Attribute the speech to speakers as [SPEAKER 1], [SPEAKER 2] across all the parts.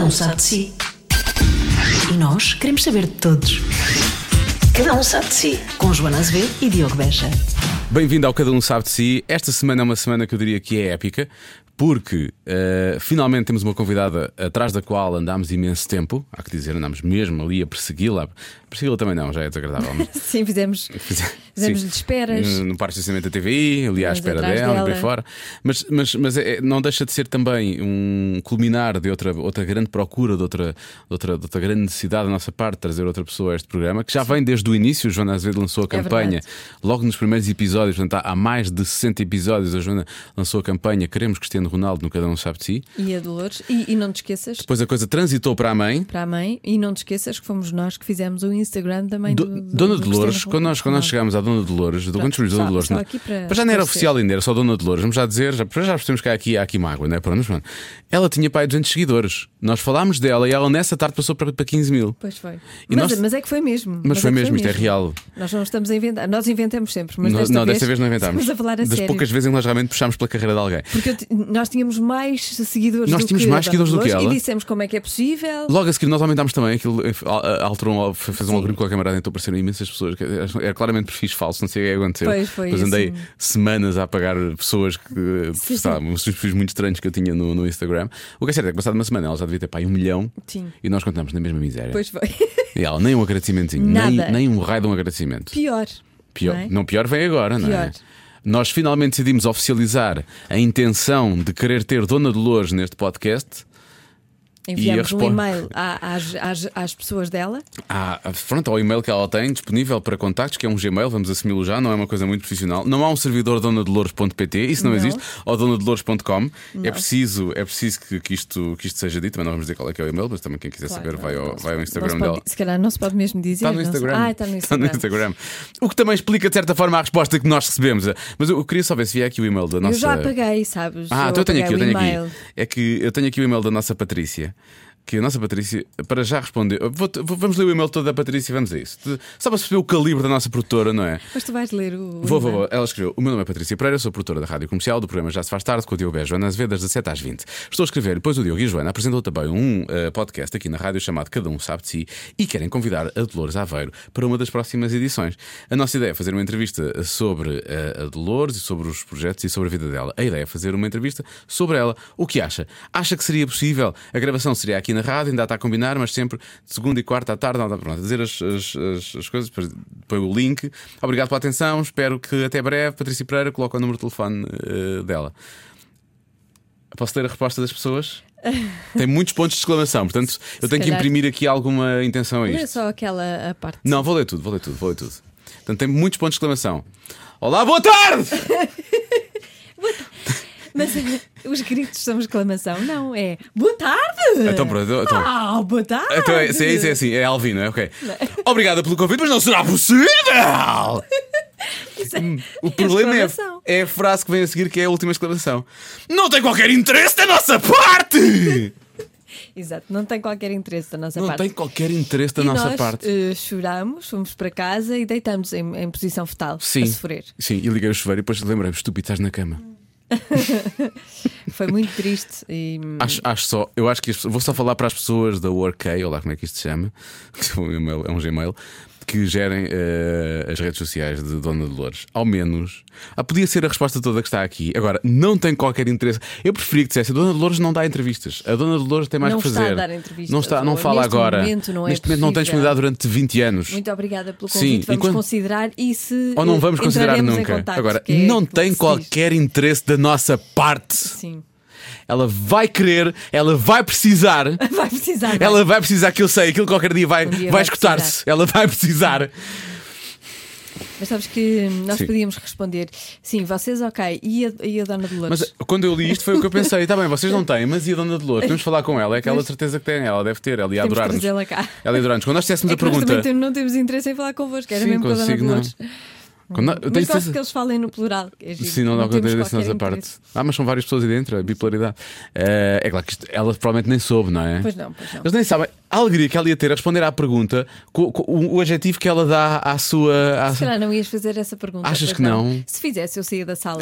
[SPEAKER 1] um sabe de si. E nós queremos saber de todos. Cada um sabe de si. Com Joana Azevedo e Diogo Beja.
[SPEAKER 2] Bem-vindo ao Cada Um Sabe de Si. Esta semana é uma semana que eu diria que é épica, porque eh, finalmente temos uma convidada atrás da qual andámos imenso tempo. Há que dizer, andámos mesmo ali a persegui-la. Persegui-la também não, já é desagradável. mas-
[SPEAKER 3] Sim, fizemos. Fizemos-lhe
[SPEAKER 2] Sim.
[SPEAKER 3] esperas.
[SPEAKER 2] No, no parque de estacionamento da TVI, ali à
[SPEAKER 3] Mas
[SPEAKER 2] espera
[SPEAKER 3] atrás
[SPEAKER 2] dela, e por aí
[SPEAKER 3] dela.
[SPEAKER 2] fora. Mas, mas, mas é- não deixa de ser também um culminar de outra, outra grande procura, de outra, de outra, de outra grande necessidade da nossa parte, de trazer outra pessoa a este programa, que já vem desde o início. Joana Azevedo lançou a campanha
[SPEAKER 3] É verdade.
[SPEAKER 2] logo nos primeiros episódios, portanto, há há mais de 60 episódios. A Joana lançou a campanha Queremos Cristiano Ronaldo no Cada Um Sabe de Si.
[SPEAKER 3] E a Dolores. E, e não te esqueças,
[SPEAKER 2] Depois a coisa transitou para a mãe.
[SPEAKER 3] para a mãe, e não te esqueças que fomos nós que fizemos o Instagram da mãe
[SPEAKER 2] Do-
[SPEAKER 3] do, do,
[SPEAKER 2] Dona
[SPEAKER 3] do
[SPEAKER 2] Dolores,
[SPEAKER 3] Cristiano
[SPEAKER 2] quando nós, quando nós
[SPEAKER 3] Ronaldo.
[SPEAKER 2] chegámos à Dona Dolores, do- quando descobrimos
[SPEAKER 3] só-
[SPEAKER 2] Dona Dolores,
[SPEAKER 3] só
[SPEAKER 2] não-
[SPEAKER 3] aqui para
[SPEAKER 2] mas já não era
[SPEAKER 3] esclarecer.
[SPEAKER 2] oficial ainda, era só Dona Dolores, vamos já dizer, já, já percebemos que há aqui, há aqui mágoa, não é? Pronto, mas pronto. Ela tinha pai 200 seguidores, nós falámos dela e ela nessa tarde passou para, para 15 mil.
[SPEAKER 3] Pois foi.
[SPEAKER 2] E
[SPEAKER 3] Mas,
[SPEAKER 2] nós-
[SPEAKER 3] mas é que foi mesmo.
[SPEAKER 2] Mas,
[SPEAKER 3] é
[SPEAKER 2] foi
[SPEAKER 3] que
[SPEAKER 2] mesmo, isto é real.
[SPEAKER 3] Nós não estamos a inventar. Nós inventamos sempre, mas
[SPEAKER 2] não,
[SPEAKER 3] desta,
[SPEAKER 2] não,
[SPEAKER 3] vez,
[SPEAKER 2] desta vez não inventámos.
[SPEAKER 3] Estamos a falar a
[SPEAKER 2] Das
[SPEAKER 3] sério.
[SPEAKER 2] poucas vezes em que nós realmente puxámos pela carreira de alguém.
[SPEAKER 3] Porque eu ti- nós tínhamos mais seguidores
[SPEAKER 2] Nós
[SPEAKER 3] do
[SPEAKER 2] tínhamos
[SPEAKER 3] que a
[SPEAKER 2] mais
[SPEAKER 3] Dona
[SPEAKER 2] seguidores do que
[SPEAKER 3] Dolores
[SPEAKER 2] ela.
[SPEAKER 3] E dissemos como é que é possível.
[SPEAKER 2] Logo a seguir nós aumentámos também aquilo, eh, al- eh, alterou um, foi fazer um algoritmo com a camarada, então apareceram imensas pessoas. que Era era claramente perfis falsos, não sei o que aconteceu.
[SPEAKER 3] Pois, foi
[SPEAKER 2] Depois
[SPEAKER 3] isso.
[SPEAKER 2] andei semanas a apagar pessoas que eh,
[SPEAKER 3] Sim,
[SPEAKER 2] sei lá, uns perfis muito estranhos que eu tinha no, no Instagram. O que é certo é que passado uma semana ela já devia ter pai um milhão
[SPEAKER 3] Sim.
[SPEAKER 2] e nós continuamos na mesma miséria.
[SPEAKER 3] Pois foi.
[SPEAKER 2] E ela nem um agradecimentozinho, nem,
[SPEAKER 3] Nada.
[SPEAKER 2] nem um raio de um agradecimento.
[SPEAKER 3] Pior.
[SPEAKER 2] Pior,
[SPEAKER 3] não é?
[SPEAKER 2] não pior vem agora, não é?
[SPEAKER 3] Pior.
[SPEAKER 2] Nós finalmente decidimos oficializar a intenção de querer ter Dona Dolores neste podcast.
[SPEAKER 3] Enviámos um
[SPEAKER 2] resposta-
[SPEAKER 3] e-mail à- às, às, às pessoas dela.
[SPEAKER 2] Há, pronto, ao e-mail que ela tem disponível para contactos, que é um Gmail, vamos assumi-lo já, não é uma coisa muito profissional. Não há um servidor donadelores.pt, isso não,
[SPEAKER 3] Não.
[SPEAKER 2] existe, ou donadelores.com. É preciso, é preciso que, que isto, que isto seja dito, mas não vamos dizer qual é que é o e-mail, mas também quem quiser
[SPEAKER 3] Claro,
[SPEAKER 2] saber
[SPEAKER 3] não,
[SPEAKER 2] vai ao,
[SPEAKER 3] não se
[SPEAKER 2] vai ao
[SPEAKER 3] pode- não
[SPEAKER 2] Instagram
[SPEAKER 3] se pode-
[SPEAKER 2] dela.
[SPEAKER 3] Se calhar não se pode mesmo dizer.
[SPEAKER 2] Está no
[SPEAKER 3] não se-
[SPEAKER 2] Instagram. Tá
[SPEAKER 3] Ah, está no Instagram.
[SPEAKER 2] Instagram. O que também explica, de certa forma, a resposta que nós recebemos. Mas eu eu queria só ver se vier aqui o e-mail da nossa.
[SPEAKER 3] Eu já apaguei, sabes?
[SPEAKER 2] Ah, então eu tenho aqui,
[SPEAKER 3] apaguei
[SPEAKER 2] eu
[SPEAKER 3] o
[SPEAKER 2] tenho
[SPEAKER 3] e-mail.
[SPEAKER 2] aqui. É que eu tenho aqui o e-mail da nossa Patrícia. Que a nossa Patrícia, para já responder, vou- vou- vamos ler o e-mail todo da Patrícia e vamos a isso. De- Só para perceber o calibre da nossa produtora, não é?
[SPEAKER 3] Mas tu vais ler o. o
[SPEAKER 2] Vou, vou,
[SPEAKER 3] e-mail.
[SPEAKER 2] vou. Ela escreveu: O meu nome é Patrícia Pereira, sou produtora da Rádio Comercial, do programa Já Se Faz Tarde, com o Diogo Bejo, Ana Azevedo, das 17 às 20. Estou a escrever, depois o Diogo e a Joana apresentou também um eh, podcast aqui na rádio chamado Cada Um Sabe de Si e querem convidar a Dolores Aveiro para uma das próximas edições. A nossa ideia é fazer uma entrevista sobre eh, a Dolores e sobre os projetos e sobre a vida dela. A ideia é fazer uma entrevista sobre ela. O que acha? Acha que seria possível? A gravação seria aqui na rádio, ainda está a combinar, mas sempre de segunda e quarta à tarde, nada, pronto, a dizer as, as- as- as coisas, depois põe o link. Obrigado pela atenção, espero que até breve. Patrícia Pereira coloca o número de telefone eh, dela. Posso ler a resposta das pessoas? Tem muitos pontos de exclamação, portanto eu tenho que
[SPEAKER 3] calhar.
[SPEAKER 2] imprimir aqui alguma intenção a
[SPEAKER 3] Não é
[SPEAKER 2] isto.
[SPEAKER 3] só aquela a parte.
[SPEAKER 2] Não, vou ler tudo, vou ler tudo, vou ler tudo. Portanto, tem muitos pontos de exclamação. Olá, boa tarde!
[SPEAKER 3] Mas os gritos são exclamação. Não, é. Boa tarde!
[SPEAKER 2] Então, pronto, então- então-
[SPEAKER 3] Ah, boa tarde!
[SPEAKER 2] Então é, se é isso, é assim, é Alvino, é ok. Obrigada pelo convite, mas não será possível!
[SPEAKER 3] Isso é-
[SPEAKER 2] O problema é,
[SPEAKER 3] exclamação.
[SPEAKER 2] é a frase que vem a seguir, que é a última exclamação. Não tem qualquer interesse da nossa parte!
[SPEAKER 3] Exato, não tem qualquer interesse da nossa
[SPEAKER 2] Não
[SPEAKER 3] parte.
[SPEAKER 2] tem qualquer interesse da
[SPEAKER 3] e
[SPEAKER 2] nossa
[SPEAKER 3] nós,
[SPEAKER 2] parte.
[SPEAKER 3] eh, chorámos, fomos para casa e deitámos em, em posição fetal
[SPEAKER 2] Sim.
[SPEAKER 3] a sofrer.
[SPEAKER 2] Sim, e liguei o chuveiro e depois lembrei-me, estúpido, estás na cama.
[SPEAKER 3] Foi muito triste e hum,
[SPEAKER 2] Acho, acho só, eu acho que as pessoas- vou só falar para as pessoas da Workay, ou lá como é que isto se chama, que é um e-mail- é um Gmail, que gerem eh, as redes sociais de Dona Dolores. Ao menos. Ah, podia ser a resposta toda que está aqui. Agora, não tem qualquer interesse. Eu preferia que dissesse: a Dona Dolores não dá entrevistas. A Dona Dolores tem mais
[SPEAKER 3] Não
[SPEAKER 2] para
[SPEAKER 3] está a
[SPEAKER 2] fazer.
[SPEAKER 3] dar entrevistas,
[SPEAKER 2] Não, está, não
[SPEAKER 3] ou
[SPEAKER 2] fala
[SPEAKER 3] neste
[SPEAKER 2] agora.
[SPEAKER 3] momento não é
[SPEAKER 2] neste momento não tem
[SPEAKER 3] possível.
[SPEAKER 2] disponibilidade durante 20 anos.
[SPEAKER 3] muito obrigada pelo
[SPEAKER 2] Sim,
[SPEAKER 3] convite.
[SPEAKER 2] e
[SPEAKER 3] vamos
[SPEAKER 2] quando-
[SPEAKER 3] considerar e se.
[SPEAKER 2] Ou não
[SPEAKER 3] eh,
[SPEAKER 2] vamos considerar
[SPEAKER 3] entraremos em
[SPEAKER 2] nunca.
[SPEAKER 3] contacto,
[SPEAKER 2] Agora,
[SPEAKER 3] que é
[SPEAKER 2] não
[SPEAKER 3] o que se
[SPEAKER 2] tem
[SPEAKER 3] diz.
[SPEAKER 2] qualquer interesse da nossa parte.
[SPEAKER 3] Sim.
[SPEAKER 2] Ela vai querer, ela vai precisar.
[SPEAKER 3] Vai precisar. vai.
[SPEAKER 2] Ela vai precisar que eu sei, aquilo qualquer dia vai,
[SPEAKER 3] Um dia
[SPEAKER 2] vai
[SPEAKER 3] vai
[SPEAKER 2] escutar-se. Ela vai precisar.
[SPEAKER 3] Mas sabes que hum, nós
[SPEAKER 2] Sim.
[SPEAKER 3] podíamos responder: sim, vocês, ok, e a, e a Dona Dolores?
[SPEAKER 2] Mas quando eu li isto foi o que eu pensei. Está bem, vocês não têm, mas e a Dona Dolores? Temos de falar com ela, é aquela certeza que tem, ela deve ter, ela ia
[SPEAKER 3] Temos que
[SPEAKER 2] adorar-nos.
[SPEAKER 3] trazê-la cá.
[SPEAKER 2] Ela ia adorar-nos. Quando nós tivéssemos
[SPEAKER 3] É
[SPEAKER 2] a
[SPEAKER 3] que nós
[SPEAKER 2] pergunta.
[SPEAKER 3] também tem- não temos interesse em falar convosco, era
[SPEAKER 2] Sim,
[SPEAKER 3] mesmo para a Dona
[SPEAKER 2] consigo, não.
[SPEAKER 3] Dolores.
[SPEAKER 2] Quando- eu
[SPEAKER 4] Mas
[SPEAKER 2] tenho
[SPEAKER 4] gosto
[SPEAKER 2] certeza-
[SPEAKER 4] que eles falem no plural. que É giro.
[SPEAKER 2] Sim, não dá
[SPEAKER 4] temos
[SPEAKER 2] contradições
[SPEAKER 4] qualquer
[SPEAKER 2] à parte.
[SPEAKER 4] interesse.
[SPEAKER 2] Ah, mas são várias pessoas aí dentro, a bipolaridade. Eh, é claro que isto- ela provavelmente nem soube, não é?
[SPEAKER 4] Pois não, pois não.
[SPEAKER 2] Eles nem sabem a alegria que ela ia ter a responder à pergunta co- co- o, o adjetivo que ela dá à sua. à-
[SPEAKER 4] Se calhar não ias fazer essa pergunta.
[SPEAKER 2] Achas
[SPEAKER 4] pois
[SPEAKER 2] que não?
[SPEAKER 4] Se fizesse, eu saía da sala.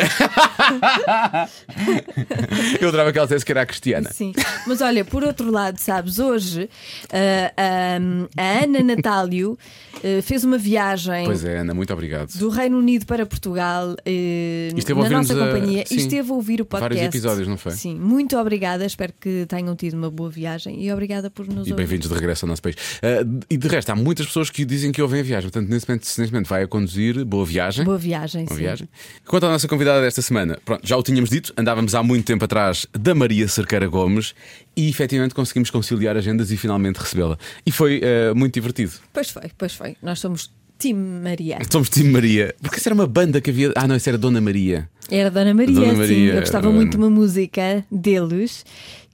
[SPEAKER 2] Eu adorava que ela dissesse que era a Cristiana.
[SPEAKER 4] Sim. Mas olha, por outro lado, sabes, hoje ah, ah, a Ana Natálio eh, fez uma viagem
[SPEAKER 2] Pois é, Ana, muito obrigado.
[SPEAKER 4] do Reino Unido para Portugal eh,
[SPEAKER 2] E esteve
[SPEAKER 4] na
[SPEAKER 2] a ouvir-nos
[SPEAKER 4] nossa
[SPEAKER 2] a-
[SPEAKER 4] companhia
[SPEAKER 2] sim,
[SPEAKER 4] e esteve a ouvir o podcast.
[SPEAKER 2] vários episódios, não foi?
[SPEAKER 4] Sim, muito obrigada. Espero que tenham tido uma boa viagem e obrigada por nos
[SPEAKER 2] E
[SPEAKER 4] ouvir.
[SPEAKER 2] bem-vindos de regresso ao nosso país. Ah, e de resto, há muitas pessoas que dizem que ouvem a viagem. Portanto, nesse momento, se neste momento vai a conduzir, boa viagem.
[SPEAKER 4] Boa viagem,
[SPEAKER 2] Boa
[SPEAKER 4] sim.
[SPEAKER 2] viagem. Quanto à nossa convidada desta semana, pronto, já o tínhamos dito, andávamos há muito tempo atrás da Maria Cerqueira Gomes e efetivamente conseguimos conciliar agendas e finalmente recebê-la. E foi ah, muito divertido.
[SPEAKER 4] Pois foi, pois foi. Nós somos Tim Maria.
[SPEAKER 2] Somos Time Maria. Porque isso era uma banda que havia. Ah, não, isso era Dona Maria.
[SPEAKER 4] Era Dona Maria,
[SPEAKER 2] Dona
[SPEAKER 4] sim.
[SPEAKER 2] Maria,
[SPEAKER 4] Eu gostava
[SPEAKER 2] era-
[SPEAKER 4] muito de uma música deles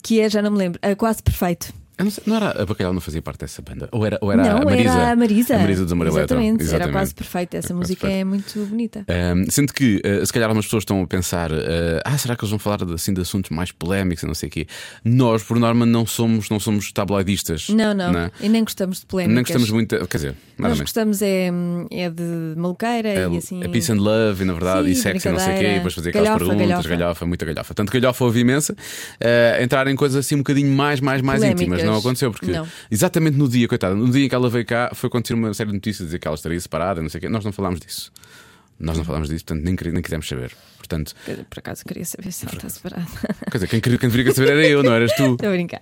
[SPEAKER 4] que é, já não me lembro, a Quase Perfeito.
[SPEAKER 2] Eu não, sei, não era a Bacalhau não fazia parte dessa banda. Ou era, ou era
[SPEAKER 4] não,
[SPEAKER 2] a Marisa.
[SPEAKER 4] era a Marisa.
[SPEAKER 2] A Marisa dos Amarelo Eletro.
[SPEAKER 4] Exatamente, era
[SPEAKER 2] Exatamente.
[SPEAKER 4] quase perfeito. Essa
[SPEAKER 2] Era quase
[SPEAKER 4] música é muito bonita.
[SPEAKER 2] Ahm, sendo que, ah, se calhar, algumas pessoas estão a pensar: ah, ah, será que eles vão falar de, assim, de assuntos mais polémicos e não sei o quê? Nós, por norma, não somos, não somos tabloidistas.
[SPEAKER 4] Não, não,
[SPEAKER 2] né?
[SPEAKER 4] E nem gostamos de polémicas.
[SPEAKER 2] Nem gostamos muito. de- Quer dizer, nada
[SPEAKER 4] Nós
[SPEAKER 2] menos.
[SPEAKER 4] gostamos é, é de maluqueira e assim.
[SPEAKER 2] a é peace and love, e na verdade,
[SPEAKER 4] Sim,
[SPEAKER 2] e sexo, e não sei o quê, e
[SPEAKER 4] brincadeira.
[SPEAKER 2] depois fazer aquelas
[SPEAKER 4] Galhofa,
[SPEAKER 2] perguntas, galhofa.
[SPEAKER 4] galhofa.
[SPEAKER 2] muita galhofa. Tanto galhofa houve imensa, eh, entrar em coisas assim um bocadinho mais, mais, mais
[SPEAKER 4] Polémicas.
[SPEAKER 2] íntimas. Não aconteceu, porque
[SPEAKER 4] Não.
[SPEAKER 2] exatamente no dia, coitada, no dia em que ela veio cá, foi acontecer uma série de notícias dizer que ela estaria separada, não sei o quê. Nós não falámos disso. Nós não falámos disso, portanto, nem, queri- nem quisemos saber. Portanto,
[SPEAKER 4] Eu, Por acaso queria saber se ela está separada.
[SPEAKER 2] quer dizer, quem, queria- quem deveria saber era eu, não eras É tu.
[SPEAKER 4] Estou a brincar.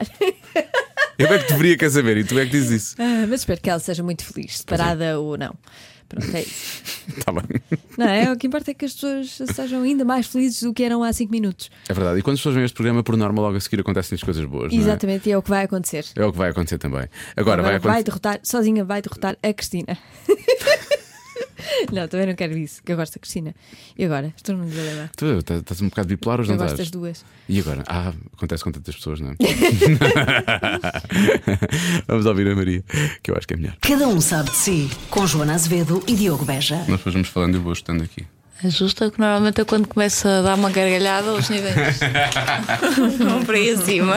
[SPEAKER 2] Eu é que deveria quer saber e tu é que dizes isso.
[SPEAKER 4] Ah, mas espero que ela seja muito feliz,
[SPEAKER 2] é.
[SPEAKER 4] separada ou não. Pronto, é isso.
[SPEAKER 2] Está Tá bem.
[SPEAKER 4] Não é? O que importa é que as pessoas sejam ainda mais felizes do que eram há 5 minutos.
[SPEAKER 2] É verdade. E quando as pessoas veem este programa, por norma, logo a seguir acontecem-lhes coisas boas. não é?
[SPEAKER 4] Exatamente, e é o que vai acontecer.
[SPEAKER 2] É o que vai acontecer também. Agora, vai
[SPEAKER 4] Agora vai,
[SPEAKER 2] acontecer.
[SPEAKER 4] derrotar, sozinha vai derrotar a Cristina. não, também não quero isso, que eu gosto da Cristina. E agora? Estou num dilema.
[SPEAKER 2] Tu estás estás um bocado bipolar hoje,
[SPEAKER 4] Eu
[SPEAKER 2] não
[SPEAKER 4] gosto das
[SPEAKER 2] estás?
[SPEAKER 4] duas.
[SPEAKER 2] E agora? Ah, acontece com tantas pessoas, não é? Vamos ouvir a Maria, que eu acho que é melhor.
[SPEAKER 1] Cada um sabe de si, com Joana Azevedo e Diogo Beja.
[SPEAKER 2] Nós depois vamos falando e eu vou estando aqui.
[SPEAKER 5] Ajusta, que normalmente eu quando começo a dar uma gargalhada, os níveis vão para aí acima.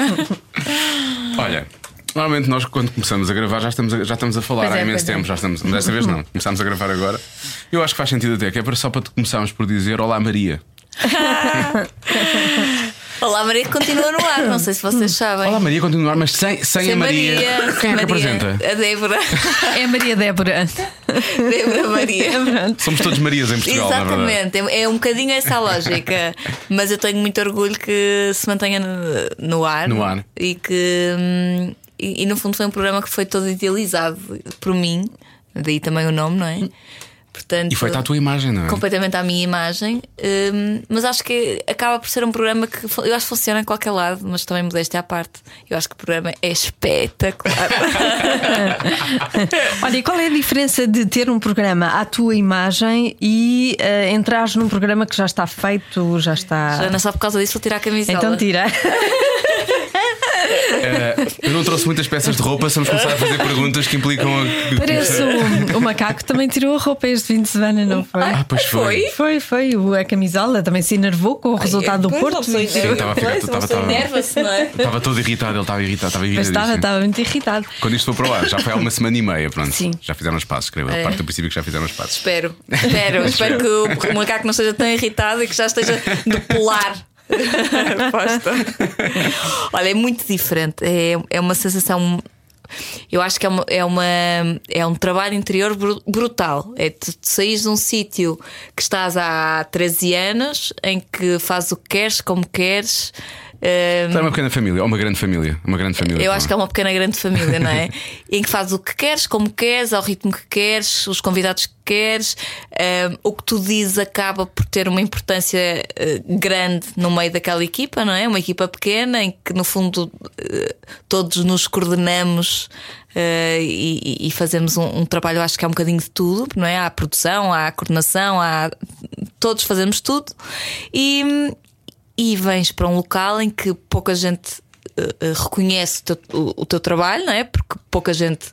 [SPEAKER 2] Olha, normalmente nós quando começamos a gravar já estamos a, já estamos a falar
[SPEAKER 5] Pois é,
[SPEAKER 2] há imenso
[SPEAKER 5] pois é.
[SPEAKER 2] tempo, já estamos, mas desta vez não. Começámos a gravar agora. Eu acho que faz sentido até, que é para, só para te começarmos por dizer Olá Maria.
[SPEAKER 5] Olá, Maria, que continua no ar, não sei se vocês sabem.
[SPEAKER 2] Olá Maria, continuar, mas sem, sem,
[SPEAKER 5] Sem
[SPEAKER 2] a Maria.
[SPEAKER 5] Maria,
[SPEAKER 2] Quem é que
[SPEAKER 5] sem Maria.
[SPEAKER 2] apresenta?
[SPEAKER 5] A Débora.
[SPEAKER 4] É a Maria Débora.
[SPEAKER 5] Débora Maria.
[SPEAKER 2] Somos todos Marias em Portugal, na verdade.
[SPEAKER 5] Exatamente, é é um bocadinho essa a lógica. Mas eu tenho muito orgulho que se mantenha no, no ar.
[SPEAKER 2] No ar.
[SPEAKER 5] E que. hum, E, e, no fundo foi um programa que foi todo idealizado por mim, daí também o nome, não é? Portanto,
[SPEAKER 2] Hum. E foi à tua imagem, não é?
[SPEAKER 5] completamente à minha imagem, hum, mas acho que acaba por ser um programa que fu- eu acho que funciona em qualquer lado, mas também modéstia à parte. Eu acho que o programa é espetacular.
[SPEAKER 3] Olha, e qual é a diferença de ter um programa à tua imagem e eh, entrares num programa que já está feito, já está.
[SPEAKER 5] Ana, só por causa disso vou tirar a camisola.
[SPEAKER 3] então tira.
[SPEAKER 2] Eh, Eu não trouxe muitas peças de roupa, estamos a começar a fazer perguntas que implicam. a-
[SPEAKER 3] Parece o, o macaco também tirou a roupa este fim de semana, não foi?
[SPEAKER 2] Ah, pois foi.
[SPEAKER 3] Foi, foi. O- A camisola também se enervou com o resultado do
[SPEAKER 5] Pois,
[SPEAKER 3] Porto.
[SPEAKER 5] uma pessoa
[SPEAKER 3] e tirou.
[SPEAKER 2] Estava
[SPEAKER 5] enerva-
[SPEAKER 2] a ficar-
[SPEAKER 5] pois, uma
[SPEAKER 2] estava-
[SPEAKER 5] pessoa
[SPEAKER 2] estava-
[SPEAKER 5] enerva-se, não é?
[SPEAKER 2] Estava todo irritado, ele estava irritado, estava
[SPEAKER 3] Mas estava,
[SPEAKER 2] irritadíssimo.
[SPEAKER 3] estava muito irritado.
[SPEAKER 2] Quando isto foi para lá, já foi há uma semana e meia, pronto.
[SPEAKER 3] Sim.
[SPEAKER 2] Já fizeram os passos, creio eu.
[SPEAKER 5] É.
[SPEAKER 2] Parte do princípio que já fizeram os passos.
[SPEAKER 5] Espero, espero, espero que o macaco não esteja tão irritado e que já esteja de pular. Aposta. Olha, é muito diferente. É, é uma sensação. Eu acho que é, uma, é, uma- é um trabalho interior bru- brutal. É tu, tu saís de um sítio que estás há 13 anos, em que fazes o que queres, como queres. hum,
[SPEAKER 2] Então é uma pequena família, ou uma grande família. Uma grande família.
[SPEAKER 5] eu acho que é uma pequena grande família, não é? em que fazes o que queres, como queres, ao ritmo que queres, os convidados que queres. Ahm, o que tu dizes acaba por ter uma importância eh, grande no meio daquela equipa, não é? Uma equipa pequena em que, no fundo, eh, todos nos coordenamos. eh, e, e- e fazemos um, um trabalho, acho que é um bocadinho de tudo, não é? Há a produção, há a coordenação, há todos fazemos tudo. E, e vens para um local em que pouca gente eh, eh, reconhece o teu, o- o teu trabalho, não é? Porque pouca gente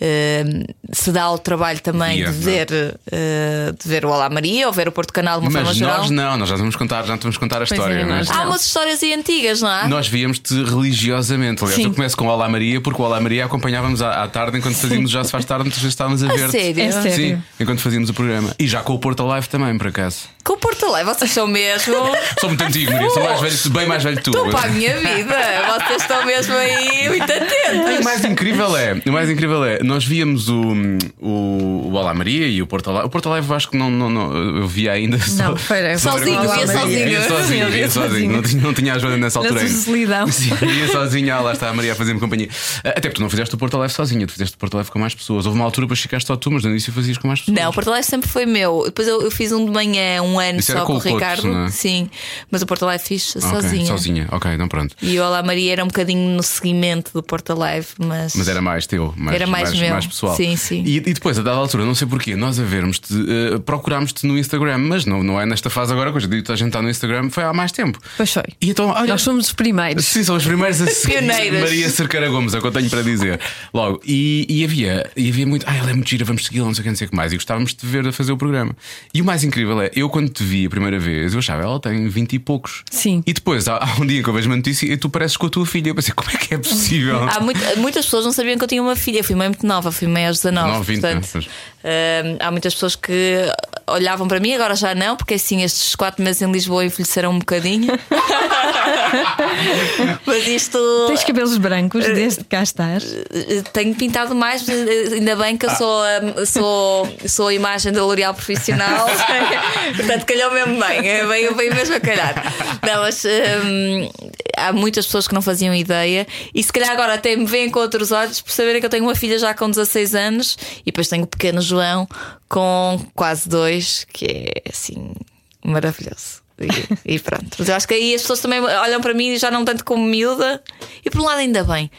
[SPEAKER 5] eh, se dá ao trabalho também
[SPEAKER 2] Yeah,
[SPEAKER 5] de, ver, eh, de ver o Olá Maria ou ver o Porto Canal de uma forma
[SPEAKER 2] Mas
[SPEAKER 5] geral.
[SPEAKER 2] nós não, nós já vamos contar, já te vamos contar a
[SPEAKER 3] é,
[SPEAKER 2] história, não é?
[SPEAKER 3] nós-
[SPEAKER 5] Há umas histórias aí antigas, não é? há?
[SPEAKER 2] Nós víamos-te religiosamente. Aliás,
[SPEAKER 3] Sim.
[SPEAKER 2] eu começo com o Olá Maria, porque o Olá Maria acompanhávamos à, à tarde enquanto fazíamos Já Se Faz Tarde, muitas vezes estávamos a
[SPEAKER 5] A
[SPEAKER 2] ver.
[SPEAKER 5] sério? É
[SPEAKER 3] sério?
[SPEAKER 2] Sim, enquanto fazíamos o programa. E já com o Porto Live também, por acaso.
[SPEAKER 5] Com o Porto Alegre, vocês são mesmo.
[SPEAKER 2] Sou muito antigo, Maria, sou mais velho, bem mais velho que tu.
[SPEAKER 5] Estou para a minha vida. Vocês estão mesmo aí muito
[SPEAKER 2] O
[SPEAKER 5] atentos.
[SPEAKER 2] mais incrível é, o mais incrível é, nós víamos o, o, o Olá Maria e o Porto Live. O Porto Live eu acho que não, não, não eu via ainda. só-
[SPEAKER 3] Não, foi-
[SPEAKER 2] só
[SPEAKER 5] Sozinho,
[SPEAKER 2] era-
[SPEAKER 5] via sozinho.
[SPEAKER 2] Via sozinho, via
[SPEAKER 3] Via
[SPEAKER 2] sozinho.
[SPEAKER 3] sozinho.
[SPEAKER 2] Não tinha, não tinha a Joana nessa
[SPEAKER 3] Na
[SPEAKER 2] altura.
[SPEAKER 3] sua
[SPEAKER 2] ainda.
[SPEAKER 3] solidão.
[SPEAKER 2] Sim, ia sozinha, ah, lá está a Maria a fazer-me companhia. Ah, Até porque tu não fizeste o Porto Live sozinha, tu fizeste o Porto Live com mais pessoas. Houve uma altura para ficaste só tu, mas no início fazias com mais pessoas.
[SPEAKER 5] Não, o Porto Alegre sempre foi meu. Depois eu, eu fiz um de manhã, um ano
[SPEAKER 2] Isso era
[SPEAKER 5] só
[SPEAKER 2] com
[SPEAKER 5] com,
[SPEAKER 2] o Couto,
[SPEAKER 5] o Ricardo.
[SPEAKER 2] não é?
[SPEAKER 5] Sim, mas o Porto Alegre fiz
[SPEAKER 2] Ah, ok,
[SPEAKER 5] sozinha.
[SPEAKER 2] sozinha, ok, então pronto.
[SPEAKER 5] E o Olá Maria era um bocadinho no seguimento do Porto Alegre, mas.
[SPEAKER 2] Mas era mais teu, mais,
[SPEAKER 5] Era mais meu.
[SPEAKER 2] pessoal.
[SPEAKER 5] Sim, sim.
[SPEAKER 2] E, e depois, a dada altura, não sei porquê, nós a vermos-te, eh, procurámos-te no Instagram, mas não, não é nesta fase agora, que hoje em dia toda a gente está no Instagram, foi há mais tempo.
[SPEAKER 3] Pois foi.
[SPEAKER 2] E então, olha,
[SPEAKER 3] Nós somos os primeiros.
[SPEAKER 2] Sim, são os primeiros a seguir
[SPEAKER 5] Pioneiras.
[SPEAKER 2] Maria Cercara Gomes, é o que eu tenho para dizer. Logo, e, e havia, e havia muito, ah, ela é muito gira, vamos segui-la, não sei o que, não sei o que mais. E gostávamos de te ver a fazer o programa. E o mais incrível é, eu quando te vi a primeira vez, eu achava, ela tem 20 e poucos.
[SPEAKER 3] Sim.
[SPEAKER 2] E depois, há, há um dia que eu vejo uma notícia e tu pareces com a tua filha. Eu pensei, como é que é possível?
[SPEAKER 5] Há muita- muitas pessoas não sabiam que eu tinha uma filha. Eu fui mãe muito nova, fui mãe aos 19.
[SPEAKER 2] 19, 20,
[SPEAKER 5] portanto,
[SPEAKER 2] pois.
[SPEAKER 5] hum, há muitas pessoas que olhavam para mim, agora já não, porque assim estes 4 meses em Lisboa envelheceram um bocadinho. mas isto.
[SPEAKER 3] Tens cabelos brancos desde que cá estás.
[SPEAKER 5] eh, Tenho pintado mais, mas, eh, ainda bem que eu sou, a- sou, sou a imagem da L'Oréal profissional, portanto calhou mesmo bem, eh, veio, veio mesmo a calhar. Não, mas hum, há muitas pessoas que não faziam ideia e se calhar agora até me veem com outros olhos por saberem que eu tenho uma filha já com 16 anos e depois tenho o pequeno João com quase dois, que é assim maravilhoso. E, e pronto, mas eu acho que aí as pessoas também olham para mim já não tanto como miúda, e por um lado, ainda bem,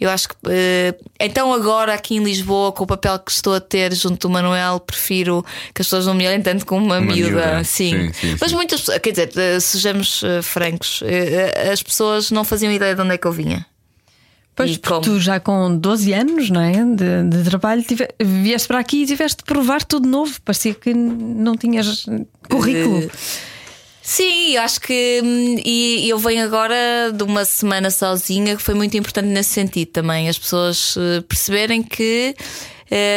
[SPEAKER 5] eu acho que eh, então agora aqui em Lisboa, com o papel que estou a ter junto do Manuel, prefiro que as pessoas não me olhem tanto como uma,
[SPEAKER 2] Uma
[SPEAKER 5] miúda.
[SPEAKER 2] miúda, sim,
[SPEAKER 5] Sim.
[SPEAKER 2] sim,
[SPEAKER 5] Mas
[SPEAKER 2] sim.
[SPEAKER 5] muitas pessoas, quer dizer, eh, sejamos eh, francos, eh, eh, as pessoas não faziam ideia de onde é que eu vinha.
[SPEAKER 3] Pois,
[SPEAKER 5] E
[SPEAKER 3] porque
[SPEAKER 5] como?
[SPEAKER 3] tu já com 12 anos não é? de, de trabalho tive, vieste para aqui e tiveste de provar tudo novo. Parecia que não tinhas eh, currículo.
[SPEAKER 5] Sim, eu acho que hum, e eu venho agora de uma semana sozinha que foi muito importante nesse sentido também, as pessoas eh, perceberem que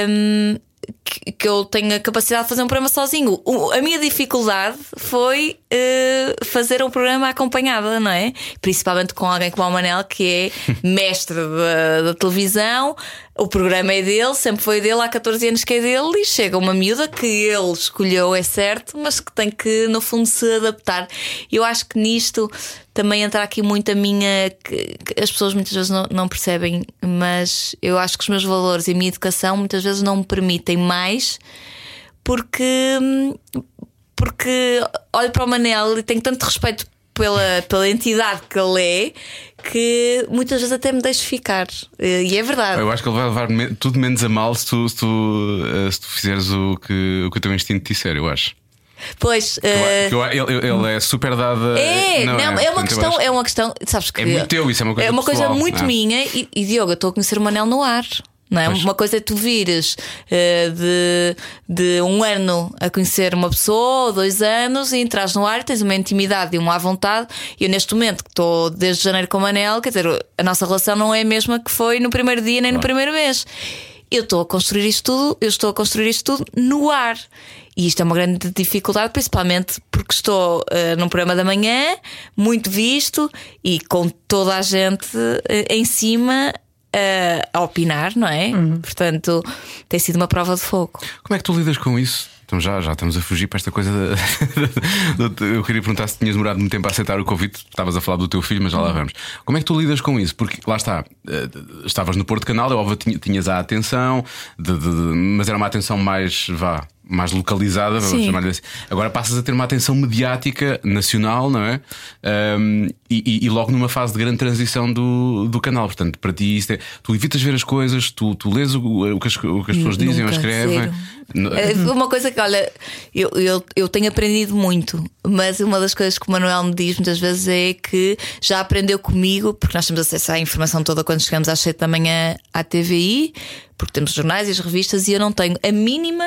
[SPEAKER 5] hum, que, que eu tenho a capacidade de fazer um programa sozinho. O- a minha dificuldade foi eh, fazer um programa acompanhada, não é? Principalmente com alguém como o Manel, que é mestre da, da televisão, o programa é dele, sempre foi dele, há 14 anos que é dele, e chega uma miúda que ele escolheu, é certo, mas que tem que, no fundo, se adaptar. Eu acho que nisto também entra aqui muito a minha. que- que as pessoas muitas vezes não, não percebem, mas eu acho que os meus valores e a minha educação muitas vezes não me permitem mais porque hum, porque olho para o Manel e tenho tanto respeito pela, pela entidade que ele é que muitas vezes até me deixo ficar. Eh, E é verdade.
[SPEAKER 2] Eu acho que ele vai levar me- tudo menos a mal se tu, se tu, eh, se tu fizeres o que, o que o teu instinto te disser, eu acho.
[SPEAKER 5] Pois.
[SPEAKER 2] Eu a-
[SPEAKER 5] eh,
[SPEAKER 2] que eu a- ele, ele- ele é super dada.
[SPEAKER 5] É, não, é, uma
[SPEAKER 2] Portanto, eu
[SPEAKER 5] questão,
[SPEAKER 2] acho-
[SPEAKER 5] é uma questão, sabes que
[SPEAKER 2] É muito teu, isso é uma coisa pessoal,
[SPEAKER 5] muito
[SPEAKER 2] não é?
[SPEAKER 5] minha e, e, Diogo, eu estou a conhecer o Manel no ar. Não é? Uma coisa é tu vires eh, de, de um ano a conhecer uma pessoa, ou dois anos, e entras no ar, tens uma intimidade e uma à vontade. E eu, neste momento, que estou desde janeiro com o Manel, quer dizer, a nossa relação não é a mesma que foi no primeiro dia nem no primeiro mês. Eu estou a construir isto tudo, eu estou a construir isto tudo no ar. E isto é uma grande dificuldade, principalmente porque estou eh, num programa da manhã, muito visto e com toda a gente eh, em cima eh, a opinar, não é? Portanto, tem sido uma prova de fogo.
[SPEAKER 2] Como é que tu lidas com isso? Então já, já estamos a fugir para esta coisa. da- da- eu queria perguntar se tinhas demorado muito tempo a aceitar o convite. Estavas a falar do teu filho, mas já lá vamos. Como é que tu lidas com isso? Porque lá está, eh, estavas no Porto Canal, é óbvio que tinhas a atenção, de- de- de- mas era uma atenção mais vá. mais localizada, vamos
[SPEAKER 5] Sim.
[SPEAKER 2] chamar-lhe assim. Agora passas a ter uma atenção mediática nacional, não é? Ahm, e, e- e logo numa fase de grande transição do, do canal. Portanto, para ti, isto é, tu evitas ver as coisas, tu, tu lês o, o que as, o que as pessoas dizem ou
[SPEAKER 5] Hum, Nunca,
[SPEAKER 2] escrevem. Uhum.
[SPEAKER 5] zero.
[SPEAKER 2] N-
[SPEAKER 5] É, foi Uma coisa que, olha, eu, eu, eu tenho aprendido muito, mas uma das coisas que o Manuel me diz muitas vezes é que já aprendeu comigo, porque nós temos acesso à informação toda quando chegamos às 7 da manhã à TVI, porque temos os jornais e as revistas, e eu não tenho a mínima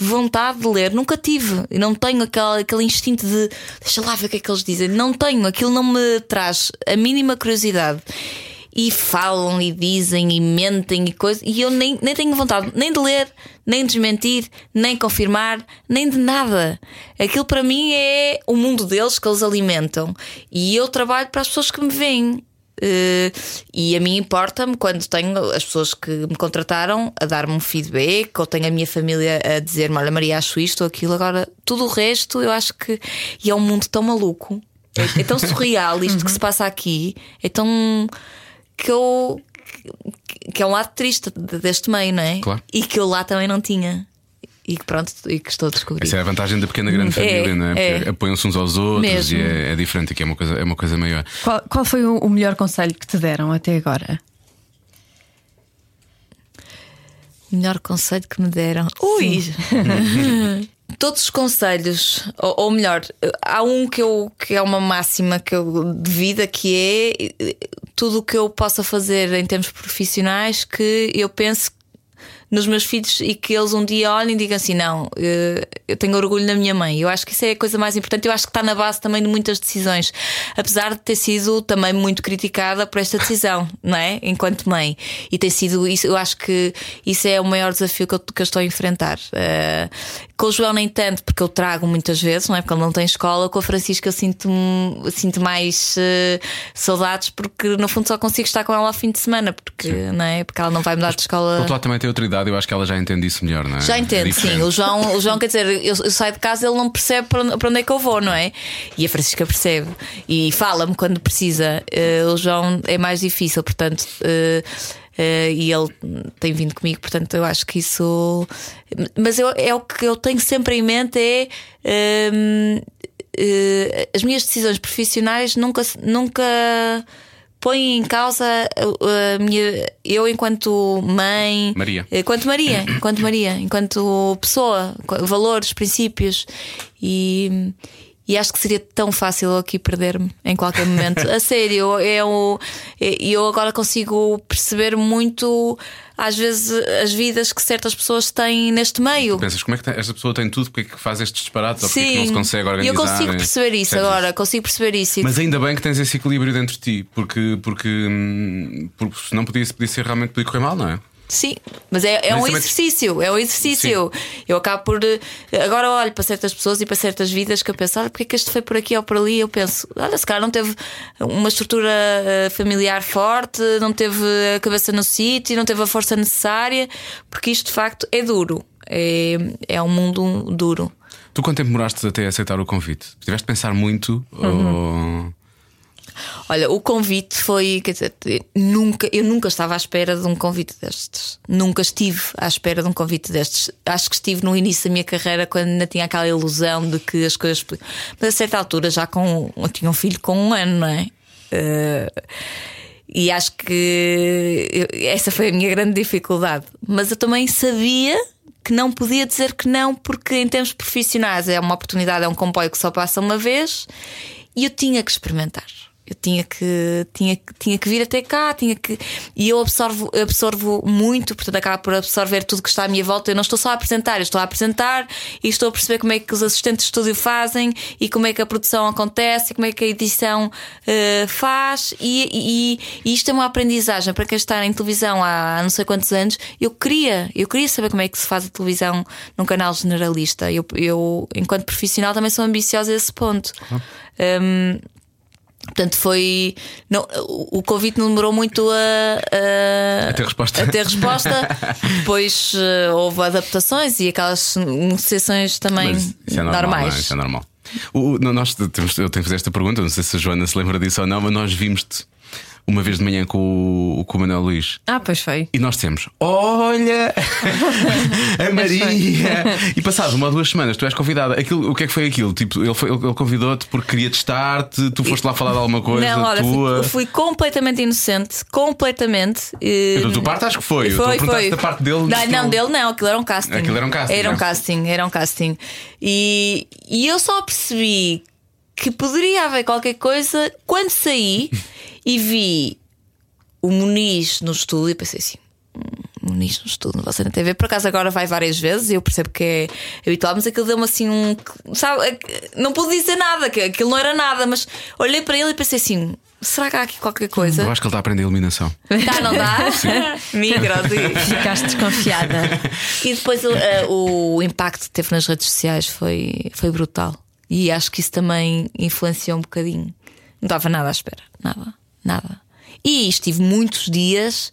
[SPEAKER 5] vontade de ler, nunca tive, e não tenho aquele, aquele instinto de deixa lá ver o que é que eles dizem, não tenho, aquilo não me traz a mínima curiosidade e falam e dizem e mentem e coisas. E eu nem, nem tenho vontade nem de ler, nem de desmentir, nem confirmar, nem de nada. Aquilo para mim é o mundo deles que eles alimentam. E eu trabalho para as pessoas que me veem. Eh, e a mim importa-me quando tenho as pessoas que me contrataram a dar-me um feedback, ou tenho a minha família a dizer-me: Olha, Maria, acho isto ou aquilo. Agora, tudo o resto eu acho que. E é um mundo tão maluco, é, é tão surreal isto
[SPEAKER 2] Uhum.
[SPEAKER 5] que se passa aqui, é tão que eu. que- que é um lado triste de- deste meio, não é?
[SPEAKER 2] Claro.
[SPEAKER 5] E que eu lá também não tinha. E que pronto, e que estou a descobrir.
[SPEAKER 2] Essa é a vantagem da pequena grande
[SPEAKER 5] É,
[SPEAKER 2] família, não é? Porque
[SPEAKER 5] é.
[SPEAKER 2] apoiam-se uns aos outros
[SPEAKER 5] Mesmo.
[SPEAKER 2] e é, é diferente, que é uma coisa, é uma coisa maior.
[SPEAKER 3] Qual, qual foi o, o melhor conselho que te deram até agora?
[SPEAKER 5] O melhor conselho que me deram. Ui! Todos os conselhos, ou, ou melhor, há um que, eu, que é uma máxima que eu, de vida que é eh, tudo o que eu possa fazer em termos profissionais que eu penso nos meus filhos e que eles um dia olhem e digam assim: não, eh, eu tenho orgulho na minha mãe. Eu acho que isso é a coisa mais importante. Eu acho que está na base também de muitas decisões. Apesar de ter sido também muito criticada por esta decisão, não é? Enquanto mãe. E tem sido isso, eu acho que isso é o maior desafio que eu, que eu estou a enfrentar. Eh, com o João, nem tanto, porque eu trago muitas vezes, não é? Porque ele não tem escola. Com a Francisca, eu sinto, sinto mais eh, saudades, porque no fundo só consigo estar com ela ao fim de semana, porque, não é? porque ela não vai mudar de
[SPEAKER 2] Por
[SPEAKER 5] escola.
[SPEAKER 2] outro lado, também tem outra idade, eu acho que ela já entende isso melhor, não é?
[SPEAKER 5] É. Já
[SPEAKER 2] É
[SPEAKER 5] entendo,
[SPEAKER 2] diferente.
[SPEAKER 5] sim. O João, o João, quer dizer, eu, eu saio de casa, ele não percebe para onde, para onde é que eu vou, não é? E a Francisca percebe e fala-me quando precisa. Eh, o João é mais difícil, portanto. eh, eh, e ele tem vindo comigo, portanto, eu acho que isso. Mas eu- é o que eu tenho sempre em mente: é. hum, eh, as minhas decisões profissionais nunca, se- nunca põem em causa eh, a, a minha, eu enquanto mãe, eh,
[SPEAKER 2] Maria.
[SPEAKER 5] Enquanto Maria, enquanto Maria, enquanto pessoa, co- valores, princípios e, e acho que seria tão fácil eu aqui perder-me em qualquer momento. A sério, é eu, eu agora consigo perceber muito às vezes as vidas que certas pessoas têm neste meio.
[SPEAKER 2] Pensas, como é que tem- esta pessoa tem tudo, porque é que faz estes disparates ou porque é que não se consegue
[SPEAKER 5] e
[SPEAKER 2] organizar?
[SPEAKER 5] eu consigo
[SPEAKER 2] É,
[SPEAKER 5] perceber isso
[SPEAKER 2] percebes?
[SPEAKER 5] agora, consigo perceber isso. E
[SPEAKER 2] Mas ainda bem que tens esse equilíbrio dentro de ti, porque, porque, hum, porque senão podia, podia ser realmente podia correr mal, não é?
[SPEAKER 5] Sim, mas é, é
[SPEAKER 2] Mas
[SPEAKER 5] um
[SPEAKER 2] também-
[SPEAKER 5] exercício, é um exercício. Eu acabo por. eh, Agora olho para certas pessoas e para certas vidas que eu penso, olha, porque é que este foi por aqui ou por ali? Eu penso, olha, se calhar não teve uma estrutura eh, familiar forte, não teve a cabeça no sítio, não teve a força necessária, porque isto de facto é duro. É, é um mundo duro.
[SPEAKER 2] Tu quanto tempo demoraste até aceitar o convite? Tiveste de pensar muito
[SPEAKER 5] Uhum.
[SPEAKER 2] ou-
[SPEAKER 5] Olha, o convite foi, quer dizer, nunca, eu nunca estava à espera de um convite destes. Nunca estive à espera de um convite destes. Acho que estive no início da minha carreira quando ainda tinha aquela ilusão de que as coisas. podiam- Mas a certa altura já com, eu tinha um filho com um ano, não é? Eh, e acho que eu- essa foi a minha grande dificuldade. Mas eu também sabia que não podia dizer que não, porque em termos profissionais é uma oportunidade, é um comboio que só passa uma vez e eu tinha que experimentar. Eu tinha que, tinha, que- tinha que vir até cá, tinha que. E eu absorvo, absorvo muito, portanto, acabo por absorver tudo que está à minha volta. Eu não estou só a apresentar, eu estou a apresentar e estou a perceber como é que os assistentes de estúdio fazem e como é que a produção acontece e como é que a edição eh, faz. E, e- e isto é uma aprendizagem para quem está em televisão há não sei quantos anos. Eu queria, eu queria saber como é que se faz a televisão num canal generalista. Eu, eu enquanto profissional, também sou ambiciosa a esse ponto.
[SPEAKER 2] Ah.
[SPEAKER 5] Hum, Portanto, foi. Não, o o convite não demorou muito a,
[SPEAKER 2] A ter resposta.
[SPEAKER 5] a ter resposta. Depois eh, houve adaptações e aquelas negociações também
[SPEAKER 2] Mas isso é normal,
[SPEAKER 5] normais.
[SPEAKER 2] não é? Isso é normal. O- o- nós temos, eu tenho que fazer esta pergunta, não sei se a Joana se lembra disso ou não, mas nós vimos-te uma vez de manhã com o, com o Manuel Luís.
[SPEAKER 3] Ah, pois foi.
[SPEAKER 2] E nós dissemos: Olha, a Maria! E passado uma ou duas semanas, tu és convidada. Aquilo, o que é que foi aquilo? Tipo, ele, foi- ele convidou-te porque queria testar-te, tu foste lá falar de alguma coisa
[SPEAKER 5] Não, olha,
[SPEAKER 2] tua.
[SPEAKER 5] fui, fui completamente inocente, completamente. eh,
[SPEAKER 2] Da tua parte, acho que foi. Eu estou a perguntar se da parte dele,
[SPEAKER 5] Não,
[SPEAKER 2] se
[SPEAKER 5] não,
[SPEAKER 2] ele-
[SPEAKER 5] dele não, aquilo era um casting.
[SPEAKER 2] Aquilo era um casting,
[SPEAKER 5] Era um
[SPEAKER 2] não é?
[SPEAKER 5] casting, era um casting. E, e eu só percebi que poderia haver qualquer coisa quando saí e vi o Muniz no estúdio e pensei assim. "Hum, Muniz no estúdio, você na TV. Por acaso agora vai várias vezes, eu percebo que é habitual, mas aquilo deu-me assim um. Sabe, é que não pude dizer nada, que aquilo não era nada, mas olhei para ele e pensei assim: será que há aqui qualquer coisa?
[SPEAKER 2] Eu acho que ele está a aprender a iluminação.
[SPEAKER 5] Dá, Tá, não dá? Micros e.
[SPEAKER 3] Ficaste desconfiada.
[SPEAKER 5] E depois eh, o impacto que teve nas redes sociais foi, foi brutal. E acho que isso também influenciou um bocadinho. Não estava nada à espera. Nada, nada. E estive muitos dias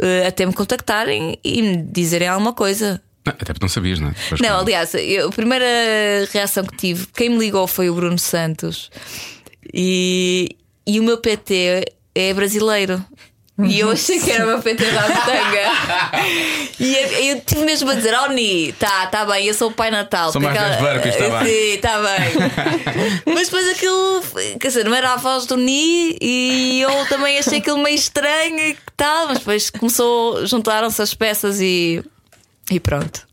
[SPEAKER 5] eh, até me contactarem e me dizerem alguma coisa.
[SPEAKER 2] Não, até porque não sabias, não é? Depois
[SPEAKER 5] Não,
[SPEAKER 2] quando-
[SPEAKER 5] aliás, eu- a primeira reação que tive, quem me ligou foi o Bruno Santos e, e o meu PT é brasileiro. E eu achei que era o meu PT da Botanga. e eu, eu tive mesmo a dizer: Oh, Ni, tá, tá bem, eu sou o Pai Natal.
[SPEAKER 2] Sou
[SPEAKER 5] Porque
[SPEAKER 2] Marcos Barcos, tá bem.
[SPEAKER 5] Sim, tá bem. Mas depois aquilo, quer dizer, não era a voz do Ni e eu também achei aquilo meio estranho e que tal, mas depois começou, juntaram-se as peças e, e pronto.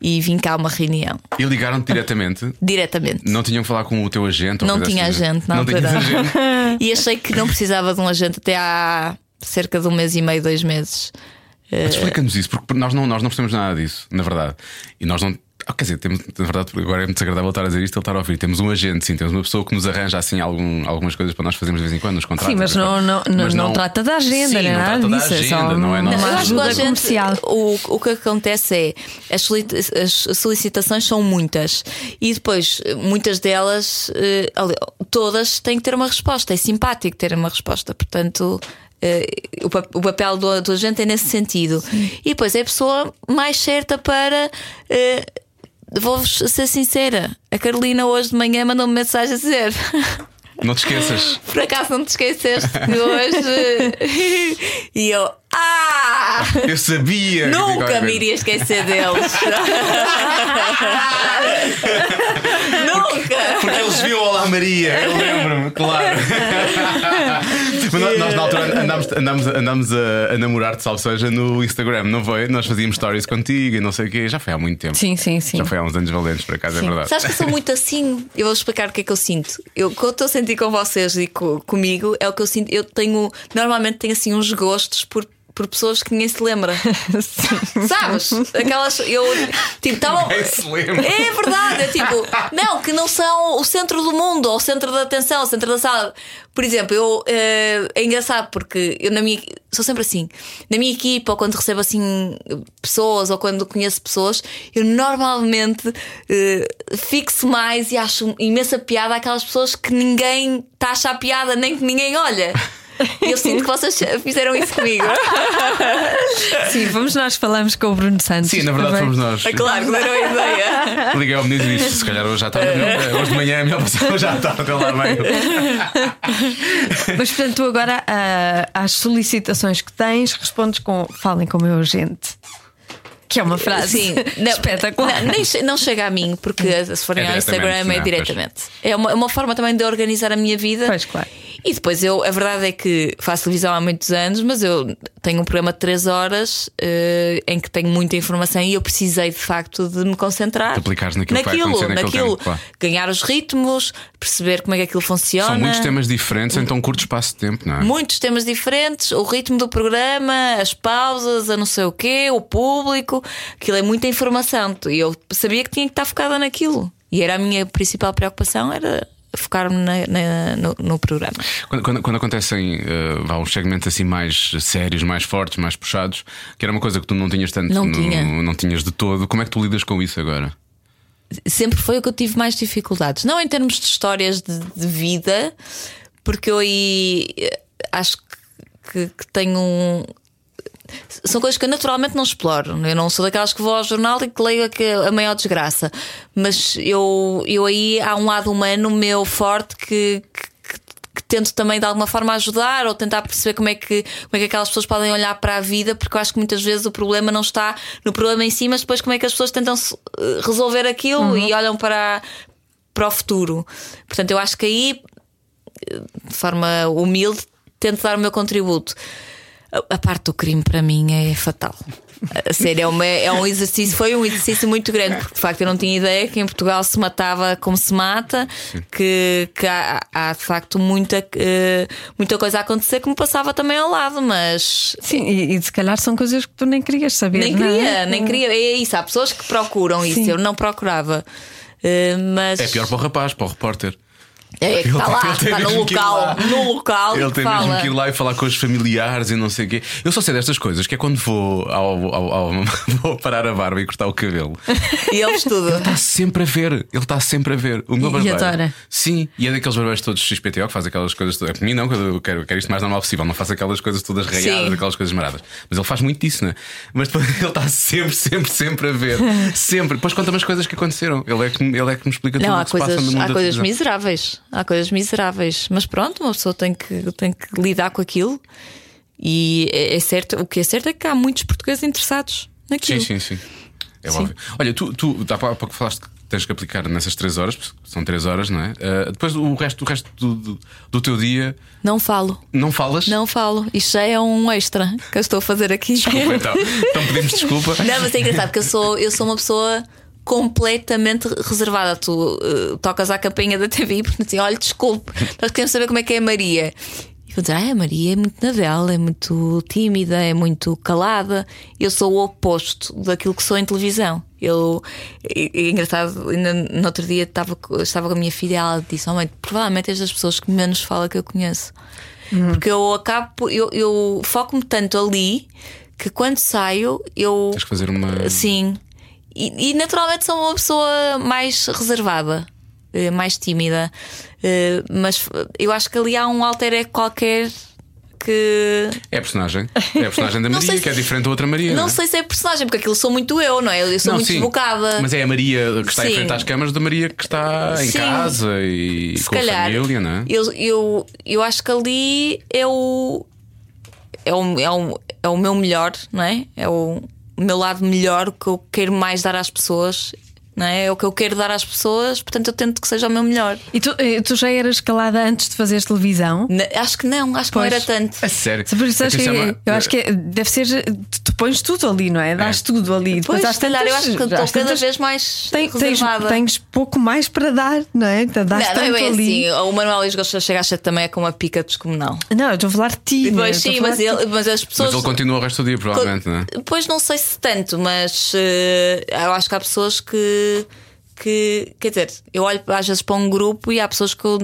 [SPEAKER 5] E vim cá a uma reunião,
[SPEAKER 2] E ligaram-te diretamente.
[SPEAKER 5] diretamente.
[SPEAKER 2] Não tinham que falar com o teu agente? ou
[SPEAKER 5] Não
[SPEAKER 2] coisa
[SPEAKER 5] tinha
[SPEAKER 2] assim, né?
[SPEAKER 5] agente na
[SPEAKER 2] Não tinhas
[SPEAKER 5] altura.
[SPEAKER 2] agente.
[SPEAKER 5] E achei que não precisava de um agente até há cerca de um mês e meio, dois meses.
[SPEAKER 2] Mas explica-nos isso, porque nós não, nós não percebemos nada disso, na verdade. E nós não. Ah, Quer dizer, temos, na verdade, porque agora é muito desagradável estar a dizer isto, ele estar a ouvir. Temos um agente, sim, temos uma pessoa que nos arranja assim algum- algumas coisas para nós fazermos de vez em quando, nos contratos.
[SPEAKER 3] Sim, mas não, não, não, não trata da agenda,
[SPEAKER 2] sim,
[SPEAKER 3] nem
[SPEAKER 2] não
[SPEAKER 3] nada
[SPEAKER 2] trata da
[SPEAKER 3] disso. é só
[SPEAKER 2] agenda, não é nada
[SPEAKER 3] uma
[SPEAKER 5] Não, eu
[SPEAKER 2] disso.
[SPEAKER 5] acho que
[SPEAKER 3] ajuda
[SPEAKER 5] a gente-
[SPEAKER 3] comercial.
[SPEAKER 5] O, o que acontece é as, solic- as solicitações são muitas e depois eh, muitas delas, eh, ali- todas têm que ter uma resposta. É simpático ter uma resposta, portanto. eh, o pa- o papel do, do agente é nesse sentido. E depois é a pessoa mais certa para eh, Vou-vos ser sincera, a Carolina hoje de manhã mandou-me mensagem a dizer:
[SPEAKER 2] Não te esqueças.
[SPEAKER 5] Por acaso não te esqueceste de hoje? e eu, ah!
[SPEAKER 2] Eu sabia. que
[SPEAKER 5] Nunca
[SPEAKER 2] qualquer
[SPEAKER 5] me
[SPEAKER 2] coisa.
[SPEAKER 5] iria esquecer deles! Nunca!
[SPEAKER 2] Porque eles viam Olá Maria, eu lembro-me, claro. Mas nós, nós, na altura andámos, andámos, andámos a, a namorar-te, salve seja, no Instagram, não foi? Nós fazíamos stories contigo e não sei o quê, já foi há muito tempo.
[SPEAKER 3] Sim, sim, sim.
[SPEAKER 2] Já foi há uns anos valentes, por acaso, é verdade.
[SPEAKER 5] Sabes que eu sou muito assim? Eu vou explicar o que é que eu sinto. Eu, o que eu estou a sentir com vocês e co- comigo é o que eu sinto. Eu tenho, normalmente tenho assim uns gostos por. Por pessoas que ninguém se lembra. Sabes? Aquelas. Eu. Tipo, estavam.
[SPEAKER 2] Ninguém se lembra.
[SPEAKER 5] É verdade, é tipo, não, que não são o centro do mundo, ou o centro da atenção, o centro da sala. Por exemplo, eu eh, é engraçado porque eu na minha sou sempre assim, na minha equipa, ou quando recebo assim pessoas, ou quando conheço pessoas, eu normalmente eh, fixo mais e acho imensa piada aquelas pessoas que ninguém está a achar piada, nem que ninguém olha. E eu sinto que vocês fizeram isso comigo.
[SPEAKER 3] Sim, vamos nós falamos com o Bruno Santos.
[SPEAKER 2] Sim, na verdade
[SPEAKER 3] também.
[SPEAKER 2] fomos nós.
[SPEAKER 5] É claro, que deram a ideia.
[SPEAKER 2] Liguei ao menino e disse: se calhar hoje à tarde, não, hoje de manhã é melhor passar hoje à tarde, lá meio.
[SPEAKER 3] Mas portanto, tu agora ah, às solicitações que tens, respondes com falem com o meu agente. Que é uma frase
[SPEAKER 5] Sim,
[SPEAKER 3] espetacular.
[SPEAKER 5] Não, nem che- não chega a mim, porque se forem
[SPEAKER 2] É
[SPEAKER 5] ao Instagram é
[SPEAKER 2] diretamente, não é?
[SPEAKER 5] diretamente. É uma, é uma forma também de organizar a minha vida.
[SPEAKER 3] Pois, claro.
[SPEAKER 5] E depois eu, a verdade é que faço televisão há muitos anos, mas eu tenho um programa de 3 horas eh, em que tenho muita informação e eu precisei de facto de me concentrar.
[SPEAKER 2] De aplicares naquilo que vai acontecer naquele
[SPEAKER 5] naquilo.
[SPEAKER 2] tempo, claro.
[SPEAKER 5] ganhar os ritmos, perceber como é que aquilo funciona.
[SPEAKER 2] São muitos temas diferentes em tão curto espaço de tempo, não é?
[SPEAKER 5] Muitos temas diferentes, o ritmo do programa, as pausas, a não sei o quê, o público, aquilo é muita informação. E eu sabia que tinha que estar focada naquilo. E era a minha principal preocupação, era focar-me na- na- no, no programa.
[SPEAKER 2] Quando, quando- quando acontecem eh, vá, uns segmentos assim mais sérios, mais fortes, mais puxados, que era uma coisa que tu não tinhas tanto,
[SPEAKER 5] Não tinha.
[SPEAKER 2] não tinhas de todo, como é que tu lidas com isso agora?
[SPEAKER 5] Sempre foi o que eu tive mais dificuldades. Não em termos de histórias de, de vida, porque eu aí eh, acho que, que tenho um, são coisas que eu naturalmente não exploro. né? Eu não sou daquelas que vou ao jornal e que leio a, que- a maior desgraça. Mas eu, eu aí há um lado humano meu forte que, que, que- que tento também de alguma forma ajudar ou tentar perceber como é que, como é que aquelas pessoas podem olhar para a vida, porque eu acho que muitas vezes o problema não está no problema em si, mas depois como é que as pessoas tentam eh, resolver aquilo e olham para, para o futuro. Portanto, eu acho que aí, eh, de forma humilde, tento dar o meu contributo. A- A parte do crime para mim é fatal. A sério, é, uma- é um exercício, foi um exercício muito grande, porque de facto eu não tinha ideia que em Portugal se matava como se mata, que, que há, há, de facto muita, eh, muita coisa a acontecer que me passava também ao lado, mas
[SPEAKER 3] Sim, e, e se calhar são coisas que tu nem querias saber.
[SPEAKER 5] nem
[SPEAKER 3] não é?
[SPEAKER 5] queria, nem queria. É isso, há pessoas que procuram isso,
[SPEAKER 3] Sim.
[SPEAKER 5] eu não procurava. Eh, mas
[SPEAKER 2] É pior para o rapaz, para o repórter.
[SPEAKER 5] é que está
[SPEAKER 2] Ele-
[SPEAKER 5] lá,
[SPEAKER 2] ele tem
[SPEAKER 5] está no
[SPEAKER 2] mesmo que ir lá.
[SPEAKER 5] local, no local
[SPEAKER 2] Ele
[SPEAKER 5] que
[SPEAKER 2] tem
[SPEAKER 5] fala.
[SPEAKER 2] mesmo que ir lá e falar com os familiares e não sei o quê. Eu só sei destas coisas, que é quando vou, ao, ao- ao- vou parar a barba e cortar o cabelo.
[SPEAKER 5] E ele estuda.
[SPEAKER 2] Está sempre a ver, ele está sempre a ver. O meu
[SPEAKER 3] E- e
[SPEAKER 2] barbeiro.
[SPEAKER 3] adora.
[SPEAKER 2] Sim, e é daqueles barbeiros todos XPTO que faz aquelas coisas todas. Para mim, não, que eu quero, eu quero isto mais normal possível. Não faço aquelas coisas todas raiadas,
[SPEAKER 5] Sim.
[SPEAKER 2] aquelas coisas maradas. Mas ele faz muito disso, né? Mas depois ele está sempre, sempre, sempre a ver. Sempre. Depois conta umas coisas que aconteceram. Ele é que, me- ele é que me explica tudo
[SPEAKER 5] Não,
[SPEAKER 2] o
[SPEAKER 5] há
[SPEAKER 2] que se passa no
[SPEAKER 5] coisas,
[SPEAKER 2] mundo
[SPEAKER 5] há
[SPEAKER 2] da
[SPEAKER 5] coisas
[SPEAKER 2] televisão.
[SPEAKER 5] miseráveis. Há coisas miseráveis. Mas pronto, uma pessoa tem que, tem que lidar com aquilo. E é é certo, o que é certo é que há muitos portugueses interessados naquilo.
[SPEAKER 2] Sim, sim, sim. É
[SPEAKER 5] Sim.
[SPEAKER 2] óbvio. Olha, tu, tu há pouco falaste que tens que aplicar nessas 3 horas, porque são 3 horas, não é? Ah, depois o resto, o resto do, do, do teu dia
[SPEAKER 5] Não falo,
[SPEAKER 2] não falas?
[SPEAKER 5] não falo. Isto já é um extra que eu estou a fazer aqui.
[SPEAKER 2] Desculpa, então. então pedimos desculpa.
[SPEAKER 5] Não, mas é engraçado porque eu sou, eu sou uma pessoa completamente reservada. Tu eh, tocas à campainha da TV e perguntas assim: olha, desculpe, nós queremos saber como é que é a Maria. E vou dizer: ah, a Maria é muito na dela, é muito tímida, é muito calada. Eu sou o oposto daquilo que sou em televisão. Eu, é, é engraçado, ainda no outro dia estava, co- estava com a minha filha e ela disse: oh, mãe, provavelmente és das pessoas que menos fala que eu conheço.
[SPEAKER 2] Uhum.
[SPEAKER 5] Porque eu acabo, por- eu, eu foco-me tanto ali que quando saio eu
[SPEAKER 2] Tens que fazer uma.
[SPEAKER 5] Sim. E, e, naturalmente sou uma pessoa mais reservada, eh, mais tímida. Eh, Mas f- eu acho que ali há um alter ego qualquer que.
[SPEAKER 2] É a personagem. É a personagem da
[SPEAKER 5] Não
[SPEAKER 2] Maria,
[SPEAKER 5] sei
[SPEAKER 2] que é
[SPEAKER 5] se-
[SPEAKER 2] diferente da outra Maria.
[SPEAKER 5] Não
[SPEAKER 2] é?
[SPEAKER 5] sei se é personagem, porque aquilo sou muito eu, não é? Eu sou
[SPEAKER 2] Não,
[SPEAKER 5] muito
[SPEAKER 2] sim.
[SPEAKER 5] desbocada.
[SPEAKER 2] Mas é a Maria que está em
[SPEAKER 5] Sim.
[SPEAKER 2] frente às câmaras da Maria que está em
[SPEAKER 5] Sim.
[SPEAKER 2] casa e
[SPEAKER 5] se
[SPEAKER 2] com
[SPEAKER 5] calhar.
[SPEAKER 2] a família, não é?
[SPEAKER 5] eu, eu, eu acho que ali é o. É o, é, o, é o meu melhor, não é? É o meu lado melhor, o que eu quero mais dar às pessoas, não é? É o que eu quero dar às pessoas, portanto eu tento que seja o meu melhor.
[SPEAKER 3] E tu, eh, tu já eras calada antes de fazeres televisão?
[SPEAKER 5] Na- acho que não, acho que
[SPEAKER 3] Pois.
[SPEAKER 5] não era tanto.
[SPEAKER 2] A sério.
[SPEAKER 3] Por isso
[SPEAKER 2] É
[SPEAKER 3] acho
[SPEAKER 2] que
[SPEAKER 3] que,
[SPEAKER 2] isso é uma-
[SPEAKER 3] eu acho que é- deve ser. Tu, tu pões tudo ali, não é? Dás tudo ali. Depois
[SPEAKER 5] Pois,
[SPEAKER 3] às
[SPEAKER 5] se calhar, eu
[SPEAKER 3] tantas-
[SPEAKER 5] acho que estou
[SPEAKER 3] às
[SPEAKER 5] cada
[SPEAKER 3] tantas-
[SPEAKER 5] vez mais
[SPEAKER 3] Tem- tens,
[SPEAKER 5] reservada.
[SPEAKER 3] tens pouco mais para dar, não é? Dás
[SPEAKER 5] não,
[SPEAKER 3] tanto
[SPEAKER 5] não é bem
[SPEAKER 3] ali.
[SPEAKER 5] assim. O Manuel Luís Gosta chega às 7 também é com uma pica descomunal.
[SPEAKER 3] Não, eu estou a falar de ti. não é?
[SPEAKER 5] Pois
[SPEAKER 3] Estou a
[SPEAKER 5] sim,
[SPEAKER 3] falar
[SPEAKER 5] mas,
[SPEAKER 3] de ti.
[SPEAKER 5] ele, mas as
[SPEAKER 2] Mas
[SPEAKER 5] pessoas.
[SPEAKER 2] ele continua o resto do dia, provavelmente, não é?
[SPEAKER 5] Pois não sei se tanto, mas eh, eu acho que há pessoas que. Que, quer dizer, eu olho às vezes para um grupo e há pessoas que eu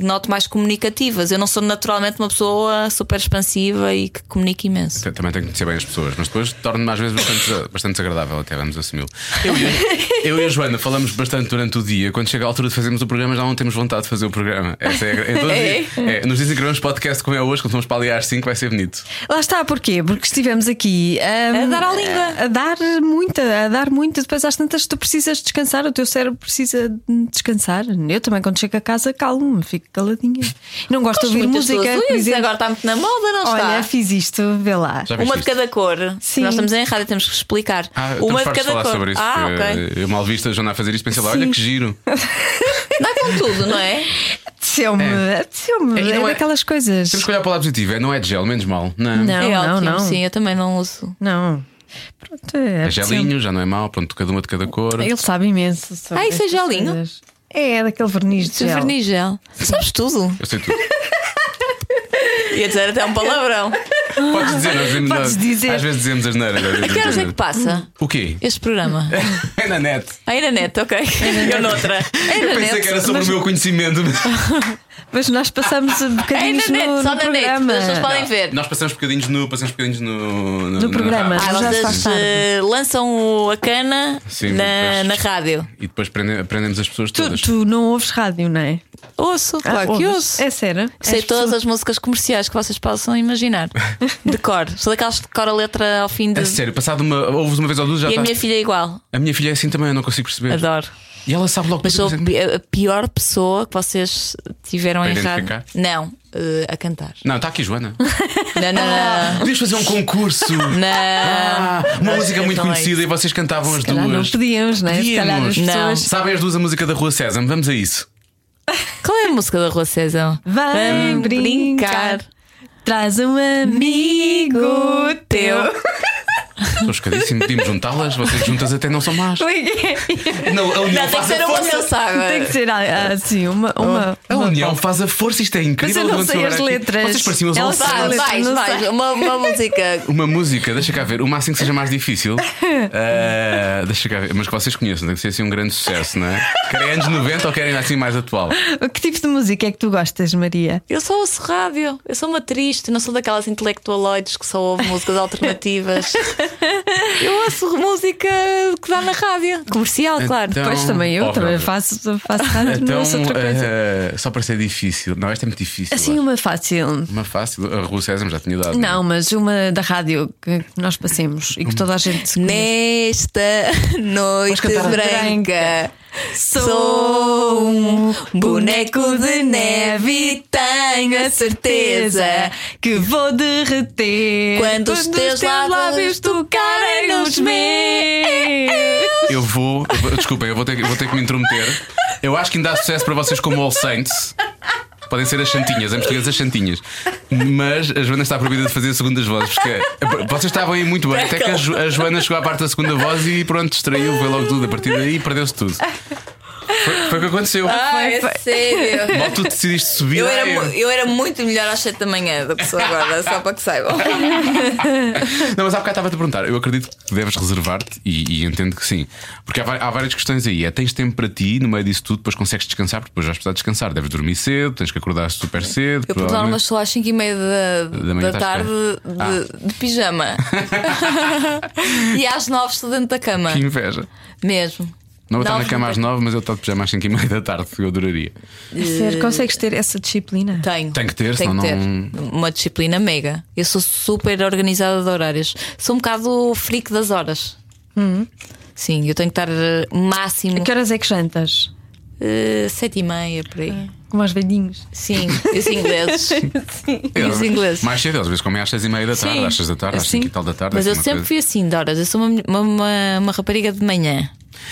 [SPEAKER 5] noto mais comunicativas. Eu não sou naturalmente uma pessoa super expansiva e que comunica imenso.
[SPEAKER 2] T- Também tenho que conhecer bem as pessoas, mas depois torno-me às vezes bastante, bastante desagradável, até vamos assumi-lo. Eu, e a- eu e a Joana falamos bastante durante o dia. Quando chega a altura de fazermos o programa, já não temos vontade de fazer o programa. Essa é, a gra- é todos os dias. É, nos dizem que gravamos podcast como é hoje, quando vamos para ali às 5, vai ser bonito.
[SPEAKER 3] Lá está, porquê? Porque estivemos aqui hum,
[SPEAKER 5] A dar à língua.
[SPEAKER 3] A, a dar muita, a dar muita. Depois às tantas tu precisas descansar, o teu cérebro precisa de descansar. Eu também, quando chego a casa, calmo-me, fico caladinha. Não gosto de ouvir
[SPEAKER 5] Muitas
[SPEAKER 3] música.
[SPEAKER 5] pessoas,
[SPEAKER 3] por
[SPEAKER 5] "Ui, isso
[SPEAKER 3] exemplo,
[SPEAKER 5] agora está muito na moda, não está?
[SPEAKER 3] Olha, fiz isto, vê lá.
[SPEAKER 2] Já viste
[SPEAKER 5] Uma de
[SPEAKER 2] isto?
[SPEAKER 5] cada cor.
[SPEAKER 3] Sim.
[SPEAKER 5] Nós estamos em rádio, temos que explicar.
[SPEAKER 2] Ah, estamos
[SPEAKER 5] uma de
[SPEAKER 2] fartos de falar
[SPEAKER 5] cada cor.
[SPEAKER 2] sobre isso.
[SPEAKER 5] ah,
[SPEAKER 2] porque,
[SPEAKER 5] ok.
[SPEAKER 2] eh, Eu mal visto a Joana a fazer isto, pensei lá, olha
[SPEAKER 3] Sim.
[SPEAKER 2] que giro.
[SPEAKER 5] Dá com tudo, não é?
[SPEAKER 3] Apeteceu-me,
[SPEAKER 2] É.
[SPEAKER 3] apeteceu-me.
[SPEAKER 2] É, e
[SPEAKER 3] É,
[SPEAKER 2] não é-
[SPEAKER 3] daquelas coisas.
[SPEAKER 2] Temos que olhar para o lado positivo, é, não é de gel, menos mal. Não.
[SPEAKER 3] Não,
[SPEAKER 5] é
[SPEAKER 3] não,
[SPEAKER 5] ótimo,
[SPEAKER 3] não.
[SPEAKER 5] sim, eu também não uso.
[SPEAKER 3] Não. Pronto, é.
[SPEAKER 2] É
[SPEAKER 3] apeteceu-me.
[SPEAKER 2] gelinho, já não é mal, pronto, cada uma de cada cor.
[SPEAKER 3] Ele sabe imenso. sobre
[SPEAKER 5] Ah, isso é
[SPEAKER 3] estas
[SPEAKER 5] gelinho?
[SPEAKER 3] coisas. É, daquele verniz de
[SPEAKER 5] Se
[SPEAKER 3] gel.
[SPEAKER 5] verniz gel. Sabes tudo.
[SPEAKER 2] Eu sei tudo.
[SPEAKER 5] Ia dizer até um palavrão.
[SPEAKER 2] Podes dizer, nós dizemos,
[SPEAKER 3] Podes dizer.
[SPEAKER 2] Às vezes dizemos as neiras. às vezes
[SPEAKER 5] A que
[SPEAKER 2] dizemos
[SPEAKER 5] horas
[SPEAKER 2] as
[SPEAKER 5] é que
[SPEAKER 2] neiras.
[SPEAKER 5] passa
[SPEAKER 2] O quê?
[SPEAKER 5] este programa?
[SPEAKER 2] É na net.
[SPEAKER 5] Aí na net, ok. Eu noutra. Aí na
[SPEAKER 2] Eu pensei
[SPEAKER 5] net.
[SPEAKER 2] que era sobre o meu conhecimento.
[SPEAKER 3] Mas nós passamos bocadinhos
[SPEAKER 5] É na net,
[SPEAKER 3] no,
[SPEAKER 5] só
[SPEAKER 3] no
[SPEAKER 5] na net,
[SPEAKER 3] programa.
[SPEAKER 5] as pessoas podem ver.
[SPEAKER 2] Nós passamos bocadinhos no. Passamos bocadinhos no.
[SPEAKER 3] No programa.
[SPEAKER 2] rádio.
[SPEAKER 5] Ah,
[SPEAKER 3] Já se faz
[SPEAKER 5] vocês
[SPEAKER 3] tarde.
[SPEAKER 5] eh, lançam o- a cana
[SPEAKER 2] Sim,
[SPEAKER 5] na,
[SPEAKER 2] mas-
[SPEAKER 5] na rádio.
[SPEAKER 2] E depois prende- aprendemos as pessoas
[SPEAKER 3] Tu,
[SPEAKER 2] todas.
[SPEAKER 3] tu não ouves rádio, não é?
[SPEAKER 5] Ouço, claro que Ah, ouço.
[SPEAKER 3] É sério?
[SPEAKER 5] Sei
[SPEAKER 3] És
[SPEAKER 5] todas
[SPEAKER 3] pessoa-
[SPEAKER 5] as músicas comerciais que vocês possam imaginar. De cor. Sou daquelas que decora a letra ao fim de.
[SPEAKER 2] A É sério, passado uma. Ouves uma vez ou duas já tá.
[SPEAKER 5] E a
[SPEAKER 2] estás.
[SPEAKER 5] minha filha é igual.
[SPEAKER 2] A minha filha é assim também, eu não consigo perceber.
[SPEAKER 5] Adoro.
[SPEAKER 2] E ela sabe logo
[SPEAKER 5] Mas sou
[SPEAKER 2] tudo.
[SPEAKER 5] a pi- a pior pessoa que vocês tiveram
[SPEAKER 2] Para
[SPEAKER 5] em rádio.
[SPEAKER 2] identificar?
[SPEAKER 5] Não, eh, a cantar.
[SPEAKER 2] Não, está aqui, Joana.
[SPEAKER 5] Não, não, não.
[SPEAKER 2] Podias fazer um concurso.
[SPEAKER 5] Não.
[SPEAKER 2] Ah, uma música
[SPEAKER 5] eu
[SPEAKER 2] muito
[SPEAKER 5] também.
[SPEAKER 2] conhecida e vocês cantavam as
[SPEAKER 3] calhar não
[SPEAKER 2] duas.
[SPEAKER 3] podíamos, né? Se calhar as
[SPEAKER 2] Podíamos.
[SPEAKER 3] pessoas.
[SPEAKER 2] Sabem as duas a música da Rua César? Vamos a isso.
[SPEAKER 5] Qual é a música da Rua César?
[SPEAKER 3] Vem
[SPEAKER 5] Vamos
[SPEAKER 3] brincar. Traz um amigo teu.
[SPEAKER 2] Estou chocadíssimo. Podíamos juntá-las, vocês juntas até não são más. Não, a união
[SPEAKER 5] Não, tem que
[SPEAKER 2] faz
[SPEAKER 5] ser
[SPEAKER 2] a
[SPEAKER 5] uma
[SPEAKER 2] força.
[SPEAKER 5] que eu saiba.
[SPEAKER 3] Tem que ser ah, assim, uma. uma,
[SPEAKER 2] A
[SPEAKER 3] uma
[SPEAKER 2] união faz a força, isto é
[SPEAKER 3] Mas eu
[SPEAKER 2] incrível.
[SPEAKER 3] não
[SPEAKER 2] Vamos
[SPEAKER 3] sei
[SPEAKER 2] agora
[SPEAKER 3] as
[SPEAKER 2] aqui.
[SPEAKER 3] letras.
[SPEAKER 2] Vocês pareciam os
[SPEAKER 3] Ela
[SPEAKER 2] All-Stars.
[SPEAKER 3] sabe.
[SPEAKER 5] Vai, vai,
[SPEAKER 3] Não
[SPEAKER 5] vai.
[SPEAKER 3] sei.
[SPEAKER 5] Uma, uma música.
[SPEAKER 2] Uma música, deixa cá ver, uma assim que seja mais difícil. Ah, deixa cá ver, mas que vocês conheçam, tem que ser assim um grande sucesso, não é? Querem anos 90 ou querem assim mais atual?
[SPEAKER 3] Que tipo de música é que tu gostas, Maria?
[SPEAKER 5] Eu só ouço rádio, eu sou uma triste, não sou daquelas intelectualoides que só ouvem músicas alternativas. Eu ouço música que dá na rádio, comercial, claro.
[SPEAKER 2] Então-
[SPEAKER 3] Pois também eu,
[SPEAKER 2] Oh,
[SPEAKER 3] também
[SPEAKER 2] Bárbara.
[SPEAKER 3] faço, faço rádio, não
[SPEAKER 2] Então,
[SPEAKER 3] ouço outra coisa.
[SPEAKER 2] ah, só para ser difícil. Não, esta é muito difícil.
[SPEAKER 3] Assim,
[SPEAKER 2] acho.
[SPEAKER 3] uma fácil.
[SPEAKER 2] Uma fácil. A Rua César já tinha dado.
[SPEAKER 3] Não, mas uma da rádio que nós passemos e que toda a gente se conhece.
[SPEAKER 5] Nesta noite
[SPEAKER 3] cantar a
[SPEAKER 5] branca
[SPEAKER 3] branca.
[SPEAKER 5] sou um boneco de neve e tenho a certeza
[SPEAKER 3] que vou derreter
[SPEAKER 5] Quando os teus lábios tocarem nos
[SPEAKER 3] meus.
[SPEAKER 2] Eu vou. eu vou- Desculpem, eu vou ter, que- vou ter que me intrometer. Eu acho que ainda há sucesso para vocês como All Saints. Podem ser as Santinhas, em português as Santinhas. Mas a Joana está proibida de fazer segundas vozes, porque é, vocês estavam aí muito bem. Até que a, Jo- a Joana chegou à parte da segunda voz e pronto, distraiu, foi logo tudo. A partir daí perdeu-se tudo. Foi, foi o que aconteceu.
[SPEAKER 5] Ah, é sério.
[SPEAKER 2] Mal tu decidiste subir.
[SPEAKER 5] Eu era,
[SPEAKER 2] ai, eu-
[SPEAKER 5] mu- eu era muito melhor às 7 da manhã da pessoa agora, só para que saibam.
[SPEAKER 2] Não, mas há bocado estava-te a perguntar. Eu acredito que deves reservar-te e, e entendo que sim. Porque há, vai- há várias questões aí. É tens tempo para ti, no meio disso tudo, depois consegues descansar, porque depois vais precisar descansar. Deves dormir cedo, tens que acordar super cedo.
[SPEAKER 5] Eu, por norma,
[SPEAKER 2] provavelmente.
[SPEAKER 5] estou às 5 e meia da,
[SPEAKER 2] Da manhã
[SPEAKER 5] da
[SPEAKER 2] estás Ah.
[SPEAKER 5] tarde de, de pijama. e às 9 estou dentro da cama.
[SPEAKER 2] Que inveja.
[SPEAKER 5] Mesmo.
[SPEAKER 2] Não vou estar na
[SPEAKER 5] Nove,
[SPEAKER 2] cama às nove, mas eu estou de pijama às 5 e meia da tarde, que eu adoraria.
[SPEAKER 5] Eh,
[SPEAKER 3] Sério, consegues ter essa disciplina?
[SPEAKER 5] Tenho.
[SPEAKER 2] Tem que ter,
[SPEAKER 5] Tenho
[SPEAKER 2] senão
[SPEAKER 5] que ter.
[SPEAKER 2] não-
[SPEAKER 5] Uma disciplina mega. Eu sou super organizada de horários. Sou um bocado freak das horas. Hum. Sim, eu tenho que estar eh, máximo
[SPEAKER 3] A que horas é que jantas?
[SPEAKER 5] eh, sete e meia por aí.
[SPEAKER 3] Como aos velhinhos.
[SPEAKER 5] Sim, e os ingleses. E os ingleses.
[SPEAKER 2] Mais cedo, às vezes comem às 6 e meia da tarde,
[SPEAKER 5] Sim.
[SPEAKER 2] às 6 da tarde, às
[SPEAKER 3] Sim.
[SPEAKER 2] 5 e tal da tarde.
[SPEAKER 5] Mas eu
[SPEAKER 2] assim, uma
[SPEAKER 5] sempre
[SPEAKER 2] coisa.
[SPEAKER 5] fui assim de horas. Eu sou uma, uma, uma, uma rapariga de manhã.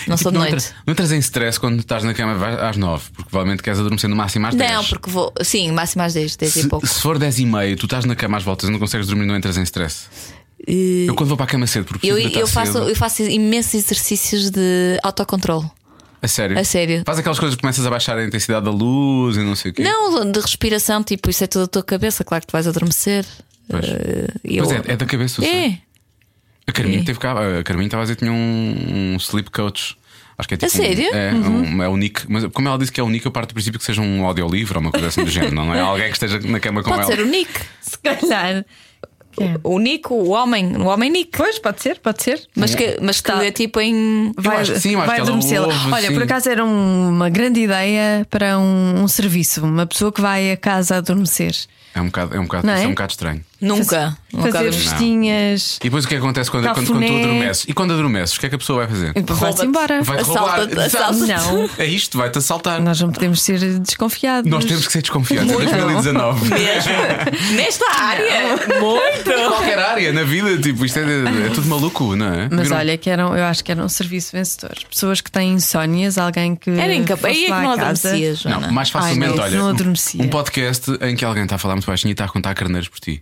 [SPEAKER 5] Não
[SPEAKER 2] Tipo,
[SPEAKER 5] sou de
[SPEAKER 2] não
[SPEAKER 5] noite.
[SPEAKER 2] entras- Não entras em stress quando estás na cama vai- às 9, porque provavelmente queres adormecer no máximo às 10.
[SPEAKER 5] Não, porque vou. Sim, máximo às 10, 10 e
[SPEAKER 2] Se,
[SPEAKER 5] pouco.
[SPEAKER 2] se for 10 e meia, tu estás na cama às voltas, não consegues dormir, não entras em stress. Eu quando vou para a cama cedo, porque
[SPEAKER 5] Eu,
[SPEAKER 2] preciso deitar
[SPEAKER 5] eu, faço,
[SPEAKER 2] cedo.
[SPEAKER 5] eu faço imensos exercícios de autocontrole.
[SPEAKER 2] A sério?
[SPEAKER 5] a sério.
[SPEAKER 2] Faz aquelas coisas que começas a baixar a intensidade da luz e não sei o quê.
[SPEAKER 5] Não, de respiração, tipo, isso é tudo da tua cabeça, claro que tu vais adormecer.
[SPEAKER 2] Pois.
[SPEAKER 5] Eh, eu-
[SPEAKER 2] Mas é, é da cabeça. eu sei.
[SPEAKER 5] É,
[SPEAKER 2] A Carminho teve cá, a Carminho estava a dizer que tinha um, um sleep coach. Acho que é tipo. um-
[SPEAKER 5] sério? Uhum.
[SPEAKER 2] é, um, é o Nick. Mas como ela disse que é o Nick, eu parto do princípio que seja um audiolivro ou uma coisa assim do género, não é? Alguém que esteja na cama com
[SPEAKER 5] pode
[SPEAKER 2] ela.
[SPEAKER 5] ser o Nick.
[SPEAKER 3] Se calhar.
[SPEAKER 5] O Nick, o homem, o homem Nick.
[SPEAKER 3] É. Pois, pode ser, pode ser.
[SPEAKER 5] Mas que, mas que é tipo em.
[SPEAKER 3] Vai,
[SPEAKER 2] acho que sim, eu acho
[SPEAKER 3] vai
[SPEAKER 2] que ela
[SPEAKER 3] adormecê-la.
[SPEAKER 2] ouve,
[SPEAKER 3] Olha,
[SPEAKER 2] sim.
[SPEAKER 3] por acaso era um- uma grande ideia para um, um serviço, uma pessoa que vai a casa adormecer.
[SPEAKER 2] É um bocado, é um bocado,
[SPEAKER 3] Não
[SPEAKER 2] isso é
[SPEAKER 3] é?
[SPEAKER 2] um bocado estranho.
[SPEAKER 5] Nunca. nunca
[SPEAKER 3] Fazer
[SPEAKER 5] adormeci.
[SPEAKER 3] festinhas.
[SPEAKER 2] E depois o que é que acontece quando, quando, quando tu
[SPEAKER 3] Cafuné. Então
[SPEAKER 2] adormeces? E quando adormeces, o que é que a pessoa vai fazer?
[SPEAKER 3] Vai-se embora.
[SPEAKER 2] Vai-te roubar.
[SPEAKER 5] Assalta-te, assalta-te.
[SPEAKER 3] Não.
[SPEAKER 2] É isto, vai-te assaltar.
[SPEAKER 3] Nós não podemos ser desconfiados.
[SPEAKER 2] Nós temos que ser desconfiantes. é Em
[SPEAKER 3] Muito.
[SPEAKER 2] 2019.
[SPEAKER 5] Mesmo. Nesta área. Muito.
[SPEAKER 2] Qualquer área na vida, tipo, isto é, é tudo maluco, não é?
[SPEAKER 3] Mas
[SPEAKER 2] Viram-
[SPEAKER 3] olha, que eram, eu acho que era um serviço vencedor. Pessoas que têm insónias, alguém que.
[SPEAKER 5] Era incapaz.
[SPEAKER 3] fosse
[SPEAKER 5] Aí é que
[SPEAKER 3] lá
[SPEAKER 5] não
[SPEAKER 3] à casa.
[SPEAKER 5] adormecias, Joana.
[SPEAKER 2] Não, mais facilmente,
[SPEAKER 3] Ai, não,
[SPEAKER 2] olha.
[SPEAKER 3] não
[SPEAKER 2] um-
[SPEAKER 3] adormecia.
[SPEAKER 2] Um podcast em que alguém está a falar muito baixinho e está a contar carneiros por ti.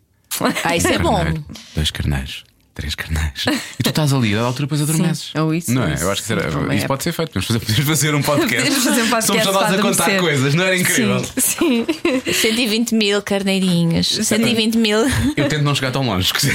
[SPEAKER 5] Ah, isso é bom.
[SPEAKER 2] Carneiro, dois carneiros. Três carneiros. E tu estás ali, a altura depois adormeces.
[SPEAKER 3] ou isso,
[SPEAKER 2] Não é?
[SPEAKER 3] isso,
[SPEAKER 2] Eu acho que será-
[SPEAKER 3] sim, também
[SPEAKER 2] isso
[SPEAKER 3] é.
[SPEAKER 2] pode ser feito. Podemos fazer, podemos fazer um podcast.
[SPEAKER 3] Podemos fazer um podcast
[SPEAKER 2] Somos só nós
[SPEAKER 3] para
[SPEAKER 2] a contar
[SPEAKER 3] adormecer.
[SPEAKER 2] coisas, não era incrível?
[SPEAKER 3] Sim, sim.
[SPEAKER 5] 120 mil carneirinhos. 120 mil.
[SPEAKER 2] Eu tento não chegar tão longe, que isso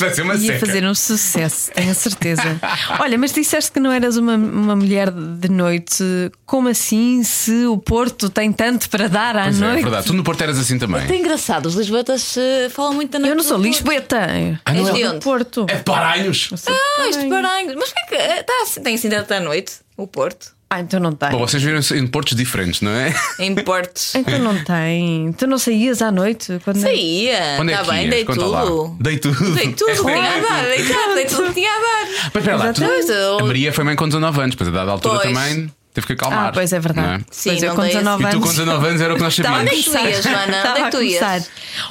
[SPEAKER 2] vai ser uma
[SPEAKER 3] Ia
[SPEAKER 2] seca.
[SPEAKER 3] fazer um sucesso, tenho a certeza. Olha, mas disseste que não eras uma, uma mulher de noite. Como assim se o Porto tem tanto para dar à
[SPEAKER 2] Pois é, é
[SPEAKER 3] noite?
[SPEAKER 2] verdade. Tu no Porto eras assim também.
[SPEAKER 5] É engraçado, os Lisboetas eh, falam muito da noite.
[SPEAKER 3] eu não sou
[SPEAKER 5] do Porto.
[SPEAKER 3] Lisboeta.
[SPEAKER 2] Ah, não
[SPEAKER 5] És de
[SPEAKER 2] é?
[SPEAKER 5] onde?
[SPEAKER 3] Porto.
[SPEAKER 2] É Paranhos.
[SPEAKER 5] Ah, isto de Paranhos. Mas porquê que eh, tá assim- tem assim tanta noite? O Porto?
[SPEAKER 3] Ah, então não tem.
[SPEAKER 2] Bom, vocês viram em portos diferentes, não é?
[SPEAKER 5] Em Portos.
[SPEAKER 3] Então não tem. Tu não saías à noite? Quando
[SPEAKER 5] Saía.
[SPEAKER 2] Onde é que
[SPEAKER 5] Está eh, tá bem,
[SPEAKER 2] ias?
[SPEAKER 5] dei
[SPEAKER 2] Conta lá.
[SPEAKER 5] tudo.
[SPEAKER 2] Dei tudo.
[SPEAKER 5] Dei tudo,
[SPEAKER 2] Esta é
[SPEAKER 5] tinha a
[SPEAKER 2] dei
[SPEAKER 5] dar,
[SPEAKER 2] tudo.
[SPEAKER 5] dei tudo, dei tudo, tinha a dar.
[SPEAKER 2] Mas espera lá, tu-
[SPEAKER 5] Pois, eu-
[SPEAKER 2] a Maria foi mãe com 19 anos, pois a dada altura
[SPEAKER 5] Pois.
[SPEAKER 2] também teve que acalmar.
[SPEAKER 3] Ah, pois é
[SPEAKER 2] não
[SPEAKER 3] verdade.
[SPEAKER 5] Sim,
[SPEAKER 3] pois eu
[SPEAKER 5] não
[SPEAKER 3] com
[SPEAKER 5] dei esse-
[SPEAKER 3] 19
[SPEAKER 2] E tu
[SPEAKER 3] anos.
[SPEAKER 2] com 19 anos era o que nós
[SPEAKER 3] Estava a
[SPEAKER 2] sabíamos.
[SPEAKER 5] Onde é que tu ias,
[SPEAKER 3] começar.
[SPEAKER 5] Joana? Onde
[SPEAKER 3] Estava
[SPEAKER 5] é que
[SPEAKER 3] a
[SPEAKER 5] tu ias?
[SPEAKER 3] começar.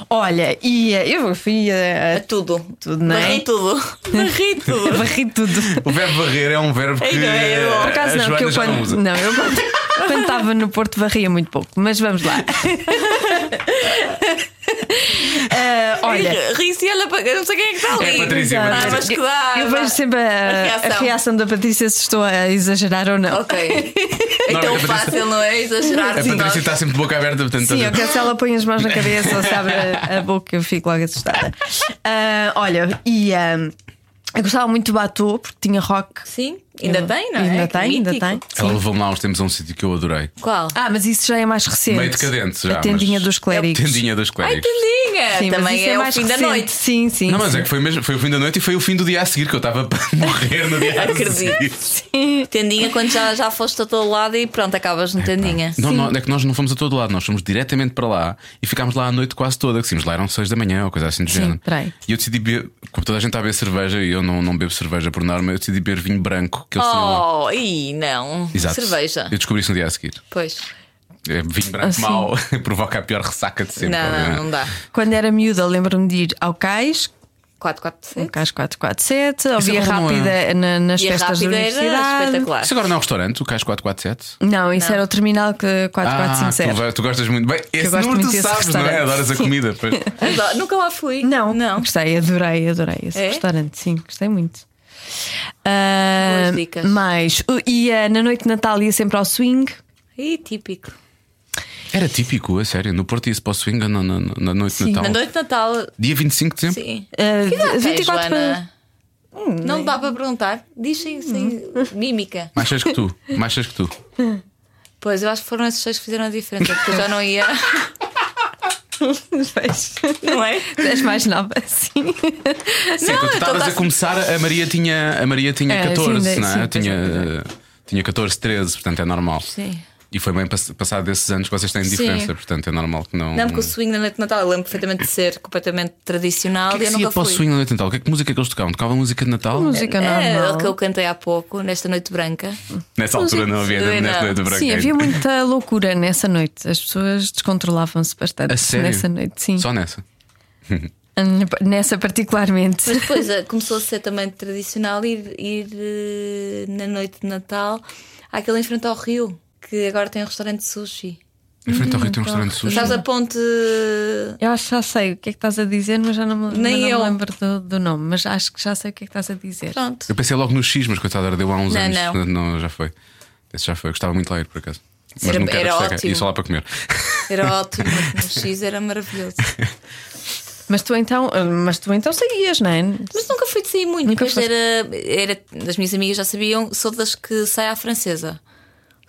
[SPEAKER 3] Olha, ia, eu fui a,
[SPEAKER 5] A tudo.
[SPEAKER 3] Tudo, não é?
[SPEAKER 5] Barri tudo. Barri tudo.
[SPEAKER 3] barri tudo.
[SPEAKER 2] O verbo barrer é um verbo que.
[SPEAKER 5] Ei, não, é bom.
[SPEAKER 2] eh,
[SPEAKER 3] Por acaso
[SPEAKER 2] a
[SPEAKER 3] não, que
[SPEAKER 2] Joana
[SPEAKER 3] eu
[SPEAKER 2] já não
[SPEAKER 3] quando.
[SPEAKER 2] usa.
[SPEAKER 3] Não, eu quando- quando estava no Porto varria muito pouco, mas vamos lá. Ah, olha.
[SPEAKER 5] Ri- Ri-se e olha para. Eu não sei quem é que está
[SPEAKER 2] É
[SPEAKER 5] ali.
[SPEAKER 2] a Patrícia,
[SPEAKER 5] Ah,
[SPEAKER 2] Patrícia.
[SPEAKER 5] mas que dá.
[SPEAKER 3] Eu vejo sempre a,
[SPEAKER 5] A reação.
[SPEAKER 3] a reação da Patrícia se estou a exagerar ou não.
[SPEAKER 5] Ok.
[SPEAKER 2] Não,
[SPEAKER 5] É tão
[SPEAKER 2] a Patrícia-
[SPEAKER 5] fácil, não é? Exagerar
[SPEAKER 2] A Patrícia está sempre de boca aberta, portanto.
[SPEAKER 3] Sim,
[SPEAKER 2] tá-
[SPEAKER 3] ok, se ela põe as mãos na cabeça ou se abre a, a boca, eu fico logo assustada. Ah, olha, e ah, eu gostava muito do Batô porque tinha rock.
[SPEAKER 5] Sim, ainda
[SPEAKER 3] Eu-
[SPEAKER 5] tem, não é?
[SPEAKER 3] Ainda
[SPEAKER 5] Que
[SPEAKER 3] tem, ainda
[SPEAKER 5] mítico.
[SPEAKER 3] tem.
[SPEAKER 2] Ela levou-me lá uns tempos a um sítio que eu adorei.
[SPEAKER 5] Qual?
[SPEAKER 3] Ah, mas isso já é mais recente.
[SPEAKER 2] Meio decadente já,
[SPEAKER 3] A tendinha
[SPEAKER 2] mas- é
[SPEAKER 3] dos clérigos.
[SPEAKER 2] Tendinha dos
[SPEAKER 5] Ai,
[SPEAKER 2] clérigos.
[SPEAKER 5] tendinha!
[SPEAKER 3] Sim, mas
[SPEAKER 5] Também
[SPEAKER 3] isso
[SPEAKER 5] é, o
[SPEAKER 3] mais
[SPEAKER 5] fim da
[SPEAKER 3] recente.
[SPEAKER 5] noite.
[SPEAKER 3] Sim, sim.
[SPEAKER 2] Não, mas
[SPEAKER 3] sim.
[SPEAKER 2] é que foi, mesmo, foi o fim da noite e foi o fim do dia a seguir, que eu estava para morrer no dia a seguir.
[SPEAKER 5] Acredito. Tendinha quando já, já foste a todo lado e pronto, acabas no tendinha.
[SPEAKER 2] Não, não, é que nós não fomos a todo lado, nós fomos diretamente para lá e ficámos lá a noite quase toda, que saímos lá eram 6 da manhã ou coisa assim do
[SPEAKER 3] Sim,
[SPEAKER 2] género.
[SPEAKER 3] peraí.
[SPEAKER 2] E eu decidi beber, como toda a gente está a beber cerveja e eu não, não bebo cerveja por norma, eu decidi beber vinho branco que eles tinham
[SPEAKER 3] é.
[SPEAKER 2] lá.
[SPEAKER 5] Oh, e não. Cerveja.
[SPEAKER 2] Eu descobri isso no dia a seguir.
[SPEAKER 5] Pois.
[SPEAKER 2] É, vinho branco
[SPEAKER 3] Assim.
[SPEAKER 2] mau provoca a pior ressaca de sempre.
[SPEAKER 5] não, não,
[SPEAKER 2] obviamente.
[SPEAKER 5] não dá.
[SPEAKER 3] Quando era miúda, lembro-me de ir ao cais,
[SPEAKER 5] 4, 4, 7.
[SPEAKER 3] um cais 447, ao Via
[SPEAKER 2] agora não é.
[SPEAKER 3] Rápida na- nas
[SPEAKER 5] E a
[SPEAKER 3] festas da
[SPEAKER 5] rápida era
[SPEAKER 3] universidade.
[SPEAKER 5] espetacular.
[SPEAKER 2] Isso agora não é um restaurante, o Cais 447?
[SPEAKER 3] Não, isso era o terminal que
[SPEAKER 2] Ah, tu,
[SPEAKER 3] 4457.
[SPEAKER 2] vai- tu gostas muito. Bem, esse
[SPEAKER 3] gosto
[SPEAKER 2] número
[SPEAKER 3] muito
[SPEAKER 2] tu
[SPEAKER 3] desse
[SPEAKER 2] sabes, não é?
[SPEAKER 3] restaurante.
[SPEAKER 2] Adoras a comida. pois.
[SPEAKER 5] Adoro. Nunca lá fui.
[SPEAKER 3] não,
[SPEAKER 5] Não.
[SPEAKER 3] Gostei, adorei, adorei esse
[SPEAKER 5] É?
[SPEAKER 3] restaurante, sim, gostei muito. Ah,
[SPEAKER 5] Boas dicas.
[SPEAKER 3] Mas, o- e ah, na noite de Natal ia sempre ao swing.
[SPEAKER 5] Ih, típico.
[SPEAKER 2] Era típico, a sério. No Porto ia-se para o swing na, na- na- na noite de
[SPEAKER 3] Sim.
[SPEAKER 2] Natal.
[SPEAKER 5] Na noite de Natal,
[SPEAKER 2] Dia 25 de dezembro.
[SPEAKER 5] sim.
[SPEAKER 3] ah,
[SPEAKER 5] Que idade tens,
[SPEAKER 3] 24 para.
[SPEAKER 5] Joana?
[SPEAKER 3] Hum,
[SPEAKER 5] Não dá para perguntar. Diz sem, sem mímica.
[SPEAKER 2] Mais seis que tu. Mais seis que tu.
[SPEAKER 5] Pois, eu acho que foram esses dois que fizeram a diferença, porque eu já não ia. Não é?
[SPEAKER 3] És mais nova, sim.
[SPEAKER 2] Sim, quando tu
[SPEAKER 5] então
[SPEAKER 2] estavas a
[SPEAKER 5] tá-
[SPEAKER 2] começar, a Maria tinha, a Maria tinha
[SPEAKER 3] É,
[SPEAKER 2] 14,
[SPEAKER 3] sim,
[SPEAKER 2] não é?
[SPEAKER 3] sim, pois
[SPEAKER 2] tinha,
[SPEAKER 3] é,
[SPEAKER 2] tinha 14, 13, portanto é normal.
[SPEAKER 5] Sim.
[SPEAKER 2] E foi bem pass- passado desses anos que vocês têm diferença, portanto é normal que não.
[SPEAKER 5] Não, porque o swing na noite de Natal, eu lembro perfeitamente de ser completamente tradicional
[SPEAKER 2] O que é
[SPEAKER 5] e
[SPEAKER 2] que
[SPEAKER 5] eu
[SPEAKER 2] se ia
[SPEAKER 5] nunca
[SPEAKER 2] para o
[SPEAKER 5] fui.
[SPEAKER 2] swing na noite de Natal? O que é que música que eles tocavam? Tocavam música de Natal?
[SPEAKER 3] Música
[SPEAKER 5] É, o que eu
[SPEAKER 3] normal.
[SPEAKER 5] cantei há pouco, nesta noite branca.
[SPEAKER 2] É. Nessa altura não havia
[SPEAKER 5] Não.
[SPEAKER 2] nessa noite branca.
[SPEAKER 3] Sim, havia muita loucura nessa noite. As pessoas descontrolavam-se bastante
[SPEAKER 2] A sério?
[SPEAKER 3] nessa noite, sim. Hum,
[SPEAKER 2] Só nessa.
[SPEAKER 3] Nessa particularmente.
[SPEAKER 5] Mas depois eh, começou a ser também tradicional ir, ir, eh, na noite de Natal àquele em frente ao rio, que agora tem um restaurante de sushi.
[SPEAKER 2] Em frente ao Rio tem um restaurante de sushi.
[SPEAKER 5] Estás a ponte. eh,
[SPEAKER 3] Eu acho que já sei o que é que estás a dizer, mas já não me, mas
[SPEAKER 5] Nem
[SPEAKER 3] não me
[SPEAKER 5] eu.
[SPEAKER 3] lembro do, do nome. Mas acho que já sei o que é que estás a dizer.
[SPEAKER 5] Pronto.
[SPEAKER 2] Eu pensei logo no X, mas coitado, era deu há uns
[SPEAKER 5] Não,
[SPEAKER 2] anos.
[SPEAKER 5] não.
[SPEAKER 2] portanto, Não, já foi. Esse já foi. Eu gostava muito de lá ir, por acaso. Mas
[SPEAKER 5] Era-
[SPEAKER 2] nunca
[SPEAKER 5] era
[SPEAKER 2] discoteca.
[SPEAKER 5] ótimo.
[SPEAKER 2] Ia só lá para comer.
[SPEAKER 5] Era ótimo, no X era maravilhoso.
[SPEAKER 3] Mas tu então, mas tu então seguias, não é?
[SPEAKER 5] Mas nunca fui de sair muito,
[SPEAKER 3] Nunca
[SPEAKER 5] mas
[SPEAKER 3] foste.
[SPEAKER 5] era, era. As minhas amigas já sabiam, sou das que sai à francesa.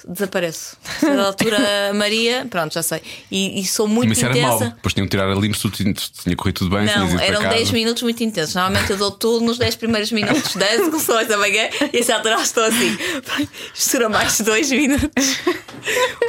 [SPEAKER 5] Desapareço. Da altura, a Maria, pronto, já sei. E, e sou muito
[SPEAKER 2] Mas isso era mau.
[SPEAKER 5] intensa.
[SPEAKER 2] Depois tinham que tirar a limpo se tudo tinha, se tinha corrido tudo bem. se tinhas ido
[SPEAKER 5] Não,
[SPEAKER 2] para
[SPEAKER 5] eram
[SPEAKER 2] casa.
[SPEAKER 5] 10 minutos muito intensos. Normalmente eu dou tudo nos 10 primeiros minutos. 10 começou essa manhã e essa altura eu estou assim. "Vai, Isto dura mais 2 minutos.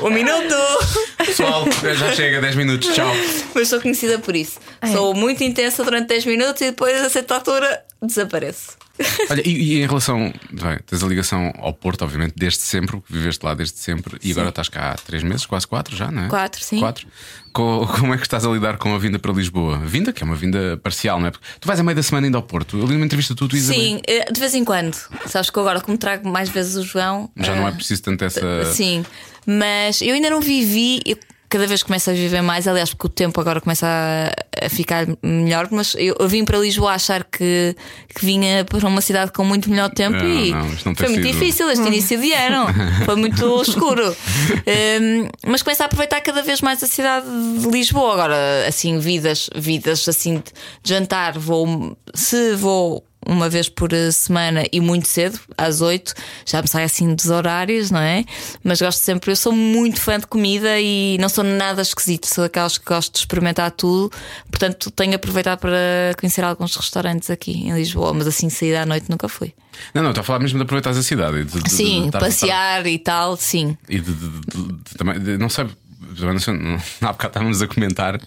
[SPEAKER 5] Um minuto!
[SPEAKER 2] Pessoal, já chega, 10 minutos, tchau.
[SPEAKER 5] Mas sou conhecida por isso.
[SPEAKER 2] É.
[SPEAKER 5] Sou muito intensa durante 10 minutos e depois, a certa altura, desapareço.
[SPEAKER 2] Olha, e, e em relação. Bem, tens a ligação ao Porto, obviamente, desde sempre, porque viveste lá desde sempre e agora estás cá há 3 meses, quase 4 já, não é?
[SPEAKER 5] Quatro, sim.
[SPEAKER 2] 4. como é que estás a lidar com a vinda para Lisboa? Vinda, que é uma vinda parcial, não é? Porque tu vais a meio da semana ainda ao Porto. Eu li uma entrevista tu, tu Isa,
[SPEAKER 5] Sim, eh, de vez em quando. Sabes que eu agora, como trago mais vezes o João.
[SPEAKER 2] Já não é
[SPEAKER 5] eh,
[SPEAKER 2] preciso tanto essa.
[SPEAKER 5] Sim, mas eu ainda não vivi. Eu cada vez começo a viver mais, aliás, porque o tempo agora começa a, a ficar melhor. Mas eu, eu vim para Lisboa a achar que, que vinha para uma cidade com muito melhor tempo
[SPEAKER 2] Não,
[SPEAKER 5] e
[SPEAKER 2] não, isto não tem
[SPEAKER 5] foi muito
[SPEAKER 2] sido.
[SPEAKER 5] difícil. Este início de ano foi muito escuro. Hum, mas começo a aproveitar cada vez mais a cidade de Lisboa. Agora, assim, vidas, vidas assim de jantar, vou se vou uma vez por eh, semana e muito cedo, às 8, já me sai assim dos horários, não é? Mas gosto sempre, eu sou muito fã de comida e não sou nada esquisito, sou daquelas que gosto de experimentar tudo, portanto tenho aproveitado para conhecer alguns restaurantes aqui em Lisboa, mas assim sair à noite nunca fui.
[SPEAKER 2] Não, não, estou a falar mesmo de aproveitar a cidade. e de- de- de- de
[SPEAKER 5] Sim,
[SPEAKER 2] estar-
[SPEAKER 5] passear e tal, sim.
[SPEAKER 2] E de, de- de- de- também, de- não sei. também não sei, não- Há bocado estávamos a comentar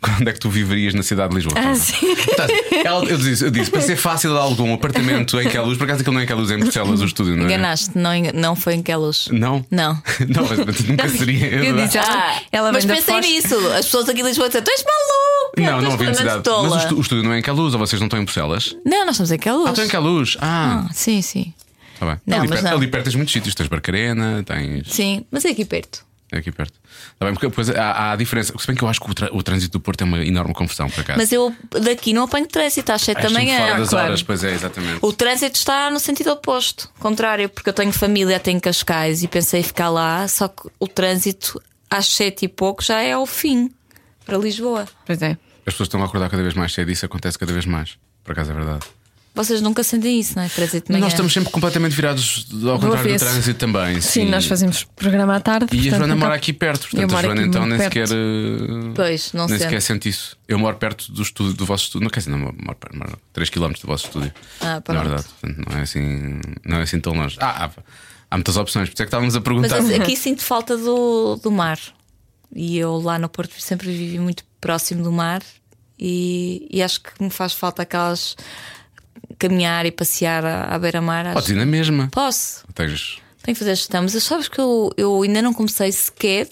[SPEAKER 2] quando é que tu viverias na cidade de Lisboa.
[SPEAKER 3] Ah,
[SPEAKER 2] Joana.
[SPEAKER 3] sim.
[SPEAKER 2] Portanto, ela- eu, disse, eu disse, para ser fácil de algum apartamento em que há luz, por acaso aquilo não é que há luz é em Bruxelas, o estúdio, não é?
[SPEAKER 5] Enganaste, não, en- não foi em Queluz.
[SPEAKER 2] Não?
[SPEAKER 5] Não.
[SPEAKER 2] Não, mas, mas nunca seria. é
[SPEAKER 3] Eu disse, ela, ela
[SPEAKER 5] mas
[SPEAKER 3] vem da
[SPEAKER 5] pensei
[SPEAKER 3] Foz.
[SPEAKER 5] nisso. As pessoas aqui em Lisboa dizem: Tu és maluco!
[SPEAKER 2] Não, não
[SPEAKER 5] tu és
[SPEAKER 2] havia
[SPEAKER 5] completamente
[SPEAKER 2] necessidade.
[SPEAKER 5] tola."
[SPEAKER 2] Mas o, estu- o estúdio não é em Queluz, ou vocês não estão em Bruxelas?
[SPEAKER 5] Não, nós estamos em Queluz.
[SPEAKER 2] Ah, estão em Queluz. Ah,
[SPEAKER 5] Ah, sim, sim.
[SPEAKER 2] está bem.
[SPEAKER 5] Não,
[SPEAKER 2] ali,
[SPEAKER 5] mas
[SPEAKER 2] perto,
[SPEAKER 5] não.
[SPEAKER 2] ali perto tens muitos sítios, tens Barcarena, tens.
[SPEAKER 5] Sim, mas é aqui perto.
[SPEAKER 2] É aqui perto. Está bem, porque depois há, há a diferença. Se bem que eu acho que o, tra- o trânsito do Porto é uma enorme confusão, por acaso.
[SPEAKER 5] Mas eu daqui não apanho trânsito às 7 da
[SPEAKER 2] Acho-me
[SPEAKER 5] manhã.
[SPEAKER 2] Fora das
[SPEAKER 5] É claro.
[SPEAKER 2] horas, pois é, exatamente.
[SPEAKER 5] O trânsito está no sentido oposto, contrário, porque eu tenho família até em Cascais e pensei ficar lá, só que o trânsito às 7 e pouco já é ao fim para Lisboa.
[SPEAKER 3] Pois é.
[SPEAKER 2] As pessoas estão a acordar cada vez mais cedo e isso acontece cada vez mais. Por acaso é verdade.
[SPEAKER 5] Vocês nunca sentem isso, não é? Trânsito de manhã.
[SPEAKER 2] Nós estamos sempre completamente virados ao contrário do
[SPEAKER 3] avesso.
[SPEAKER 2] trânsito também.
[SPEAKER 3] Sim, nós fazemos programa à tarde.
[SPEAKER 2] E a
[SPEAKER 3] portanto, então-
[SPEAKER 2] Joana
[SPEAKER 3] nunca-
[SPEAKER 2] mora aqui perto,
[SPEAKER 3] Eu
[SPEAKER 2] portanto a
[SPEAKER 3] moro
[SPEAKER 2] Joana
[SPEAKER 3] aqui
[SPEAKER 2] então nem
[SPEAKER 3] muito
[SPEAKER 2] sequer.
[SPEAKER 3] perto.
[SPEAKER 2] eh,
[SPEAKER 5] Pois, não
[SPEAKER 2] nem
[SPEAKER 5] sente.
[SPEAKER 2] sequer sente isso. Eu moro perto do estúdio, do vosso estúdio. Não quer dizer, não moro, perto, moro 3 km do vosso estúdio.
[SPEAKER 5] Ah,
[SPEAKER 2] Na
[SPEAKER 5] pronto.
[SPEAKER 2] verdade, portanto, não é assim, não é assim tão longe. Ah, há, há muitas opções, por isso é que estávamos a
[SPEAKER 5] Mas
[SPEAKER 2] perguntar.
[SPEAKER 5] aqui sinto falta do, do mar. E eu lá no Porto sempre vivi muito próximo do mar e, e acho que me faz falta aquelas caminhar e passear à, à beira-mar. acho-
[SPEAKER 2] Podes ir na mesma.
[SPEAKER 5] Posso,
[SPEAKER 2] Tens-
[SPEAKER 5] tenho que fazer gestão, mas sabes que eu, eu ainda não comecei sequer,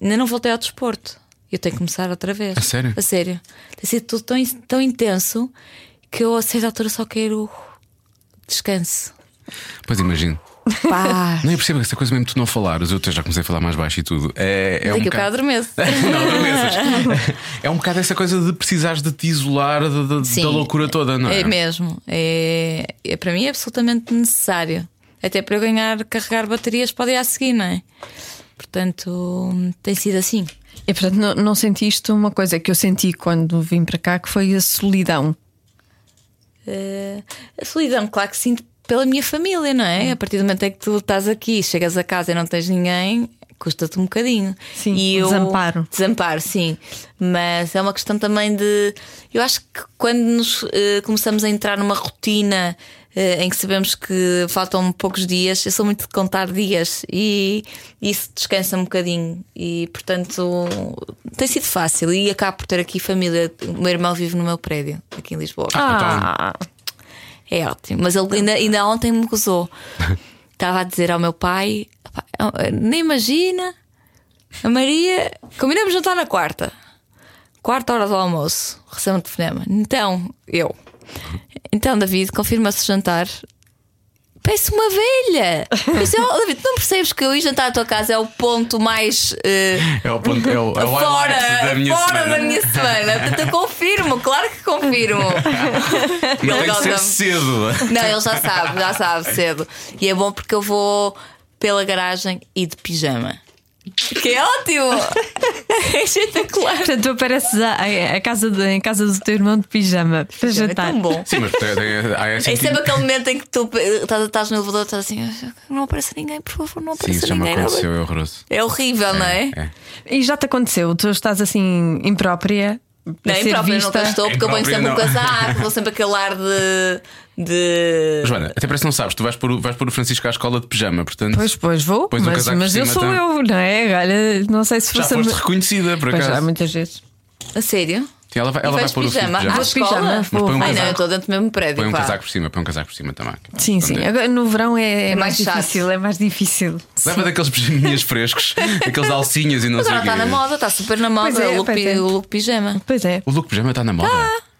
[SPEAKER 5] ainda não voltei ao desporto. Eu tenho que começar outra vez.
[SPEAKER 2] A sério?
[SPEAKER 5] A sério. Tem sido tudo tão, in- tão intenso que eu a certa altura só quero descanso.
[SPEAKER 2] Pois imagino.
[SPEAKER 5] Pá!
[SPEAKER 2] Não, eu percebo essa coisa mesmo de tu não falares. Eu até já comecei a falar mais baixo e tudo. É, é um
[SPEAKER 5] Daqui a
[SPEAKER 2] bocado-
[SPEAKER 5] bocado adormeço.
[SPEAKER 2] Não, adormeças. é um bocado essa coisa de precisares de te isolar de- de-
[SPEAKER 5] Sim,
[SPEAKER 2] da loucura toda, não é?
[SPEAKER 5] É mesmo. É, é- para mim é absolutamente necessário. Até para eu ganhar, carregar baterias para o dia a seguir, não é? Portanto, hum, tem sido assim.
[SPEAKER 3] E portanto, não, não sentiste uma coisa é que eu senti quando vim para cá, que foi a solidão.
[SPEAKER 5] Eh, a solidão, claro que sinto pela minha família, não é? A partir do momento em que tu estás aqui, chegas a casa e não tens ninguém, custa-te um bocadinho.
[SPEAKER 3] Sim,
[SPEAKER 5] e
[SPEAKER 3] o desamparo.
[SPEAKER 5] Desamparo, sim. Mas é uma questão também de. Eu acho que quando nos eh, começamos a entrar numa rotina. eh, Em que sabemos que faltam poucos dias, eu sou muito de contar dias e isso descansa um bocadinho. E portanto tem sido fácil. E acabo por ter aqui família. O meu irmão vive no meu prédio, aqui em Lisboa.
[SPEAKER 2] então,
[SPEAKER 3] Ah,
[SPEAKER 5] É ótimo. Mas ele ainda, ainda ontem me gozou. Estava a dizer ao meu pai: "Pá, nem imagina, a Maria. Combinamos jantar na quarta. Quarta hora do almoço. Recebo um telefonema. Então, eu. Então, David, confirma-se o jantar. Peço uma velha! Eu disse, "Oh, David, não percebes que eu ir jantar à tua casa é o ponto mais. eh,
[SPEAKER 2] É o ponto, é o, é o highlight
[SPEAKER 5] fora
[SPEAKER 2] da minha
[SPEAKER 5] fora
[SPEAKER 2] semana.
[SPEAKER 5] da minha semana. Portanto, eu confirmo, claro que confirmo.
[SPEAKER 2] Mas tem que ser
[SPEAKER 5] Gosta-me.
[SPEAKER 2] cedo.
[SPEAKER 5] Não, ele já sabe, já sabe cedo. E é bom porque eu vou pela garagem e de pijama. Que é ótimo! É espetacular!
[SPEAKER 3] portanto, tu apareces à, à- à casa de- em casa do teu irmão de pijama para
[SPEAKER 5] É
[SPEAKER 3] jantar.
[SPEAKER 5] tão bom.
[SPEAKER 2] Sim, mas tem, tem, há esse
[SPEAKER 5] É
[SPEAKER 2] sentido.
[SPEAKER 5] sempre aquele momento em que tu eh, estás, estás no elevador e estás assim: "Ah, não aparece ninguém, por favor, não
[SPEAKER 2] Sim,
[SPEAKER 5] aparece
[SPEAKER 2] isso já me
[SPEAKER 5] ninguém. não
[SPEAKER 2] aconteceu,
[SPEAKER 5] aparece."
[SPEAKER 2] é horroroso.
[SPEAKER 5] É horrível, não é?
[SPEAKER 2] É.
[SPEAKER 3] E já te aconteceu? Tu estás assim imprópria. para
[SPEAKER 5] Não,
[SPEAKER 3] ser
[SPEAKER 5] imprópria eu
[SPEAKER 3] vista.
[SPEAKER 5] nunca estou, porque eu venho
[SPEAKER 2] Imprópria
[SPEAKER 5] sempre um
[SPEAKER 2] não.
[SPEAKER 5] casaco, vou sempre aquele ar de. de...
[SPEAKER 2] Joana, até parece que não sabes, tu vais pôr, o- vais pôr o Francisco à escola de pijama, portanto.
[SPEAKER 3] Pois, pois vou,
[SPEAKER 2] Pões um
[SPEAKER 3] mas,
[SPEAKER 2] casaco por
[SPEAKER 3] mas eu
[SPEAKER 2] cima,
[SPEAKER 3] sou
[SPEAKER 2] então.
[SPEAKER 3] eu, não é? Olha, não sei se
[SPEAKER 2] já
[SPEAKER 3] fosse. a
[SPEAKER 2] foste
[SPEAKER 3] me-
[SPEAKER 2] reconhecida, por
[SPEAKER 3] Pois já,
[SPEAKER 2] acaso.
[SPEAKER 3] muitas vezes.
[SPEAKER 5] A sério?
[SPEAKER 2] Sim, ela vai, ela
[SPEAKER 5] e
[SPEAKER 2] vai
[SPEAKER 5] vais
[SPEAKER 2] pôr o filho de
[SPEAKER 5] pijama Ah, à
[SPEAKER 2] pijama.
[SPEAKER 3] Vais de pijama,
[SPEAKER 5] escola?
[SPEAKER 3] vou.
[SPEAKER 2] Põe um
[SPEAKER 5] Ai não,
[SPEAKER 2] casaco.
[SPEAKER 5] eu estou dentro do mesmo prédio.
[SPEAKER 2] Põe um
[SPEAKER 5] pá.
[SPEAKER 2] casaco por cima, põe um casaco por cima também.
[SPEAKER 3] Sim, sim. Agora, no verão é,
[SPEAKER 5] É
[SPEAKER 3] mais,
[SPEAKER 5] mais chato.
[SPEAKER 3] difícil, é mais difícil.
[SPEAKER 2] Leva daqueles pijaminhas frescos, aqueles alcinhas e não
[SPEAKER 5] Mas
[SPEAKER 2] sei o
[SPEAKER 5] agora
[SPEAKER 2] quê.
[SPEAKER 5] está na moda, está super na moda
[SPEAKER 3] Pois é,
[SPEAKER 5] o, look,
[SPEAKER 3] pois é.
[SPEAKER 5] o look pijama.
[SPEAKER 3] Pois é.
[SPEAKER 2] O look pijama está na moda.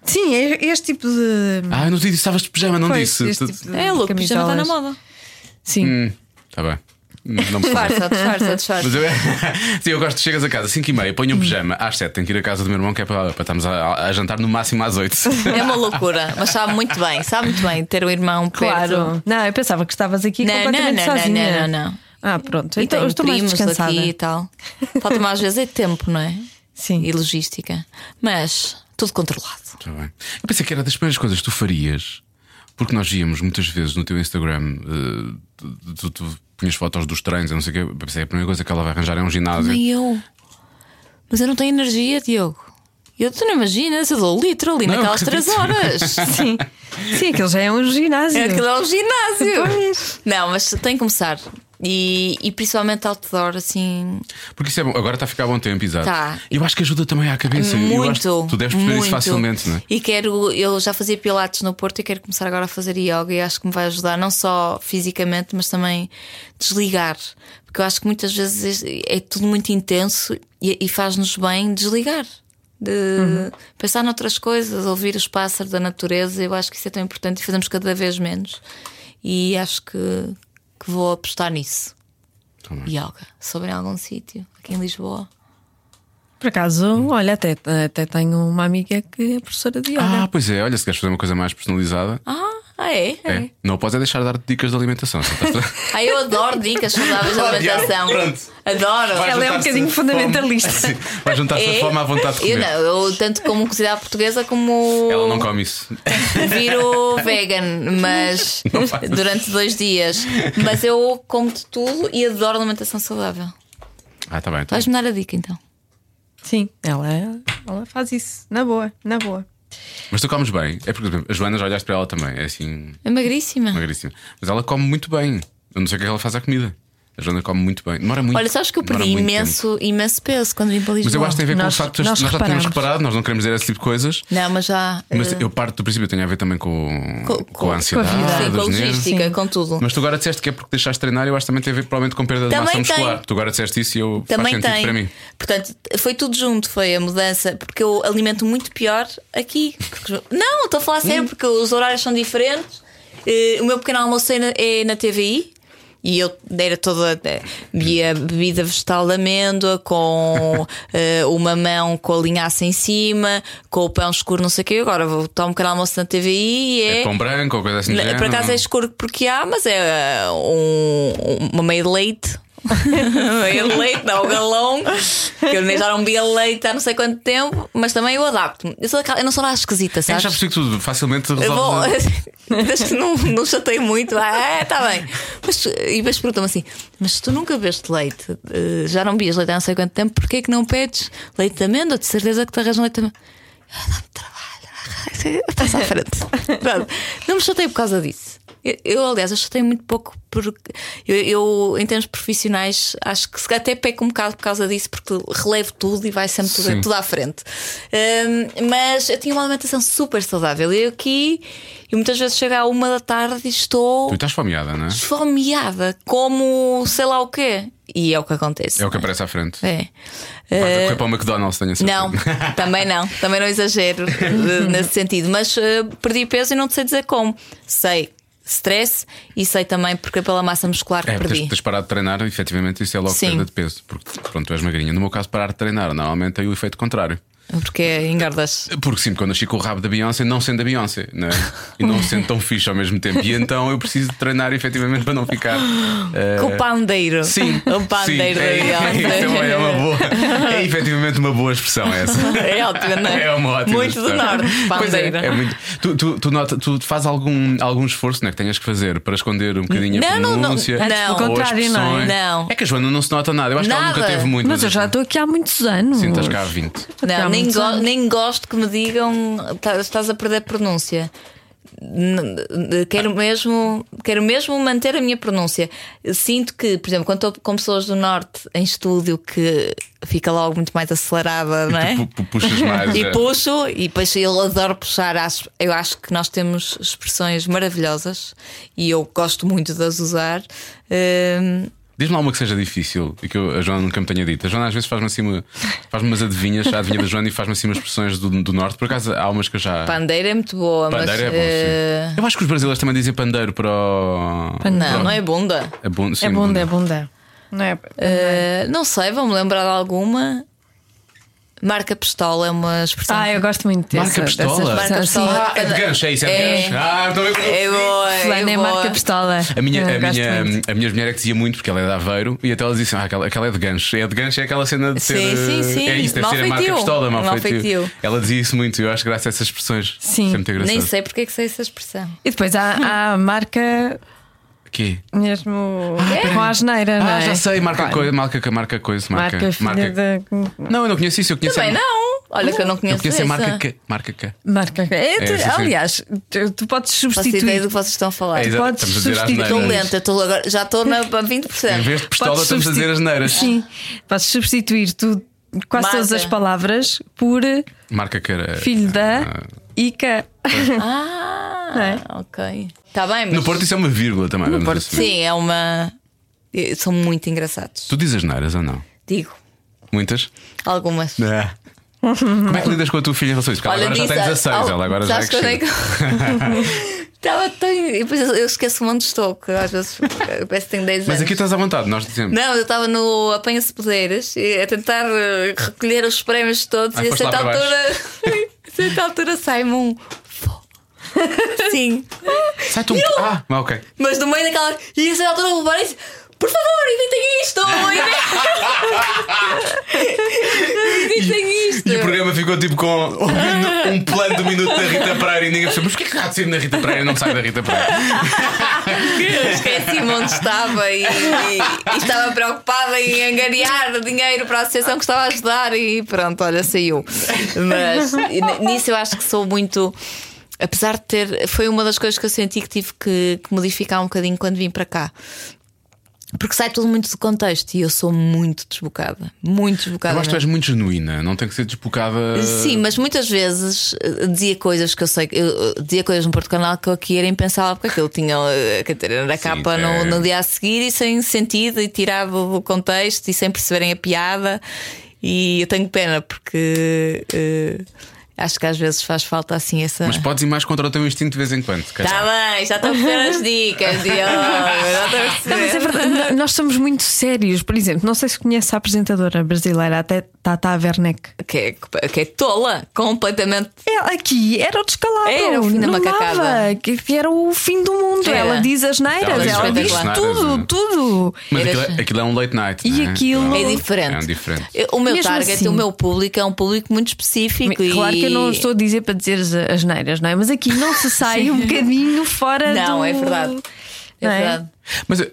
[SPEAKER 3] Sim, é este tipo de.
[SPEAKER 2] Ah, eu não te disse, estavas de pijama, não
[SPEAKER 3] Pois,
[SPEAKER 2] disse.
[SPEAKER 3] este tipo de
[SPEAKER 5] É, o look pijama está na
[SPEAKER 3] camisolas.
[SPEAKER 5] moda.
[SPEAKER 3] Sim.
[SPEAKER 2] Está Tá bem. Não me fale.
[SPEAKER 5] Disfarça, disfarça, disfarça.
[SPEAKER 2] Mas eu, é- sim, eu gosto, chegas a casa às 5h30, ponho um pijama às 7 tenho que ir à casa do meu irmão, que é para, para estarmos a, a jantar no máximo às 8
[SPEAKER 5] É uma loucura, mas sabe muito bem, sabe muito bem ter um irmão perto.
[SPEAKER 3] Claro. Não, eu pensava que estavas aqui
[SPEAKER 5] Não,
[SPEAKER 3] completamente
[SPEAKER 5] não, não, não,
[SPEAKER 3] sozinha.
[SPEAKER 5] não, não, não.
[SPEAKER 3] Ah, pronto.
[SPEAKER 5] E
[SPEAKER 3] então,
[SPEAKER 5] tenho
[SPEAKER 3] eu estou mais
[SPEAKER 5] primos
[SPEAKER 3] descansada.
[SPEAKER 5] aqui e tal. Falta-me às vezes é tempo, não é?
[SPEAKER 3] Sim.
[SPEAKER 5] E logística. Mas tudo controlado.
[SPEAKER 2] Tá Está bem. Eu pensei que era das primeiras coisas que tu farias Porque nós víamos muitas vezes no teu Instagram, eh, tu, tu, tu punhas fotos dos treinos, eu não sei o quê. Eu Pensei, a primeira coisa que ela vai arranjar é um ginásio.
[SPEAKER 5] Nem eu. Mas eu não tenho energia, Diogo. Eu, tu não imaginas, eu dou o litro ali
[SPEAKER 2] Não,
[SPEAKER 5] naquelas
[SPEAKER 2] acredito.
[SPEAKER 5] três horas.
[SPEAKER 3] Sim. Sim, aquilo já é um ginásio.
[SPEAKER 5] É aquilo é um ginásio.
[SPEAKER 3] Pois.
[SPEAKER 5] Não, mas tem que começar. E, e principalmente outdoor, assim.
[SPEAKER 2] Porque isso é bom. Agora está a ficar bom tempo, exato.
[SPEAKER 5] Tá.
[SPEAKER 2] Eu acho que ajuda também à cabeça. eu acho
[SPEAKER 5] muito.
[SPEAKER 2] que tu deves perceber
[SPEAKER 5] muito.
[SPEAKER 2] isso facilmente, não é?
[SPEAKER 5] E quero, eu já fazia pilates no Porto e quero começar agora a fazer yoga e acho que me vai ajudar não só fisicamente, mas também desligar. Porque eu acho que muitas vezes é é tudo muito intenso e, e faz-nos bem desligar. De
[SPEAKER 2] Uhum.
[SPEAKER 5] pensar noutras coisas, ouvir os pássaros da natureza, eu acho que isso é tão importante e fazemos cada vez menos. E acho que, que vou apostar nisso.
[SPEAKER 2] Tá bem.
[SPEAKER 5] Yoga. Sobre algum sítio, aqui em Lisboa.
[SPEAKER 3] Por acaso, olha, até, até tenho uma amiga que é professora de yoga.
[SPEAKER 2] Ah, pois é, olha, se queres fazer uma coisa mais personalizada,
[SPEAKER 5] Ah, ah, é? é.
[SPEAKER 2] é. Não podes é deixar de dar dicas de alimentação. se estás a-
[SPEAKER 5] Ah, eu adoro dicas saudáveis de alimentação.
[SPEAKER 2] Pronto.
[SPEAKER 5] Adoro.
[SPEAKER 2] Vai
[SPEAKER 3] Ela é um
[SPEAKER 2] juntar-se
[SPEAKER 3] bocadinho
[SPEAKER 2] a fome.
[SPEAKER 3] fundamentalista.
[SPEAKER 2] Sim, vai juntar-se a
[SPEAKER 5] É.
[SPEAKER 2] fome à vontade de
[SPEAKER 5] Eu
[SPEAKER 2] comer.
[SPEAKER 5] não, eu tanto como cozinhar portuguesa como
[SPEAKER 2] Ela não come isso.
[SPEAKER 5] viro vegan, mas
[SPEAKER 2] Não faz.
[SPEAKER 5] durante dois dias. Mas eu como de tudo e adoro alimentação saudável.
[SPEAKER 2] Ah, tá bem. Tá.
[SPEAKER 5] Vais-me dar a dica então.
[SPEAKER 3] Sim, ela, ela faz isso. Na boa, na boa.
[SPEAKER 2] Mas tu comes bem. É porque por exemplo, a Joana já olhaste para ela também. É assim,
[SPEAKER 5] É magríssima.
[SPEAKER 2] magríssima. Mas ela come muito bem. Eu não sei o que é que ela faz à comida. A Joana come muito bem. Demora muito.
[SPEAKER 5] Olha, sabes que eu
[SPEAKER 2] demora
[SPEAKER 5] perdi
[SPEAKER 2] muito tempo.
[SPEAKER 5] imenso, imenso peso quando vim para Lisboa.
[SPEAKER 2] Mas eu acho que tem a ver com
[SPEAKER 3] Nós-
[SPEAKER 2] o facto de nós,
[SPEAKER 3] nós
[SPEAKER 2] nós já temos
[SPEAKER 3] reparamos.
[SPEAKER 2] reparado, nós não queremos dizer esse tipo de coisas.
[SPEAKER 5] Não, mas já.
[SPEAKER 2] Mas
[SPEAKER 5] eh,
[SPEAKER 2] eu Ah, parto do princípio que tem a ver também com, com,
[SPEAKER 5] com
[SPEAKER 2] a
[SPEAKER 5] a
[SPEAKER 2] ansiedade.
[SPEAKER 3] vida.
[SPEAKER 5] sim, com a
[SPEAKER 2] as nervos.
[SPEAKER 5] logística,
[SPEAKER 3] Sim.
[SPEAKER 5] com tudo.
[SPEAKER 2] Mas tu agora disseste que é porque deixaste de treinar, eu acho que também tem a ver provavelmente com perda de
[SPEAKER 5] Também
[SPEAKER 2] massa
[SPEAKER 5] tem.
[SPEAKER 2] muscular. Tu agora disseste isso e eu faz
[SPEAKER 5] Também
[SPEAKER 2] sentido
[SPEAKER 5] tem.
[SPEAKER 2] para mim.
[SPEAKER 5] Portanto, foi tudo junto, foi a mudança, porque eu alimento muito pior aqui. Porque- Não, estou a falar sério,
[SPEAKER 2] Hum.
[SPEAKER 5] porque os horários são diferentes. Eh, o meu pequeno almoço é na, é na TVI. E eu era toda. eh, Bebia bebida vegetal de amêndoa, com eh, o mamão com a linhaça em cima, com o pão escuro, não sei o quê. Agora vou tomar um pequeno almoço na TVI e
[SPEAKER 2] É
[SPEAKER 5] é.
[SPEAKER 2] pão branco ou coisa assim. do
[SPEAKER 5] Na- Por
[SPEAKER 2] género.
[SPEAKER 5] acaso é escuro porque há, mas é uh, um, uma meia de leite. meia de leite, não, um galão. Que eu nem já não bebia leite há não sei quanto tempo, mas também eu adapto-me. Eu, sou daquela- eu não sou nada esquisita,
[SPEAKER 2] Eu
[SPEAKER 5] sabes?
[SPEAKER 2] já percebi que tu facilmente
[SPEAKER 5] Eu vou.
[SPEAKER 2] resolves.
[SPEAKER 5] Desde que não, não chatei muito, ah, é, tá bem. Mas, tu- e depois perguntam-me assim: Mas tu nunca bebeste leite? Eh, Já não bebias leite há não sei quanto tempo, porquê é que não pedes leite de amêndoa? De certeza que te arranjam leite de amêndoa. Ah, Dá-me trabalho, ah, passa à frente. Pronto. Não me chatei por causa disso. Eu, eu, aliás, eu chatei muito pouco porque eu, eu, em termos profissionais, acho que se- até peco um bocado por causa disso, porque relevo tudo e vai sempre
[SPEAKER 2] Sim.
[SPEAKER 5] tudo, tudo à frente. Ahm, mas eu tinha uma alimentação super saudável. E eu aqui, eu muitas vezes chego à uma da tarde e estou
[SPEAKER 2] Tu estás fomeada, não é?
[SPEAKER 5] esfomeada, como sei lá o quê. E é o que acontece.
[SPEAKER 2] É o que aparece à frente.
[SPEAKER 5] É.
[SPEAKER 2] Vai correr para o McDonald's, tenho a certeza.
[SPEAKER 5] Não, também não, também não exagero eh, nesse sentido. Mas eh, perdi peso e não te sei dizer como. Sei stress e sei também porque é pela massa muscular que
[SPEAKER 2] É, porque
[SPEAKER 5] perdi.
[SPEAKER 2] tens, tens parado de treinar, efetivamente, isso é logo
[SPEAKER 5] Sim.
[SPEAKER 2] perda de peso. Porque, pronto, tu és magrinha. No meu caso, parar de treinar, normalmente tem o efeito contrário.
[SPEAKER 5] Porque engordas.
[SPEAKER 2] Porque sim, quando eu chico o rabo da Beyoncé, não sendo a Beyoncé, não é? E não sendo tão fixe ao mesmo tempo. E então eu preciso de treinar, efetivamente, para não ficar. eh,
[SPEAKER 5] Com o pandeiro.
[SPEAKER 2] Sim,
[SPEAKER 5] O
[SPEAKER 2] sim,
[SPEAKER 5] Um pandeiro
[SPEAKER 2] é,
[SPEAKER 5] da
[SPEAKER 2] é,
[SPEAKER 5] Beyoncé.
[SPEAKER 2] uma- é uma boa, é efetivamente uma boa expressão essa.
[SPEAKER 5] É ótimo, não é?
[SPEAKER 2] É uma ótima
[SPEAKER 5] Muito
[SPEAKER 2] expressão.
[SPEAKER 5] do norte.
[SPEAKER 2] Pois é,
[SPEAKER 5] Pandeira.
[SPEAKER 2] é muito. Tu, tu, tu, nota, tu faz algum, algum esforço não é, que tenhas que fazer para esconder um bocadinho a
[SPEAKER 5] Não, não, não.
[SPEAKER 2] pronúncia?
[SPEAKER 5] Antes,
[SPEAKER 3] pelo
[SPEAKER 2] ou as
[SPEAKER 3] contrário, não é?
[SPEAKER 2] expressões?
[SPEAKER 5] Não.
[SPEAKER 2] É que a Joana não se nota nada. Eu acho que ela nunca
[SPEAKER 5] Nada.
[SPEAKER 2] teve muito.
[SPEAKER 3] Mas eu já estou aqui há muitos anos.
[SPEAKER 2] Sim, estás cá há 20.
[SPEAKER 3] Até há
[SPEAKER 5] Não, nem,
[SPEAKER 3] muitos
[SPEAKER 5] go-
[SPEAKER 3] anos.
[SPEAKER 5] nem gosto que me digam "Tá- estás a perder a pronúncia. N- n- Quero mesmo, quero mesmo manter a minha pronúncia. Sinto que, por exemplo, quando estou com pessoas do norte em estúdio que fica logo muito mais acelerada, não é?
[SPEAKER 2] Tu pu- pu- puxas mais.
[SPEAKER 5] E
[SPEAKER 2] é.
[SPEAKER 5] puxo, e depois eu adoro puxar. Acho- eu acho que nós temos expressões maravilhosas e eu gosto muito de as usar. Hum,
[SPEAKER 2] Diz-me lá uma que seja difícil e que eu- a Joana nunca me tenha dito. A Joana às vezes faz-me assim uma, faz umas adivinhas, a adivinha da Joana e faz-me assim umas expressões do, do norte. Por acaso há umas que eu já.
[SPEAKER 5] pandeira é muito boa, mas.
[SPEAKER 2] Pandeiro é bom,
[SPEAKER 5] eh,
[SPEAKER 2] sim. Eu acho que os brasileiros também dizem pandeiro para o.
[SPEAKER 5] não, não é bunda.
[SPEAKER 2] É bom, sim,
[SPEAKER 3] É bunda, é bunda. Não é?
[SPEAKER 5] Ah, Uh, não sei, vou-me lembrar de alguma. Marca pistola é uma expressão.
[SPEAKER 3] Ah, eu gosto muito dessa.
[SPEAKER 2] Marca pistola?
[SPEAKER 3] dessa
[SPEAKER 5] Marca
[SPEAKER 3] expressão, sim.
[SPEAKER 5] pistola.
[SPEAKER 2] Ah, é de gancho, é isso, é, de
[SPEAKER 5] É.
[SPEAKER 2] gancho. Ah, estou a ver.
[SPEAKER 5] É boa,
[SPEAKER 3] Fulana
[SPEAKER 5] é
[SPEAKER 3] é
[SPEAKER 5] boa.
[SPEAKER 3] marca pistola.
[SPEAKER 2] A minha,
[SPEAKER 3] Eu
[SPEAKER 2] a,
[SPEAKER 3] gosto
[SPEAKER 2] minha,
[SPEAKER 3] muito.
[SPEAKER 2] a minha mulher é que dizia muito porque ela é de Aveiro e até ela disse: ah, aquela, aquela é de gancho. É de gancho, é aquela cena de ser.
[SPEAKER 5] Sim, sim, sim.
[SPEAKER 2] É isso, deve ser a marca
[SPEAKER 5] Malfeitio.
[SPEAKER 2] pistola, mal feitio.
[SPEAKER 5] Malfeitio.
[SPEAKER 2] Ela dizia isso muito e eu acho graça a essas expressões.
[SPEAKER 3] Sim.
[SPEAKER 2] Isso é muito engraçado.
[SPEAKER 5] Nem sei porque é que sei essa expressão.
[SPEAKER 3] E depois há, há a marca
[SPEAKER 2] Quê?
[SPEAKER 3] mesmo com a asneira, não
[SPEAKER 2] Ah,
[SPEAKER 3] é?
[SPEAKER 2] já sei, marca
[SPEAKER 3] Claro.
[SPEAKER 2] coisa, marca, marca coisa, marca.
[SPEAKER 3] Marca filha da.
[SPEAKER 2] Não, eu não conheço isso, eu conheço
[SPEAKER 5] Também
[SPEAKER 2] a-
[SPEAKER 5] não. Olha que eu não conheço.
[SPEAKER 2] Eu conheço a
[SPEAKER 5] essa.
[SPEAKER 2] marca K. Marca K.
[SPEAKER 3] Marca. É,
[SPEAKER 2] sim,
[SPEAKER 3] tu-
[SPEAKER 2] sim.
[SPEAKER 3] aliás, tu, tu podes
[SPEAKER 5] Faço ideia do
[SPEAKER 3] substituir.
[SPEAKER 5] que vocês estão a falar.
[SPEAKER 2] É, exato,
[SPEAKER 3] podes
[SPEAKER 2] estamos a dizer
[SPEAKER 3] substituir-
[SPEAKER 2] asneiras.
[SPEAKER 5] Estou lenta, estou agora, já estou na a 20%.
[SPEAKER 2] Em vez de pistola,
[SPEAKER 3] podes
[SPEAKER 2] estamos a dizer
[SPEAKER 3] substituir-
[SPEAKER 2] as neiras.
[SPEAKER 3] Sim, podes substituir tu, quase
[SPEAKER 5] Marca.
[SPEAKER 3] todas as palavras por eh,
[SPEAKER 2] Marca Ah, K.
[SPEAKER 3] filho da Ica. Não é?
[SPEAKER 5] Ah, ok. Está bem, mas.
[SPEAKER 2] No Porto, isso é uma vírgula também. vamos
[SPEAKER 3] Porto,
[SPEAKER 2] assumir.
[SPEAKER 5] Sim, é uma. eh, São muito engraçados.
[SPEAKER 2] Tu dizes as neiras ou não?
[SPEAKER 5] Digo,
[SPEAKER 2] Muitas?
[SPEAKER 5] algumas.
[SPEAKER 2] Como é que lidas com a tua filha em relação a isso? Porque ela
[SPEAKER 5] Olha,
[SPEAKER 2] agora já tem
[SPEAKER 5] disse-
[SPEAKER 2] 16,
[SPEAKER 5] al-
[SPEAKER 2] ela agora já é
[SPEAKER 5] sabes quando é
[SPEAKER 2] crescida.
[SPEAKER 5] que- Estava tão. e depois Eu eu esqueço um onde estou, que às vezes eu parece que tenho 10 anos.
[SPEAKER 2] Mas aqui estás à vontade, nós dizemos.
[SPEAKER 5] Não, eu estava no Apanha-se Poderes e a tentar eh, recolher os prémios todos
[SPEAKER 2] Ah,
[SPEAKER 5] e a
[SPEAKER 2] foste lá
[SPEAKER 5] certa
[SPEAKER 2] para baixo.
[SPEAKER 5] altura. a certa altura sai-me um. "Vó." Sim.
[SPEAKER 2] Sai tu um. Ah, mas ok.
[SPEAKER 5] Mas no meio daquela. E a certa altura eu parei por favor, inventem isto! Inventem isto!
[SPEAKER 2] E o programa ficou tipo com um, minu- um plano do minuto da Rita Pereira e ninguém percebeu. Mas o que é que há de ser na Rita Pereira? Não sai da Rita Pereira.
[SPEAKER 5] Eu esqueci-me é assim onde estava e, e- e estava preocupada em angariar dinheiro para a associação que estava a ajudar e pronto, olha, saiu. Mas e n- nisso eu acho que sou muito. Apesar de ter. Foi uma das coisas que eu senti que tive que, que modificar um bocadinho quando vim para cá. Porque sai tudo muito do contexto e eu sou muito desbocada. Muito desbocada.
[SPEAKER 2] Eu acho que tu
[SPEAKER 5] mesmo.
[SPEAKER 2] és muito genuína, não tem que ser despocada.
[SPEAKER 5] Sim, mas muitas vezes eh, dizia coisas que eu sei que eu eh, dizia coisas no Porto Canal que eu aqui era impensável porque aquilo tinha eh, a Catarina da capa
[SPEAKER 2] que
[SPEAKER 5] no,
[SPEAKER 2] é-
[SPEAKER 5] no dia a seguir e sem sentido e tirado do contexto e sem perceberem a piada. E eu tenho pena porque eh, acho que às vezes faz falta assim essa.
[SPEAKER 2] Mas podes ir mais contra o teu instinto de vez em quando. se calhar.
[SPEAKER 5] Está bem, já estou a perceber as dicas, Diogo. Já estou a perceber.
[SPEAKER 3] Não, mas é verdade, no- nós somos muito sérios. Por exemplo, não sei se conhece a apresentadora brasileira, até Tata Werneck.
[SPEAKER 5] que, é, que é tola, completamente.
[SPEAKER 3] Ela aqui era o descalado.
[SPEAKER 5] Era É, o fim da
[SPEAKER 3] não
[SPEAKER 5] macacada. É.
[SPEAKER 3] dava, que era o fim do mundo.
[SPEAKER 5] Era.
[SPEAKER 3] Ela diz as neiras,
[SPEAKER 5] Ela
[SPEAKER 3] ela diz
[SPEAKER 5] diz as
[SPEAKER 3] tudo,
[SPEAKER 2] neiras,
[SPEAKER 3] tudo.
[SPEAKER 2] Mas
[SPEAKER 5] Era-
[SPEAKER 2] aquilo, é- aquilo é um late night.
[SPEAKER 3] E
[SPEAKER 2] não é?
[SPEAKER 3] aquilo-
[SPEAKER 5] É
[SPEAKER 2] É um
[SPEAKER 5] diferente.
[SPEAKER 2] diferente.
[SPEAKER 5] Eu- O meu
[SPEAKER 3] Mesmo
[SPEAKER 5] target,
[SPEAKER 3] assim.
[SPEAKER 5] o meu público é um público muito específico.
[SPEAKER 3] Claro
[SPEAKER 5] e-
[SPEAKER 3] que eu não estou a dizer para dizer as- as neiras, não é? Mas aqui não se sai um bocadinho fora do.
[SPEAKER 5] Não, é verdade. É
[SPEAKER 3] Não é?
[SPEAKER 5] verdade.
[SPEAKER 2] Mas, eh,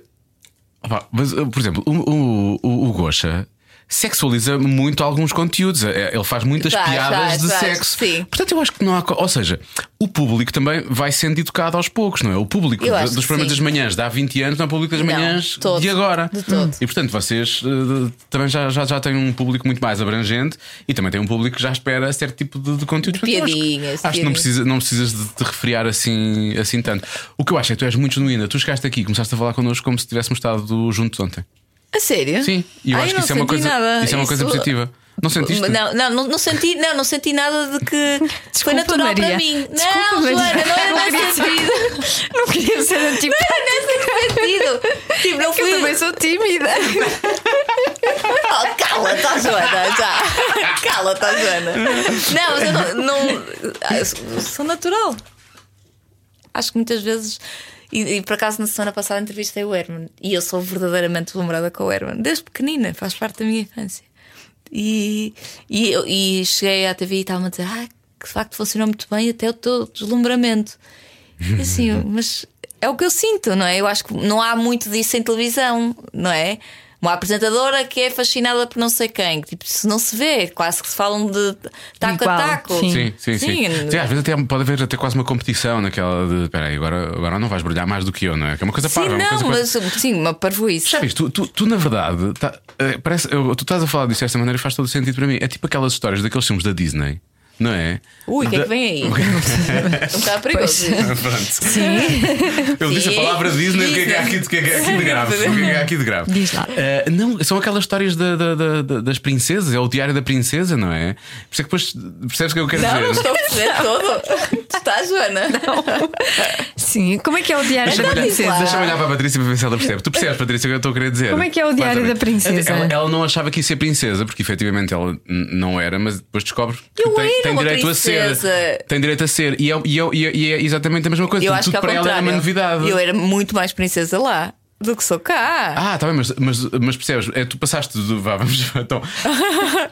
[SPEAKER 2] opá, mas, eh, por exemplo, o, o, o, o Gosha sexualiza muito alguns conteúdos. Eh, Ele faz muitas
[SPEAKER 5] Faz,
[SPEAKER 2] piadas
[SPEAKER 5] faz,
[SPEAKER 2] de
[SPEAKER 5] faz,
[SPEAKER 2] sexo.
[SPEAKER 5] sim.
[SPEAKER 2] Portanto, eu acho que não há. co- Ou seja, o público também vai sendo educado aos poucos, não é? O público
[SPEAKER 5] Eu
[SPEAKER 2] da-
[SPEAKER 5] acho
[SPEAKER 2] dos
[SPEAKER 5] que
[SPEAKER 2] programas
[SPEAKER 5] sim.
[SPEAKER 2] das manhãs de há 20 anos não é o público das
[SPEAKER 5] Não,
[SPEAKER 2] manhãs
[SPEAKER 5] todo,
[SPEAKER 2] de agora.
[SPEAKER 5] de todo.
[SPEAKER 2] E portanto, vocês eh, também já, já, já têm um público muito mais abrangente e também têm um público que já espera certo tipo de, de conteúdos. Portanto, eu acho que-
[SPEAKER 5] piadinhas,
[SPEAKER 2] Acho que não
[SPEAKER 5] piadinhas.
[SPEAKER 2] precisa precisa- não precisas de te refriar assim, assim tanto. O que eu acho é que tu és muito genuína. Tu chegaste aqui e começaste a falar connosco como se tivéssemos estado juntos ontem.
[SPEAKER 5] A sério?
[SPEAKER 2] Sim, e eu
[SPEAKER 5] Ai,
[SPEAKER 2] acho que
[SPEAKER 5] não
[SPEAKER 2] isso é, uma
[SPEAKER 5] senti
[SPEAKER 2] coisa,
[SPEAKER 5] nada.
[SPEAKER 2] isso é uma coisa
[SPEAKER 5] Isso-
[SPEAKER 2] positiva. Não sentiste?
[SPEAKER 5] Não, não, não, não senti, não, não senti nada de que foi
[SPEAKER 3] Desculpa,
[SPEAKER 5] natural
[SPEAKER 3] Maria.
[SPEAKER 5] para mim.
[SPEAKER 3] Desculpa,
[SPEAKER 5] não,
[SPEAKER 3] Maria.
[SPEAKER 5] Joana, não era
[SPEAKER 3] Maria.
[SPEAKER 5] nesse sentido.
[SPEAKER 3] Não queria ser do tipo.
[SPEAKER 5] "Ah, Não era nesse sentido. Tipo, não
[SPEAKER 3] É Eu também
[SPEAKER 5] fui.
[SPEAKER 3] sou tímida.
[SPEAKER 5] Oh, cala-te, ó, Joana, já. Cala-te, ó, Joana. Não, mas eu não. não- ah, sou- sou natural. Acho que muitas vezes. E, e por acaso na semana passada entrevistei o Herman e eu sou verdadeiramente deslumbrada com o Herman, desde pequenina, faz parte da minha infância. E, e, eu- e cheguei à TV e estava-me a dizer: Ah, que de facto funcionou muito bem até o teu deslumbramento. E assim, mas é o que eu sinto, não é? Eu acho que não há muito disso em televisão, não é? Uma apresentadora que é fascinada por não sei quem, que, tipo, se não se vê, quase que se falam de taco
[SPEAKER 3] Igual,
[SPEAKER 5] a taco.
[SPEAKER 3] sim.
[SPEAKER 2] Sim, sim, sim. Sim, às vezes até pode haver até quase uma competição naquela de espera aí, agora, agora não vais brilhar mais do que eu, não é? Que é uma coisa
[SPEAKER 5] Sim,
[SPEAKER 2] parva, é uma coisa
[SPEAKER 5] não,
[SPEAKER 2] para-
[SPEAKER 5] mas sim, uma parvoíce.
[SPEAKER 2] Já viste, tu, tu, tu, na verdade, tá- eh, parece, eu- tu estás a falar disso desta maneira e faz todo sentido para mim. É tipo aquelas histórias daqueles filmes da Disney, não é?
[SPEAKER 5] Ui, o que é
[SPEAKER 2] Da-
[SPEAKER 5] que vem aí? um bocado perigoso.
[SPEAKER 2] Pronto. Ele disse a
[SPEAKER 5] Sim.
[SPEAKER 2] palavra Disney, o que é que há aqui, o que é que há aqui de grave? O que é que há aqui de grave?
[SPEAKER 3] Diz lá.
[SPEAKER 2] Ah, não, são aquelas histórias da- da- da- da- das princesas, é o diário da princesa, não é? Por isso é que depois percebes o que eu quero
[SPEAKER 5] Não, não
[SPEAKER 2] dizer.
[SPEAKER 5] estou a perceber todo. Tu estás, Joana?
[SPEAKER 3] Sim, Sim, como é que é o diário
[SPEAKER 5] Então
[SPEAKER 3] da
[SPEAKER 5] diz lá.
[SPEAKER 3] princesa?
[SPEAKER 2] Deixa-me olhar para a Patrícia para ver se ela percebe. Tu percebes, Patrícia, o que eu estou a querer dizer?
[SPEAKER 3] Como é que é o diário
[SPEAKER 2] Basicamente.
[SPEAKER 3] da princesa?
[SPEAKER 2] Ela, ela não achava que ia ser princesa, porque efetivamente ela n- não era, mas depois descobre que
[SPEAKER 5] Eu
[SPEAKER 2] tem,
[SPEAKER 5] era
[SPEAKER 2] tem
[SPEAKER 5] uma
[SPEAKER 2] direito a
[SPEAKER 5] princesa.
[SPEAKER 2] ser. Tem direito a ser. E é, e é- e é- e é exatamente a mesma coisa.
[SPEAKER 5] Eu
[SPEAKER 2] Tudo
[SPEAKER 5] acho que é ao
[SPEAKER 2] para ela era
[SPEAKER 5] contrário.
[SPEAKER 2] uma novidade.
[SPEAKER 5] Eu era muito mais princesa lá do que sou cá.
[SPEAKER 2] Ah, está bem, mas, mas, mas percebes? É, tu passaste do. Vá, vamos. Então,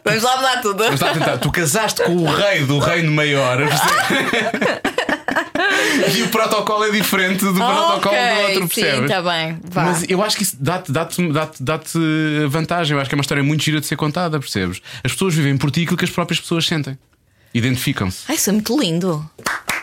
[SPEAKER 5] Vamos lá mudar tudo.
[SPEAKER 2] mas está a tentar. Tu casaste com o rei do reino maior. percebes? e o protocolo é diferente do protocolo do
[SPEAKER 5] Ok,
[SPEAKER 2] outro, percebes?
[SPEAKER 5] Sim, está bem. Vá.
[SPEAKER 2] Mas eu acho que isso dá-te dá dá dá vantagem. Eu acho que é uma história muito gira de ser contada, percebes? As pessoas vivem por ti aquilo que as próprias pessoas sentem. Identificam-se.
[SPEAKER 5] Ai, isso é muito lindo.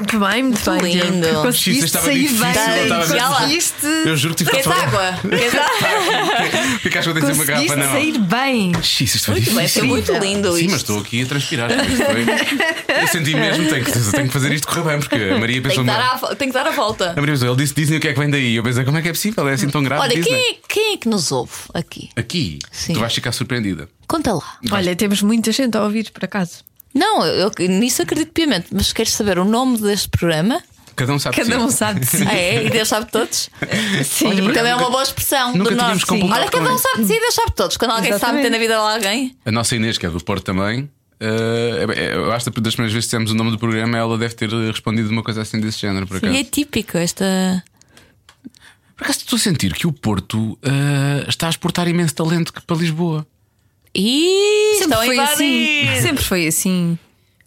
[SPEAKER 3] Muito bem, muito
[SPEAKER 5] Muito
[SPEAKER 3] bem.
[SPEAKER 5] lindo.
[SPEAKER 3] Diogo. Tu
[SPEAKER 2] Xis,
[SPEAKER 3] Conseguiste
[SPEAKER 2] estava
[SPEAKER 3] sair
[SPEAKER 2] difícil,
[SPEAKER 3] bem.
[SPEAKER 5] estava mesmo-
[SPEAKER 3] Conseguiste,
[SPEAKER 2] Eu juro que tive
[SPEAKER 5] Queres
[SPEAKER 2] falar.
[SPEAKER 5] água? Queres água?
[SPEAKER 2] Ficaste com a dizer uma
[SPEAKER 3] conseguiste
[SPEAKER 2] garrafa, não.
[SPEAKER 3] sair bem.
[SPEAKER 2] Xis, isto foi
[SPEAKER 5] Muito bem,
[SPEAKER 2] difícil.
[SPEAKER 5] foi muito lindo
[SPEAKER 2] Sim,
[SPEAKER 5] isto.
[SPEAKER 2] mas estou aqui a transpirar. isto foi- Eu senti mesmo, tenho que, tenho que fazer isto correr bem, porque a Maria
[SPEAKER 5] Tem
[SPEAKER 2] pensou.
[SPEAKER 5] que, dar
[SPEAKER 2] numa-
[SPEAKER 5] a, vo- tem que dar a volta.
[SPEAKER 2] A Maria pensou, ele disse Disney, o que é que vem daí? Eu pensei, como é que é possível? É assim tão grave.
[SPEAKER 5] Olha,
[SPEAKER 2] Disney.
[SPEAKER 5] quem é, quem é que nos ouve aqui?
[SPEAKER 2] Aqui,
[SPEAKER 5] Sim.
[SPEAKER 2] tu vais ficar surpreendida.
[SPEAKER 5] Conta lá.
[SPEAKER 3] Olha, temos muita gente a ouvir, por acaso.
[SPEAKER 5] Não, eu, eu nisso acredito piamente, mas queres saber o nome deste programa?
[SPEAKER 2] Cada um sabe de
[SPEAKER 3] Cada
[SPEAKER 2] si.
[SPEAKER 3] um sabe de si.
[SPEAKER 5] Ah, é? E Deus sabe todos?
[SPEAKER 3] Sim.
[SPEAKER 5] Também é uma boa expressão
[SPEAKER 2] nunca
[SPEAKER 5] do
[SPEAKER 2] tínhamos
[SPEAKER 5] norte.
[SPEAKER 2] computado
[SPEAKER 5] Olha, cada
[SPEAKER 2] também.
[SPEAKER 5] um sabe de si, Deus sabe todos. Quando alguém sabe
[SPEAKER 3] Exatamente.
[SPEAKER 5] ter na vida de alguém,
[SPEAKER 2] A nossa Inês, que é do Porto também, eh, eh, eu acho que das primeiras vezes que dissemos o nome do programa, ela deve ter eh, respondido uma coisa assim desse género, por acaso.
[SPEAKER 5] e é típico esta.
[SPEAKER 2] Por acaso estou a sentir que o Porto eh, está a exportar imenso talento que- para Lisboa.
[SPEAKER 5] Ih, estão a invadir.
[SPEAKER 3] assim. Sempre foi assim.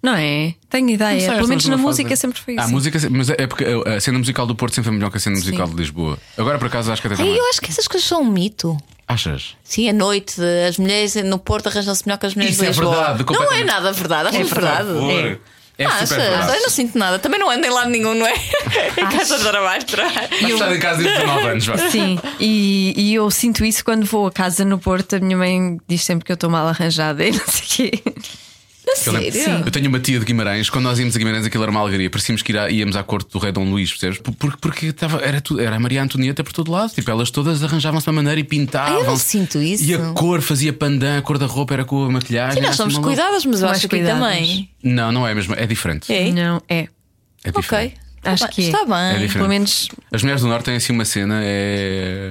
[SPEAKER 3] Não é? Tenho ideia.
[SPEAKER 2] Não sei,
[SPEAKER 3] Pelo menos
[SPEAKER 2] estamos
[SPEAKER 3] na
[SPEAKER 2] numa
[SPEAKER 3] música
[SPEAKER 2] fase-
[SPEAKER 3] sempre foi
[SPEAKER 2] Ah,
[SPEAKER 3] assim.
[SPEAKER 2] música, se- mas é porque eh, a cena musical do Porto sempre foi melhor que a cena musical de Lisboa. Agora, por acaso, acho que até
[SPEAKER 5] Ai,
[SPEAKER 2] também.
[SPEAKER 5] eu acho que essas coisas são um mito.
[SPEAKER 2] Achas?
[SPEAKER 5] Sim, à noite, as mulheres no Porto arranjam-se melhor que as mulheres
[SPEAKER 2] Isso
[SPEAKER 5] de
[SPEAKER 2] é
[SPEAKER 5] Lisboa.
[SPEAKER 2] verdade,
[SPEAKER 5] não é
[SPEAKER 2] completamente.
[SPEAKER 5] nada verdade, acho é verdade.
[SPEAKER 2] Por favor.
[SPEAKER 5] É.
[SPEAKER 2] É
[SPEAKER 5] Ah,
[SPEAKER 2] super
[SPEAKER 5] achas?
[SPEAKER 2] verdade.
[SPEAKER 5] Eu não sinto nada, também não ando em lado nenhum, não é? em casa de trabalho.
[SPEAKER 2] Vais estar em casa desde 19 anos, vá.
[SPEAKER 3] Sim, e, e eu sinto isso quando vou a casa no Porto. A minha mãe diz sempre que eu estou mal arranjada e não sei o quê.
[SPEAKER 2] Eu, lembro-
[SPEAKER 5] Sério?
[SPEAKER 2] eu tenho uma tia de Guimarães, quando nós íamos a Guimarães, aquilo era uma algaria, parecíamos que irá- íamos à corte do rei Dom Luís, percebes? Por- Porque, porque estava, era, tudo, era a Maria Antonieta por todo lado, tipo, elas todas arranjavam-se de uma maneira e pintavam.
[SPEAKER 5] Ah, eu não sinto isso.
[SPEAKER 2] E a cor fazia pandan, a cor da roupa era com a
[SPEAKER 5] Sim,
[SPEAKER 2] maquilhagem.
[SPEAKER 5] nós
[SPEAKER 2] era
[SPEAKER 5] somos
[SPEAKER 2] assim maluco.
[SPEAKER 5] cuidadas, mas eu
[SPEAKER 3] Mais
[SPEAKER 5] acho que
[SPEAKER 3] cuidadas.
[SPEAKER 5] também.
[SPEAKER 2] Não, não é mesmo, é diferente.
[SPEAKER 5] É?
[SPEAKER 3] Não, é.
[SPEAKER 2] É
[SPEAKER 5] Ok.
[SPEAKER 2] diferente.
[SPEAKER 3] Acho
[SPEAKER 5] Tá bem,
[SPEAKER 3] que é.
[SPEAKER 5] Está
[SPEAKER 2] É
[SPEAKER 5] bem.
[SPEAKER 2] diferente.
[SPEAKER 3] Pelo menos
[SPEAKER 2] As mulheres do Norte têm assim uma cena, é.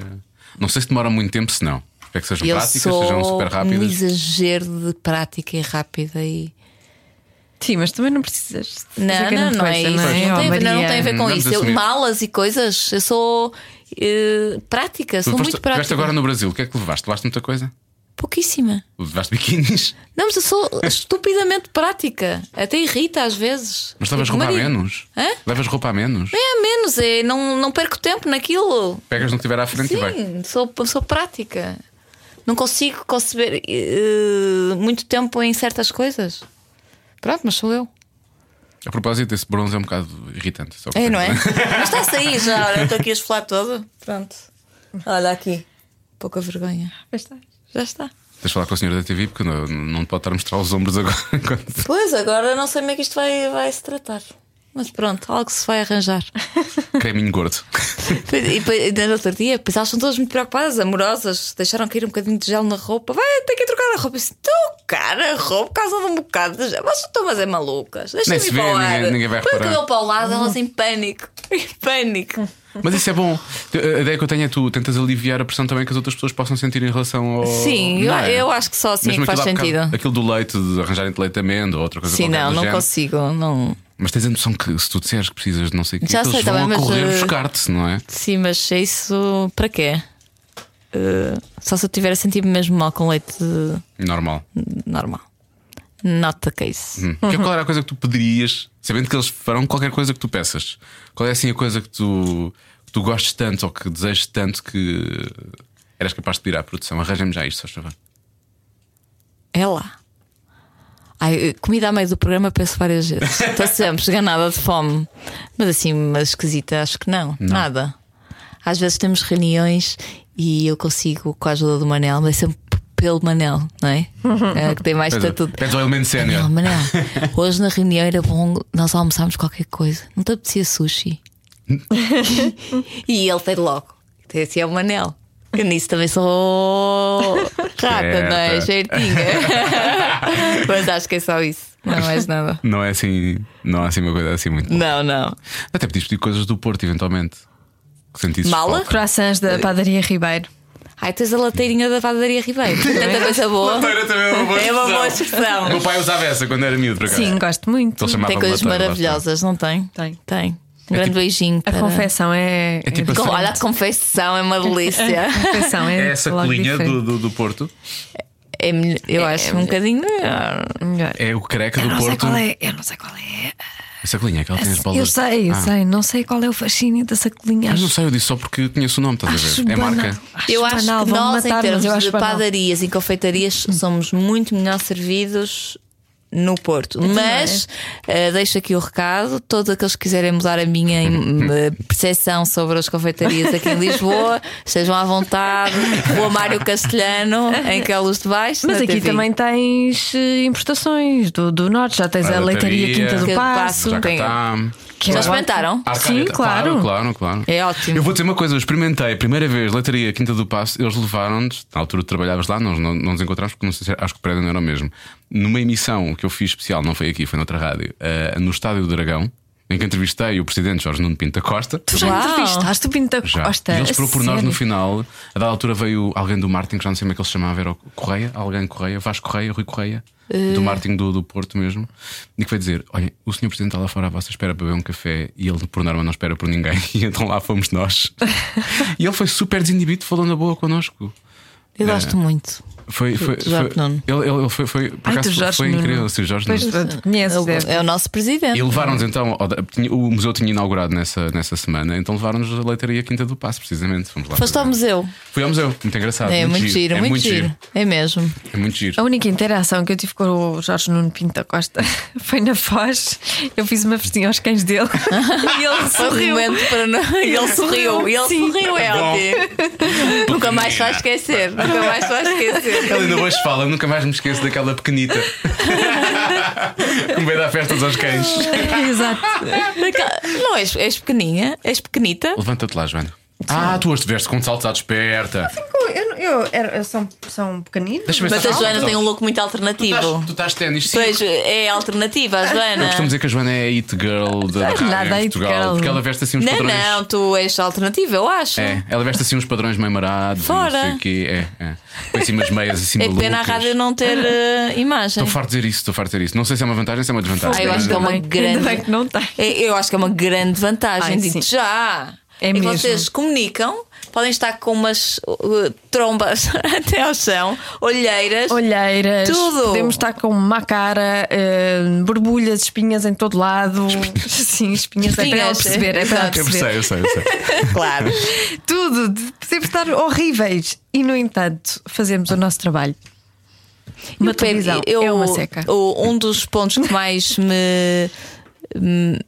[SPEAKER 2] Não sei se demoram muito tempo, se não. É que sejam
[SPEAKER 5] eu
[SPEAKER 2] práticas,
[SPEAKER 5] sou
[SPEAKER 2] sejam super
[SPEAKER 5] um
[SPEAKER 2] rápidas.
[SPEAKER 5] exagero de prática e rápida e.
[SPEAKER 3] Sim, mas também não precisas. de fazer
[SPEAKER 5] Não, não,
[SPEAKER 3] grande
[SPEAKER 5] não é
[SPEAKER 3] coisa,
[SPEAKER 5] isso. Não,
[SPEAKER 3] é? Oh,
[SPEAKER 5] tem, a ver- não,
[SPEAKER 3] Maria.
[SPEAKER 5] não tem a ver com
[SPEAKER 2] Vamos
[SPEAKER 5] isso. Eu-
[SPEAKER 2] assumir.
[SPEAKER 5] malas e coisas, eu sou eh, prática, sou
[SPEAKER 2] Tu
[SPEAKER 5] muito
[SPEAKER 2] foste-
[SPEAKER 5] prática.
[SPEAKER 2] Estiveste agora no Brasil, o que é que levaste? Levaste muita coisa?
[SPEAKER 5] Pouquíssima.
[SPEAKER 2] Levaste biquínis?
[SPEAKER 5] Não, mas eu sou estupidamente prática. Até irrita às vezes.
[SPEAKER 2] Mas levas
[SPEAKER 5] Tipo,
[SPEAKER 2] roupa a
[SPEAKER 5] Maria,
[SPEAKER 2] menos?
[SPEAKER 5] Hã?
[SPEAKER 2] Levas roupa a menos?
[SPEAKER 5] É, menos, é, não, não perco tempo naquilo.
[SPEAKER 2] Pegas no que tiver à frente e vai.
[SPEAKER 5] Sim, sou, sou prática. Não consigo conceber eh, muito tempo em certas coisas. Pronto, mas sou eu.
[SPEAKER 2] A propósito, esse bronze é um bocado irritante. só
[SPEAKER 5] É, não é?
[SPEAKER 2] para-
[SPEAKER 5] Mas está a sair já, olha, eu estou aqui a esfolar todo. Pronto. Olha aqui. Pouca vergonha.
[SPEAKER 3] Pois tá. está.
[SPEAKER 5] Já está.
[SPEAKER 2] Tens de falar com a senhora da TV porque não, não te pode estar a mostrar os ombros agora. enquanto-
[SPEAKER 5] Pois, agora não sei como é que isto vai, vai se tratar. Mas pronto, algo se vai arranjar.
[SPEAKER 2] Creminho gordo.
[SPEAKER 5] Pois, e depois, no outro dia, pois elas são todas muito preocupadas, amorosas, deixaram cair um bocadinho de gel na roupa. Vai, tem que ir trocar a roupa. Eu disse, trocar a roupa por causa de um bocado de gel. Mas estão mas é malucas.
[SPEAKER 2] Nem
[SPEAKER 5] Deixa-me
[SPEAKER 2] se
[SPEAKER 5] ir para
[SPEAKER 2] vê,
[SPEAKER 5] o ar.
[SPEAKER 2] ninguém- ninguém vai
[SPEAKER 5] Põe o
[SPEAKER 2] reparar.
[SPEAKER 5] cabelo para o lado, elas em pânico. Em pânico.
[SPEAKER 2] Mas isso é bom. A ideia que eu tenho é tu tentas aliviar a pressão também que as outras pessoas possam sentir em relação ao.
[SPEAKER 5] Sim, eu-
[SPEAKER 2] Não é?
[SPEAKER 5] eu acho que só assim é
[SPEAKER 2] Mesmo
[SPEAKER 5] que faz
[SPEAKER 2] aquilo há bocado-
[SPEAKER 5] sentido.
[SPEAKER 2] Aquilo do leite, de arranjarem-te leite de amêndoa ou outra coisa
[SPEAKER 5] Sim,
[SPEAKER 2] qualquer
[SPEAKER 5] não,
[SPEAKER 2] do
[SPEAKER 5] não
[SPEAKER 2] género.
[SPEAKER 5] consigo. Não...
[SPEAKER 2] Mas tens a noção que se tu disseres que precisas de não sei o que,
[SPEAKER 5] Já sei,
[SPEAKER 2] eles
[SPEAKER 5] tá
[SPEAKER 2] vão
[SPEAKER 5] bem,
[SPEAKER 2] a
[SPEAKER 5] mas,
[SPEAKER 2] correr
[SPEAKER 5] eh,
[SPEAKER 2] buscar-te, não é?
[SPEAKER 5] Sim, mas é isso para quê? Eh, só se eu tiver a sentir-me mesmo mal com leite eh,
[SPEAKER 2] Normal.
[SPEAKER 5] normal. Not the case.
[SPEAKER 2] Hum. Que- Qual era a coisa que tu pedirias, sabendo que eles farão qualquer coisa que tu peças? Qual é assim a coisa que tu, que tu gostes tanto ou que desejas tanto que eras capaz de pedir à produção? Arranja-me já isto, se faz favor.
[SPEAKER 5] É lá. Ai, eh, comida a meio do programa penso várias vezes. Estou sempre esganada de fome. Mas assim, mas esquisita, acho que não. Nada. Às vezes temos reuniões e eu consigo, com a ajuda do Manel, mas é sempre p- pelo Manel, não é? É, que tem mais estatuto.
[SPEAKER 2] Pedes ao um elemento
[SPEAKER 5] Manel,
[SPEAKER 2] sénior.
[SPEAKER 5] Manel, hoje na reunião era bom nós almoçarmos qualquer coisa. Não te apetecia sushi? e ele tem logo. Então, Esse é o Manel. Que nisso também sou rata, não é?
[SPEAKER 2] Certa.
[SPEAKER 5] Certinha. Mas acho que é só isso. Não é mais nada.
[SPEAKER 2] Não é assim, não é assim uma coisa assim muito. boa.
[SPEAKER 5] Não, não.
[SPEAKER 2] Até pediste pedir coisas do Porto, eventualmente. Que sentisses
[SPEAKER 5] Mala?
[SPEAKER 2] falta.
[SPEAKER 3] Croissants da padaria Ribeiro.
[SPEAKER 5] Ai, tens a lateirinha da padaria Ribeiro. Tanta coisa boa.
[SPEAKER 2] Lateira também é uma boa
[SPEAKER 5] É uma boa
[SPEAKER 2] O
[SPEAKER 5] expressão.
[SPEAKER 2] Meu pai usava essa quando era miúdo, por acaso.
[SPEAKER 3] Sim, gosto muito.
[SPEAKER 2] É. Então chamava
[SPEAKER 5] Tem coisas
[SPEAKER 2] lateira,
[SPEAKER 5] maravilhosas, não tem?
[SPEAKER 3] Tem.
[SPEAKER 5] Tem. Um grande beijinho.
[SPEAKER 3] É tipo A
[SPEAKER 5] para-
[SPEAKER 3] confecção é.
[SPEAKER 2] É tipo
[SPEAKER 5] Com-
[SPEAKER 2] assim.
[SPEAKER 5] Olha, a confecção é uma delícia.
[SPEAKER 3] A confecção é.
[SPEAKER 2] É essa
[SPEAKER 3] logo
[SPEAKER 2] colinha
[SPEAKER 3] diferente.
[SPEAKER 2] do, do, do Porto.
[SPEAKER 5] É melhor- eu acho um bocadinho melhor.
[SPEAKER 3] Melhor.
[SPEAKER 2] É o creca do
[SPEAKER 3] Eu não sei
[SPEAKER 2] Porto.
[SPEAKER 3] qual é. Eu não sei qual é.
[SPEAKER 2] Essa colinha, aquela que tem as bolas.
[SPEAKER 3] Eu sei, eu
[SPEAKER 2] Ah.
[SPEAKER 3] sei. Não sei qual é o fascínio dessa colinha.
[SPEAKER 2] Mas não
[SPEAKER 3] Acho-
[SPEAKER 2] sei, eu disse só porque conheço o nome, estás a
[SPEAKER 3] Acho
[SPEAKER 2] ver? É
[SPEAKER 3] banal.
[SPEAKER 2] marca.
[SPEAKER 5] Eu acho
[SPEAKER 3] banal,
[SPEAKER 5] que
[SPEAKER 3] vão-me
[SPEAKER 5] nós, em
[SPEAKER 3] matar, Hum. mas
[SPEAKER 5] termos
[SPEAKER 3] eu acho
[SPEAKER 5] de
[SPEAKER 3] banal.
[SPEAKER 5] padarias e confeitarias, somos muito melhor servidos no Porto. Mas eh, deixo aqui o recado: todos aqueles que quiserem mudar a minha em- eh, percepção sobre as confeitarias aqui em Lisboa, estejam à vontade. Rua Mário Castelhano, em Queluz de Baixo.
[SPEAKER 3] Mas
[SPEAKER 5] na
[SPEAKER 3] aqui
[SPEAKER 5] TV.
[SPEAKER 3] também tens eh, importações do, do norte. Já tens
[SPEAKER 2] Ah,
[SPEAKER 3] a
[SPEAKER 2] da
[SPEAKER 3] leitaria
[SPEAKER 2] Taria,
[SPEAKER 3] Quinta do
[SPEAKER 5] Quinta do
[SPEAKER 3] Passo.
[SPEAKER 5] Passo.
[SPEAKER 2] Jacartá,
[SPEAKER 3] que é
[SPEAKER 5] Já
[SPEAKER 3] ótimo.
[SPEAKER 5] experimentaram?
[SPEAKER 3] Sim,
[SPEAKER 2] Arcádia.
[SPEAKER 3] claro.
[SPEAKER 2] Claro, claro,
[SPEAKER 5] É
[SPEAKER 2] Eu
[SPEAKER 5] ótimo.
[SPEAKER 2] vou dizer uma coisa, eu experimentei a primeira vez leitaria Quinta do Passo, eles levaram-nos, na altura tu trabalhavas lá, nós não, não nos encontramos porque não sei se, acho que o prédio não era o mesmo. Numa emissão que eu fiz especial, não foi aqui, foi noutra rádio, eh, no Estádio do Dragão, em que entrevistei o presidente Jorge Nuno Pinto da Costa.
[SPEAKER 3] Tu já
[SPEAKER 5] Uau.
[SPEAKER 3] entrevistaste o Pinto da
[SPEAKER 2] Já.
[SPEAKER 3] Costa.
[SPEAKER 2] E eles propuseram nós
[SPEAKER 3] Sério?
[SPEAKER 2] no final, a dada altura veio alguém do Martin, que já não sei como é que ele se chamava, era o Correia, alguém Correia, Vasco Correia, Rui Correia,
[SPEAKER 3] Eh.
[SPEAKER 2] do Martin do, do Porto mesmo, e que foi dizer: Olha, o senhor presidente está lá fora à vossa espera para beber um café e ele, por norma, não espera por ninguém, e então lá fomos nós. e ele foi super desinibido, falou na boa connosco.
[SPEAKER 5] Eu gosto muito.
[SPEAKER 2] Foi, foi,
[SPEAKER 5] Do Jorge
[SPEAKER 2] foi-
[SPEAKER 5] Nuno.
[SPEAKER 2] ele, ele- ele foi, foi, por
[SPEAKER 3] Ai,
[SPEAKER 2] acaso,
[SPEAKER 3] do Jorge
[SPEAKER 2] foi
[SPEAKER 3] Nuno.
[SPEAKER 2] incrível. Sim, Jorge
[SPEAKER 3] Pois,
[SPEAKER 2] Nuno.
[SPEAKER 3] tu conheces, deve.
[SPEAKER 5] É o nosso presidente.
[SPEAKER 2] E levaram-nos então, ao- tinha- o museu tinha inaugurado nessa, nessa semana, então levaram-nos a leitaria Quinta do Passo, precisamente. Fomos lá
[SPEAKER 5] Foste ao
[SPEAKER 2] fazer.
[SPEAKER 5] museu.
[SPEAKER 2] Fui ao museu, muito engraçado.
[SPEAKER 5] É muito giro,
[SPEAKER 2] é
[SPEAKER 5] muito giro. um É mesmo.
[SPEAKER 2] É muito giro.
[SPEAKER 3] A única interação que eu tive com o Jorge Nuno Pinto da Costa foi na Foz. Eu fiz uma festinha aos cães dele e ele
[SPEAKER 5] Foi um
[SPEAKER 3] sorriu.
[SPEAKER 5] momento para nós. E ele sorriu, e ele
[SPEAKER 3] Sim.
[SPEAKER 5] sorriu, é
[SPEAKER 2] Bom.
[SPEAKER 5] ótimo. Nunca mais se vai esquecer, nunca mais se vai esquecer.
[SPEAKER 2] Ela ainda hoje fala, nunca mais me esqueço daquela pequenita. Como vai dar festas aos cães.
[SPEAKER 3] Exato.
[SPEAKER 5] Não és, és pequeninha, és pequenita.
[SPEAKER 2] Levanta-te lá, Joana. Ah, tu hoje estiveste com saltos à desperta.
[SPEAKER 3] Eu, eu, era- eu sou, sou um pequenino.
[SPEAKER 2] Deixa-me ver
[SPEAKER 5] Mas
[SPEAKER 2] se
[SPEAKER 5] a
[SPEAKER 2] estás-
[SPEAKER 5] Joana tem um look muito
[SPEAKER 2] Tu estás-
[SPEAKER 5] alternativo.
[SPEAKER 2] Tu estás de ténis, sim.
[SPEAKER 5] Tu és, é alternativa, a
[SPEAKER 2] Eu
[SPEAKER 5] Joana.
[SPEAKER 2] costumo dizer que a Joana é a it girl da rádio
[SPEAKER 3] nada
[SPEAKER 2] em
[SPEAKER 3] it
[SPEAKER 2] Portugal.
[SPEAKER 3] girl.
[SPEAKER 2] Porque ela veste assim uns
[SPEAKER 5] Não,
[SPEAKER 2] padrões.
[SPEAKER 5] não, tu és alternativa, eu acho.
[SPEAKER 2] É, ela veste assim uns padrões meio marados. e
[SPEAKER 5] Fora.
[SPEAKER 2] Não sei o quê. É, é. Com assim umas meias assim
[SPEAKER 5] É que pena a
[SPEAKER 2] malucas.
[SPEAKER 5] rádio não ter eh, imagem.
[SPEAKER 2] Estou farto de dizer isso, estou farto de dizer isso. Não sei se é uma vantagem ou se é uma desvantagem.
[SPEAKER 5] Ah, eu acho que é uma
[SPEAKER 3] Ainda
[SPEAKER 5] grande.
[SPEAKER 3] bem que não tem.
[SPEAKER 5] É, Eu acho que é uma grande vantagem.
[SPEAKER 3] Ai, sim.
[SPEAKER 5] Digo já.
[SPEAKER 3] É
[SPEAKER 5] e
[SPEAKER 3] mesmo.
[SPEAKER 5] vocês comunicam, podem estar com umas uh, trombas até ao chão, olheiras.
[SPEAKER 3] Olheiras,
[SPEAKER 5] Tudo.
[SPEAKER 3] podemos estar com uma cara, eh, borbulhas, espinhas em todo lado. Sim, espinhas, é para ela
[SPEAKER 5] Espinhas, é.
[SPEAKER 3] perceber, é para ela
[SPEAKER 5] Exato.
[SPEAKER 2] Eu
[SPEAKER 3] perceber.
[SPEAKER 2] sei, eu sei, eu sei.
[SPEAKER 5] Claro.
[SPEAKER 3] Tudo, de- podemos estar horríveis e, no entanto, fazemos o nosso trabalho. Uma televisão
[SPEAKER 5] Eu-
[SPEAKER 3] é uma seca.
[SPEAKER 5] o- um dos pontos que mais me. me-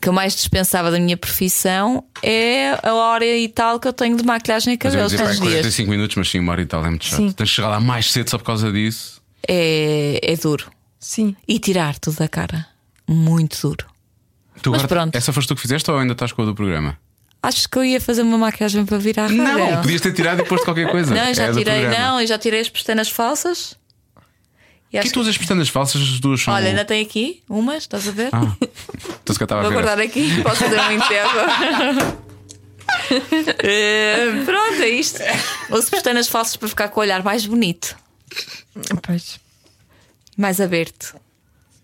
[SPEAKER 5] Que eu mais dispensava da minha profissão é a hora e tal que eu tenho de maquilhagem e
[SPEAKER 2] Mas eu ia
[SPEAKER 5] cabelos
[SPEAKER 2] dizer, pá, é
[SPEAKER 5] todos os dias.
[SPEAKER 2] 45 minutos, mas sim, uma hora e tal é muito chato.
[SPEAKER 3] Sim.
[SPEAKER 2] Tens de chegar lá mais cedo só por causa disso.
[SPEAKER 5] É, é duro.
[SPEAKER 3] Sim.
[SPEAKER 5] E tirar tudo da cara. Muito duro.
[SPEAKER 2] Tu
[SPEAKER 5] Mas pronto.
[SPEAKER 2] Essa foste tu que fizeste ou ainda estás com a do programa?
[SPEAKER 5] Acho que eu ia fazer uma maquilhagem para vir à rádio.
[SPEAKER 2] podias ter tirado e posto qualquer coisa.
[SPEAKER 5] Não, eu já
[SPEAKER 2] É do
[SPEAKER 5] tirei,
[SPEAKER 2] programa.
[SPEAKER 5] não, eu já tirei as pestanas falsas.
[SPEAKER 2] O que
[SPEAKER 5] E
[SPEAKER 2] é
[SPEAKER 5] acho
[SPEAKER 2] que tu usas pestanas falsas? As duas
[SPEAKER 5] que-
[SPEAKER 2] são.
[SPEAKER 5] Olha, ainda tem aqui umas, estás a ver?
[SPEAKER 2] Então, se calhar estava a
[SPEAKER 5] Vou
[SPEAKER 2] ver
[SPEAKER 5] guardar aqui, posso fazer um enterro. Eh, pronto, é isto. Uso pestanas falsas para ficar com o olhar mais bonito,
[SPEAKER 3] Pois.
[SPEAKER 5] mais aberto.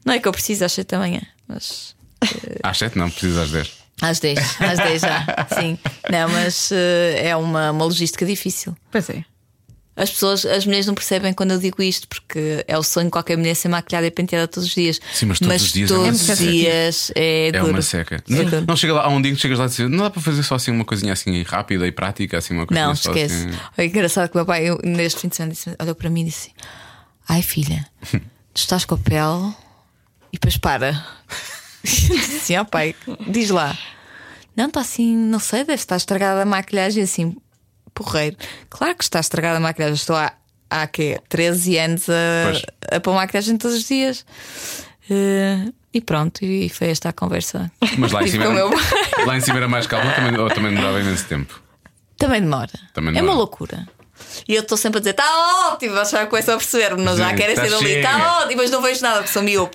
[SPEAKER 5] Não é que eu preciso às 7 da manhã, mas.
[SPEAKER 2] essa. Às 7, não, precisas às 10.
[SPEAKER 5] Às 10, às 10 já, sim. Não, mas eh, é uma, uma logística difícil.
[SPEAKER 3] Pois é.
[SPEAKER 5] As pessoas, as mulheres não percebem quando eu digo isto, porque é o sonho de qualquer mulher ser maquilhada e penteada todos os dias.
[SPEAKER 2] Sim, mas todos os dias é
[SPEAKER 5] todos
[SPEAKER 2] uma
[SPEAKER 5] os
[SPEAKER 2] seca.
[SPEAKER 5] dias é,
[SPEAKER 2] É
[SPEAKER 5] duro.
[SPEAKER 2] uma seca.
[SPEAKER 5] É
[SPEAKER 2] Não,
[SPEAKER 5] duro.
[SPEAKER 2] não chega lá, há um dia que chegas lá e dizes, não dá para fazer só assim uma coisinha assim rápida e prática, assim uma coisa
[SPEAKER 5] Não,
[SPEAKER 2] só
[SPEAKER 5] esquece.
[SPEAKER 2] assim.
[SPEAKER 5] É engraçado que o meu pai, eu, neste fim de semana, disse- olhou para mim e disse: Ai filha, tu estás com a pele e depois para. disse assim: Ó pai, diz lá. Não, está assim, não sei, deve estar estragada a maquilhagem assim, porreiro. Claro que está estragada a maquilhagem, estou há, há quê? 13 anos
[SPEAKER 2] Pois.
[SPEAKER 5] a, a pôr maquilhagem todos os dias. Eh, e pronto, e foi esta a conversa.
[SPEAKER 2] Mas lá em
[SPEAKER 5] que
[SPEAKER 2] cima.
[SPEAKER 5] tive
[SPEAKER 2] é
[SPEAKER 5] com o meu pai.
[SPEAKER 2] Lá em cima era mais calmo, também, ou também demorava imenso tempo.
[SPEAKER 5] Também demora.
[SPEAKER 2] Também
[SPEAKER 5] É
[SPEAKER 2] demora.
[SPEAKER 5] uma loucura. E eu estou sempre a dizer, está ótimo, acho que é começam a perceber-me, não já
[SPEAKER 2] Sim,
[SPEAKER 5] querem
[SPEAKER 2] tá
[SPEAKER 5] sair dali,
[SPEAKER 2] cheio.
[SPEAKER 5] está ótimo, mas não vejo nada, porque sou miúdo.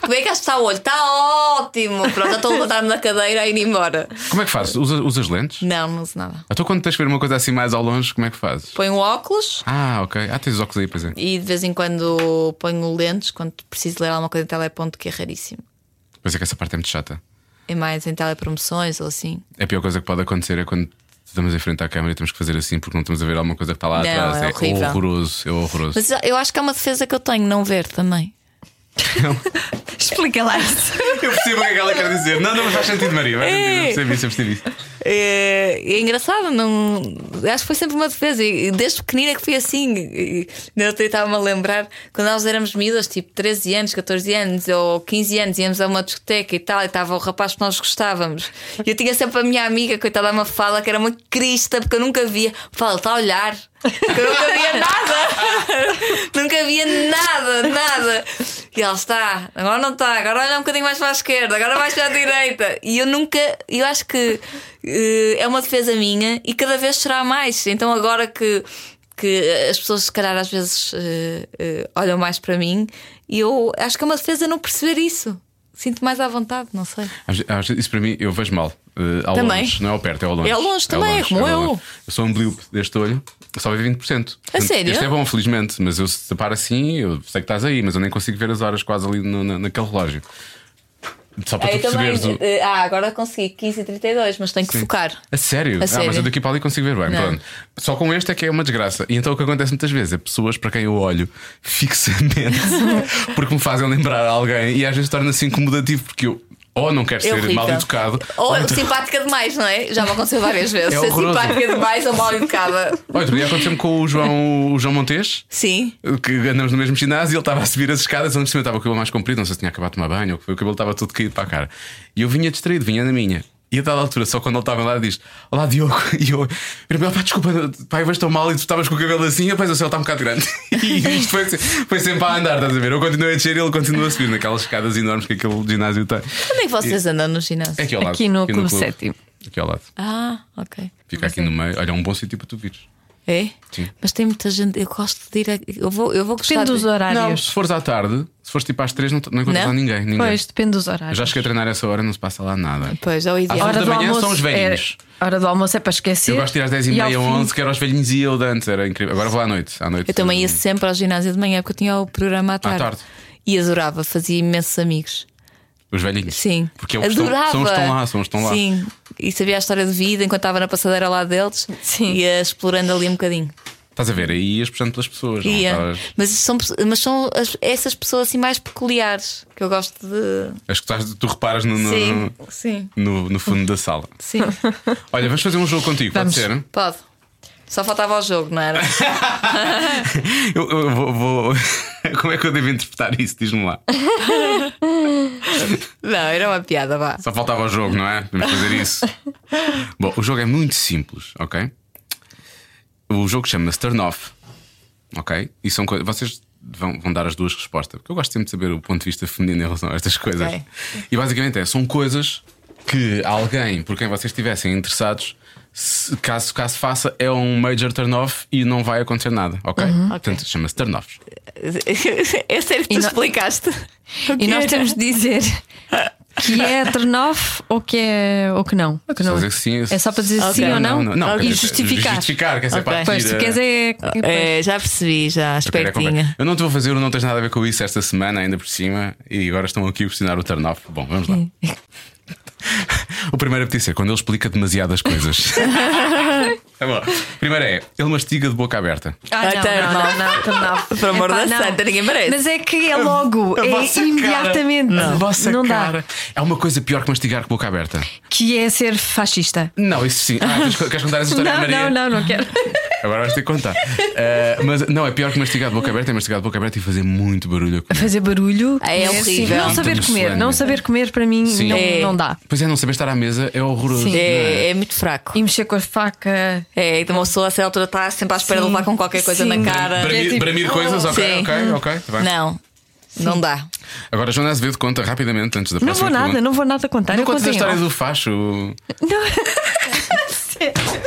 [SPEAKER 5] Como é que acho que está o olho? Está ótimo, pronto, já estou a levantar-me da cadeira e ir embora.
[SPEAKER 2] Como é que fazes? Usa- usas lentes?
[SPEAKER 5] Não, não uso nada.
[SPEAKER 2] Então quando tens que ver uma coisa assim mais ao longe, como é que fazes?
[SPEAKER 5] Ponho óculos
[SPEAKER 2] Ah, ok. Ah, tens os óculos aí, pois é.
[SPEAKER 5] e de vez em quando ponho lentes quando preciso ler alguma coisa em teleponto, que é raríssimo.
[SPEAKER 2] Pois é que essa parte é muito chata.
[SPEAKER 5] É mais em telepromoções ou assim.
[SPEAKER 2] A pior coisa que pode acontecer é quando estamos em frente à câmera e temos que fazer assim porque não estamos a ver alguma coisa que está lá
[SPEAKER 5] Não,
[SPEAKER 2] atrás.
[SPEAKER 5] é horrível.
[SPEAKER 2] horroroso, é horroroso.
[SPEAKER 5] Mas eu acho que é uma defesa que eu tenho, não ver também.
[SPEAKER 3] Explica lá isso.
[SPEAKER 2] Eu percebo o que é que ela quer dizer. Não, não, mas faz sentido, Maria. Faz sentido. Eu
[SPEAKER 5] Ei!
[SPEAKER 2] percebi isso, eu percebi isso.
[SPEAKER 5] É, é engraçado, não. Acho que foi sempre uma defesa. E e desde pequenina que fui assim. E- e Eu tentava-me a lembrar quando nós éramos miúdas, tipo 13 anos, 14 anos ou 15 anos, íamos a uma discoteca e tal, e estava o rapaz que nós gostávamos. E eu tinha sempre a minha amiga, coitada, uma fala que era uma crista, porque eu nunca via. Fala, está a olhar. Porque eu nunca via nada. nunca via nada, nada. E ela está, agora não está, agora olha um bocadinho mais para a esquerda, agora mais para a direita. E eu nunca, eu acho que eh, é uma defesa minha e cada vez será mais. Então agora que, que as pessoas se calhar às vezes eh, eh, olham mais para mim, e eu acho que é uma defesa não perceber isso. Sinto mais à vontade, não sei.
[SPEAKER 2] Às ve- às vezes Isso para mim eu vejo mal. eh, ao
[SPEAKER 5] Também.
[SPEAKER 2] longe. Não é ao perto, é ao longe.
[SPEAKER 5] É ao longe também, é como
[SPEAKER 2] ao
[SPEAKER 5] eu.
[SPEAKER 2] longe. Eu sou um blip deste olho, eu só vejo 20%. Portanto,
[SPEAKER 5] sério?
[SPEAKER 2] Este é bom, felizmente, mas eu se paro assim, eu sei que estás aí, mas eu nem consigo ver as horas quase ali no- na- naquele relógio. Só para tu perceberes o.
[SPEAKER 5] ah, agora consegui 15 e 32, mas tenho que focar.
[SPEAKER 2] A sério?
[SPEAKER 5] A
[SPEAKER 2] ah,
[SPEAKER 5] sério.
[SPEAKER 2] mas eu daqui para ali consigo ver bem.
[SPEAKER 5] Não.
[SPEAKER 2] Pronto. Só com este é que é uma desgraça. E então o que acontece muitas vezes é pessoas para quem eu olho fixamente porque me fazem lembrar alguém e às vezes torna-se incomodativo porque eu ou não quero
[SPEAKER 5] É
[SPEAKER 2] ser
[SPEAKER 5] horrível.
[SPEAKER 2] mal educado.
[SPEAKER 5] Ou simpática demais, não é? Já me aconteceu várias vezes.
[SPEAKER 2] É
[SPEAKER 5] Ser
[SPEAKER 2] horroroso.
[SPEAKER 5] simpática demais ou mal educada.
[SPEAKER 2] Olha, outro dia aconteceu-me com o João, o João Montes.
[SPEAKER 5] Sim.
[SPEAKER 2] Que andamos no mesmo ginásio e ele estava a subir as escadas, onde cima estava o cabelo mais comprido, não sei se tinha acabado de tomar banho ou que o cabelo estava todo caído para a cara. E eu vinha distraído, vinha na minha. E a dada altura, só quando ele estava lá, diz: Olá, Diogo. E eu, Irmão, pá, desculpa, pai, vejo tão mal e tu estavas com o cabelo assim, e rapaz, o céu está um bocado grande. E isto foi, foi sempre a andar, estás a ver? Eu continuei a descer e ele continua a subir naquelas escadas enormes que aquele ginásio tem.
[SPEAKER 5] Onde é que vocês andam no ginásio?
[SPEAKER 2] É aqui ao lado.
[SPEAKER 3] Aqui no Clube
[SPEAKER 2] clube.
[SPEAKER 3] Sétimo.
[SPEAKER 2] Aqui ao lado.
[SPEAKER 5] Ah, ok.
[SPEAKER 2] Fica aqui no meio. Olha, é um bom sítio para tu vires.
[SPEAKER 5] É?
[SPEAKER 2] Sim.
[SPEAKER 5] Mas tem muita gente. Eu gosto de ir. A... Eu vou, eu vou gostar.
[SPEAKER 3] Depende dos
[SPEAKER 5] de...
[SPEAKER 2] Não,
[SPEAKER 3] horários.
[SPEAKER 2] se fores à tarde, se fores tipo às três, não, t- não encontras
[SPEAKER 5] Não?
[SPEAKER 2] lá ninguém. ninguém.
[SPEAKER 3] Pois, depende dos
[SPEAKER 2] Eu
[SPEAKER 3] horários.
[SPEAKER 2] já cheguei a treinar essa hora, não se passa lá nada.
[SPEAKER 5] Pois, é o ideal.
[SPEAKER 2] Às Hora- vezes da manhã são os
[SPEAKER 3] é,
[SPEAKER 2] velhinhos.
[SPEAKER 3] hora do almoço é para esquecer.
[SPEAKER 2] Eu gosto de ir às 10 e
[SPEAKER 3] ao
[SPEAKER 2] meia,
[SPEAKER 3] fim-
[SPEAKER 2] 11, que era os velhinhos e eu de antes, era incrível. Agora vou à noite. À noite
[SPEAKER 5] Eu também ia
[SPEAKER 2] hum,
[SPEAKER 5] sempre ao ginásio de manhã porque eu tinha o programa à tarde.
[SPEAKER 2] tarde.
[SPEAKER 5] E adorava, fazia imensos amigos.
[SPEAKER 2] Os velhinhos.
[SPEAKER 5] Sim.
[SPEAKER 2] Porque é os que estão-
[SPEAKER 5] adorava.
[SPEAKER 2] são os que estão lá, são os que estão lá.
[SPEAKER 5] Sim. E sabia a história de vida enquanto estava na passadeira lá deles.
[SPEAKER 3] Sim.
[SPEAKER 5] Ia explorando ali um bocadinho.
[SPEAKER 2] Estás a ver? Aí ias puxando pelas pessoas. não
[SPEAKER 5] Ia.
[SPEAKER 2] estavas-
[SPEAKER 5] Mas são, mas são as- essas pessoas assim mais peculiares que eu gosto de.
[SPEAKER 2] As que estás- tu reparas no, no,
[SPEAKER 5] Sim, sim,
[SPEAKER 2] no- no fundo da sala.
[SPEAKER 5] sim.
[SPEAKER 2] Olha, vamos fazer um jogo contigo,
[SPEAKER 3] Vamos.
[SPEAKER 2] pode ser?
[SPEAKER 5] Pode. Só faltava o jogo, não era?
[SPEAKER 2] Eu, eu vou, vou- Como é que eu devo interpretar isso? Diz-me lá.
[SPEAKER 5] Não, era uma piada, vá.
[SPEAKER 2] Só faltava o jogo, não é? Vamos fazer isso. Bom, o jogo é muito simples, ok? O jogo chama-se Turn Off, ok? E são coisas. Vocês vão, vão dar as duas respostas, porque eu gosto sempre de saber o ponto de vista feminino em relação a estas coisas.
[SPEAKER 5] Ok.
[SPEAKER 2] E basicamente é: são coisas que alguém por quem vocês estivessem interessados. se- caso, caso faça, é um major turn off e não vai acontecer nada, ok? Portanto, chama-se turn offs.
[SPEAKER 5] É sério que
[SPEAKER 3] E
[SPEAKER 5] tu
[SPEAKER 3] não-
[SPEAKER 5] explicaste.
[SPEAKER 3] E nós temos de dizer que é turn-off ou que é ou que não. Que não.
[SPEAKER 2] Só dizer sim,
[SPEAKER 3] É só para dizer
[SPEAKER 5] Ok.
[SPEAKER 3] sim ou não?
[SPEAKER 2] Não, não, não,
[SPEAKER 5] Ok.
[SPEAKER 2] quer dizer,
[SPEAKER 3] Justificar.
[SPEAKER 2] Justificar, quer dizer,
[SPEAKER 5] Ok.
[SPEAKER 2] para a
[SPEAKER 3] Pois, tu
[SPEAKER 2] tira-
[SPEAKER 3] queres é.
[SPEAKER 5] É, já percebi, já,
[SPEAKER 2] Quero é conversa.
[SPEAKER 5] espertinha.
[SPEAKER 2] Eu não te vou fazer, o não tens nada a ver com isso esta semana, ainda por cima, e agora estão aqui a pressionar o turn off. Bom, vamos lá. o primeiro apetite é quando ele explica demasiadas coisas. tá bom. Primeiro é, ele mastiga de boca aberta.
[SPEAKER 3] Ah,
[SPEAKER 5] Ah, turn
[SPEAKER 3] não, não, não, então não, turn-off.
[SPEAKER 5] Por amor
[SPEAKER 3] Epá,
[SPEAKER 5] da
[SPEAKER 3] não.
[SPEAKER 5] santa, ninguém merece.
[SPEAKER 3] Mas é que é logo,
[SPEAKER 2] A
[SPEAKER 3] é
[SPEAKER 2] vossa cara.
[SPEAKER 3] imediatamente.
[SPEAKER 2] A vossa
[SPEAKER 3] não dá.
[SPEAKER 2] cara. É uma coisa pior que mastigar com boca aberta.
[SPEAKER 3] Que é ser fascista.
[SPEAKER 2] Não, isso sim. Ah, queres, queres contar essa história,
[SPEAKER 3] Não,
[SPEAKER 2] Maria?
[SPEAKER 3] não, não, não quero.
[SPEAKER 2] Agora vais ter que contar. Eh, mas não, é pior que mastigar de boca aberta, é mastigar de boca aberta e fazer muito barulho a comer.
[SPEAKER 3] Fazer barulho.
[SPEAKER 5] É
[SPEAKER 3] Não
[SPEAKER 5] horrível.
[SPEAKER 3] Não saber
[SPEAKER 2] Muito
[SPEAKER 3] comer. Não
[SPEAKER 2] solene.
[SPEAKER 3] saber comer para mim
[SPEAKER 2] Sim.
[SPEAKER 3] não,
[SPEAKER 5] É.
[SPEAKER 3] não dá.
[SPEAKER 2] Pois é, não saber estar à mesa é horroroso. não é?
[SPEAKER 5] É, é muito fraco.
[SPEAKER 3] E mexer com a faca.
[SPEAKER 5] É, então uma pessoa a certa altura está sempre à espera de
[SPEAKER 3] Sim,
[SPEAKER 5] levar com qualquer coisa
[SPEAKER 3] sim.
[SPEAKER 5] na cara.
[SPEAKER 3] Bra-
[SPEAKER 2] Bramir,
[SPEAKER 3] É tipo, Uhum.
[SPEAKER 2] bramir coisas, ok,
[SPEAKER 5] sim.
[SPEAKER 2] ok, ok. tá bem.
[SPEAKER 5] Não, não dá.
[SPEAKER 2] Agora, Joana Azevedo conta rapidamente antes da
[SPEAKER 3] Não
[SPEAKER 2] próxima.
[SPEAKER 3] vou nada,
[SPEAKER 2] pergunta.
[SPEAKER 3] não vou nada contar.
[SPEAKER 2] Não
[SPEAKER 3] eu
[SPEAKER 2] contas a
[SPEAKER 3] contei
[SPEAKER 2] história
[SPEAKER 3] off.
[SPEAKER 2] do facho.
[SPEAKER 3] Não.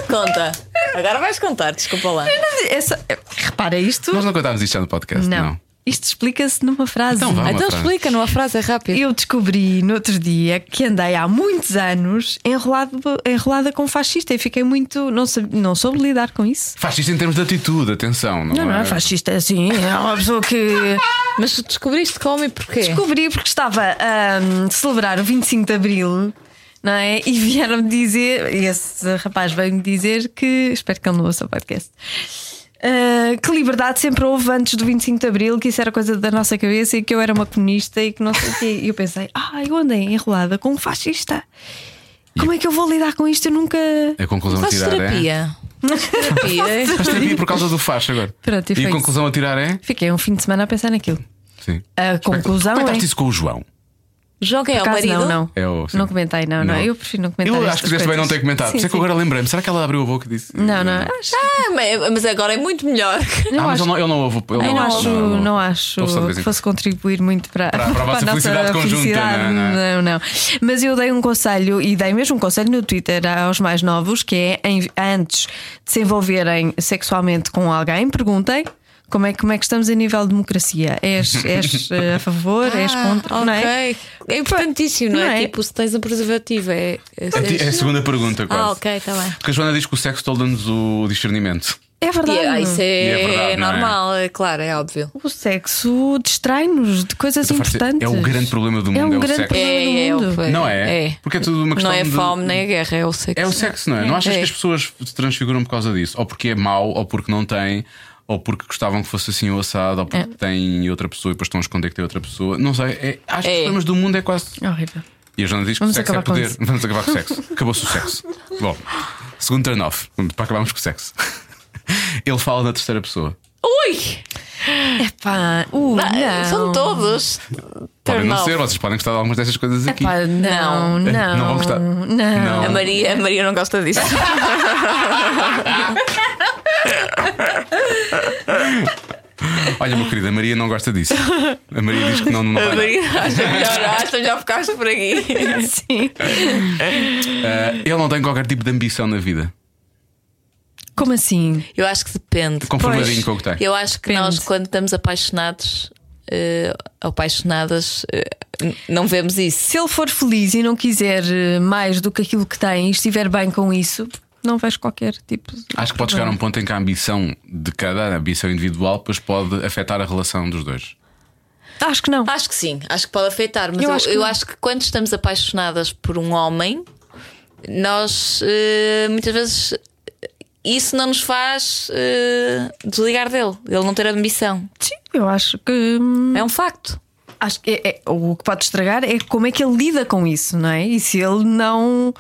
[SPEAKER 5] Conta. Agora vais contar, desculpa lá.
[SPEAKER 3] É só- Repara isto.
[SPEAKER 2] Nós não contámos isto já no podcast, não.
[SPEAKER 3] Não. Isto explica-se numa frase.
[SPEAKER 2] Então vá, uma
[SPEAKER 5] então
[SPEAKER 2] frase.
[SPEAKER 5] explica numa frase rápida.
[SPEAKER 3] Eu descobri no outro dia que andei há muitos anos enrolado, enrolada com fascista e fiquei muito. Não, sab- não soube lidar com isso.
[SPEAKER 2] Faz isto em termos de atitude, atenção. Não,
[SPEAKER 3] Não, não,
[SPEAKER 2] é?
[SPEAKER 3] é fascista é assim. É uma pessoa que.
[SPEAKER 5] Mas tu descobriste como e
[SPEAKER 2] É.
[SPEAKER 5] porquê?
[SPEAKER 3] Descobri porque estava a hum, celebrar o 25 de Abril. Não é? E vieram-me dizer, e esse rapaz veio-me dizer que, espero que ele não ouça o podcast, ah, que liberdade sempre houve antes do 25 de Abril, que isso era coisa da nossa cabeça e que eu era uma comunista e que não sei o quê. E eu pensei, ah, eu andei enrolada com um fascista. Como é que eu vou lidar com isto? Eu nunca.
[SPEAKER 2] A conclusão a
[SPEAKER 5] Faz
[SPEAKER 2] tirar é.
[SPEAKER 5] terapia. Terapia. é?
[SPEAKER 2] Faz terapia por causa do facho agora.
[SPEAKER 3] Pronto, e
[SPEAKER 2] e
[SPEAKER 3] foi
[SPEAKER 2] a
[SPEAKER 3] isso.
[SPEAKER 2] conclusão a tirar é?
[SPEAKER 3] Fiquei um fim de semana a pensar naquilo.
[SPEAKER 2] Sim.
[SPEAKER 3] A conclusão
[SPEAKER 2] Como é que
[SPEAKER 3] é.
[SPEAKER 2] isso com o João?
[SPEAKER 5] Joga é
[SPEAKER 3] Por
[SPEAKER 5] o
[SPEAKER 3] acaso,
[SPEAKER 5] marido.
[SPEAKER 3] Não, não.
[SPEAKER 2] É o- sim.
[SPEAKER 3] não comentei, não, não,
[SPEAKER 2] Não.
[SPEAKER 3] Eu prefiro não comentar.
[SPEAKER 2] Eu acho
[SPEAKER 3] estas
[SPEAKER 2] que fizeste bem não
[SPEAKER 3] coisas.
[SPEAKER 2] ter comentado. Por
[SPEAKER 3] Sim,
[SPEAKER 2] isso é que eu
[SPEAKER 3] sim.
[SPEAKER 2] agora lembrei-me. Será que ela abriu a boca e disse?
[SPEAKER 3] Não, não. Acho
[SPEAKER 5] Ah, mas- mas agora é muito melhor.
[SPEAKER 2] Ah, mas é ele não, ele não ouve. Ele
[SPEAKER 3] Eu não,
[SPEAKER 2] ouve,
[SPEAKER 3] acho,
[SPEAKER 2] ele
[SPEAKER 3] não,
[SPEAKER 2] ouve.
[SPEAKER 3] acho
[SPEAKER 2] Ouve só de vez em
[SPEAKER 3] que fosse contribuir muito para,
[SPEAKER 2] Para- para a vossa felicidade conjunta, não é?
[SPEAKER 3] Não, não. Mas eu dei um conselho e dei mesmo um conselho no Twitter aos mais novos que é em- antes de se envolverem sexualmente com alguém, perguntem. Como é, como é que estamos a nível de democracia? És, és eh, a favor? és contra?
[SPEAKER 5] Ah,
[SPEAKER 3] Não é?
[SPEAKER 5] ok. É importantíssimo, não,
[SPEAKER 3] Não
[SPEAKER 5] é?
[SPEAKER 3] é?
[SPEAKER 5] Tipo, se tens a preservativa. É, é-
[SPEAKER 2] É a ti- É a segunda pergunta, quase.
[SPEAKER 5] Ah, ok, está bem.
[SPEAKER 2] Porque a Joana diz que o sexo toda-nos o discernimento.
[SPEAKER 3] É verdade.
[SPEAKER 5] E, ah, isso é,
[SPEAKER 2] E é verdade, não é?
[SPEAKER 5] normal, é? claro, é óbvio.
[SPEAKER 3] O sexo distrai-nos de coisas
[SPEAKER 2] Então, faz-
[SPEAKER 3] importantes.
[SPEAKER 2] É o grande problema do mundo,
[SPEAKER 3] um
[SPEAKER 2] é o
[SPEAKER 3] grande
[SPEAKER 2] sexo.
[SPEAKER 3] problema. do
[SPEAKER 5] É, é,
[SPEAKER 3] mundo.
[SPEAKER 5] óbvio.
[SPEAKER 2] Não é? Porque é tudo uma questão
[SPEAKER 5] Não é
[SPEAKER 2] de-
[SPEAKER 5] fome nem a guerra, é o sexo.
[SPEAKER 2] É o sexo, não é? Não achas
[SPEAKER 5] É.
[SPEAKER 2] que as pessoas se transfiguram por causa disso? Ou porque é mau, ou porque não têm, ou porque gostavam que fosse assim o assado, ou
[SPEAKER 3] É.
[SPEAKER 2] porque têm outra pessoa e depois estão a esconder que tem outra pessoa. Não sei. É, acho que
[SPEAKER 5] É.
[SPEAKER 2] os problemas do mundo é quase.
[SPEAKER 3] É horrível.
[SPEAKER 2] E a Joana diz que
[SPEAKER 3] Vamos
[SPEAKER 2] o sexo é
[SPEAKER 3] acabar com
[SPEAKER 2] poder.
[SPEAKER 3] isso.
[SPEAKER 2] Vamos acabar com o sexo. Acabou-se o sexo. Bom, segundo turn off, para acabarmos com o sexo. Ele fala na terceira pessoa.
[SPEAKER 5] Ui!
[SPEAKER 3] Pá, uh,
[SPEAKER 5] Não,
[SPEAKER 3] não.
[SPEAKER 5] São todos.
[SPEAKER 2] Podem
[SPEAKER 5] Turn
[SPEAKER 2] não
[SPEAKER 5] off.
[SPEAKER 2] ser, vocês podem gostar de algumas destas coisas aqui.
[SPEAKER 3] Epá, não,
[SPEAKER 2] É,
[SPEAKER 3] não.
[SPEAKER 2] não vão gostar.
[SPEAKER 3] Não.
[SPEAKER 2] Não.
[SPEAKER 5] A Maria, a Maria não gosta disso.
[SPEAKER 2] Olha, meu querido, a Maria não gosta disso. A Maria diz que não, não
[SPEAKER 5] A
[SPEAKER 2] vai.
[SPEAKER 5] Maria acha melhor, acha melhor ficaste por aqui.
[SPEAKER 3] Sim.
[SPEAKER 2] Ah, ele não tem qualquer tipo de ambição na vida.
[SPEAKER 3] Como assim?
[SPEAKER 5] Eu acho que depende.
[SPEAKER 2] Conformadinho com o que tem.
[SPEAKER 5] Eu acho que
[SPEAKER 3] Depende.
[SPEAKER 5] nós, quando estamos apaixonados, eh, apaixonadas, eh, n- não vemos isso.
[SPEAKER 3] Se ele for feliz e não quiser eh, mais do que aquilo que tem e estiver bem com isso, não vejo qualquer tipo de.
[SPEAKER 2] Acho que pode chegar a um ponto em que a ambição de cada, a ambição individual, depois pode afetar a relação dos dois.
[SPEAKER 3] Ah, Acho que não.
[SPEAKER 5] Acho que sim, acho que pode afetar, mas eu,
[SPEAKER 3] Eu
[SPEAKER 5] eu acho,
[SPEAKER 3] acho
[SPEAKER 5] que
[SPEAKER 3] que não.
[SPEAKER 5] quando estamos apaixonadas por um homem, nós eh, muitas vezes eh, isso não nos faz eh, desligar dele, ele não ter ambição.
[SPEAKER 3] Sim, eu acho que. hum,
[SPEAKER 5] É um facto.
[SPEAKER 3] Acho que é- é- o que pode estragar é como é que ele lida com isso, não é? E se ele não.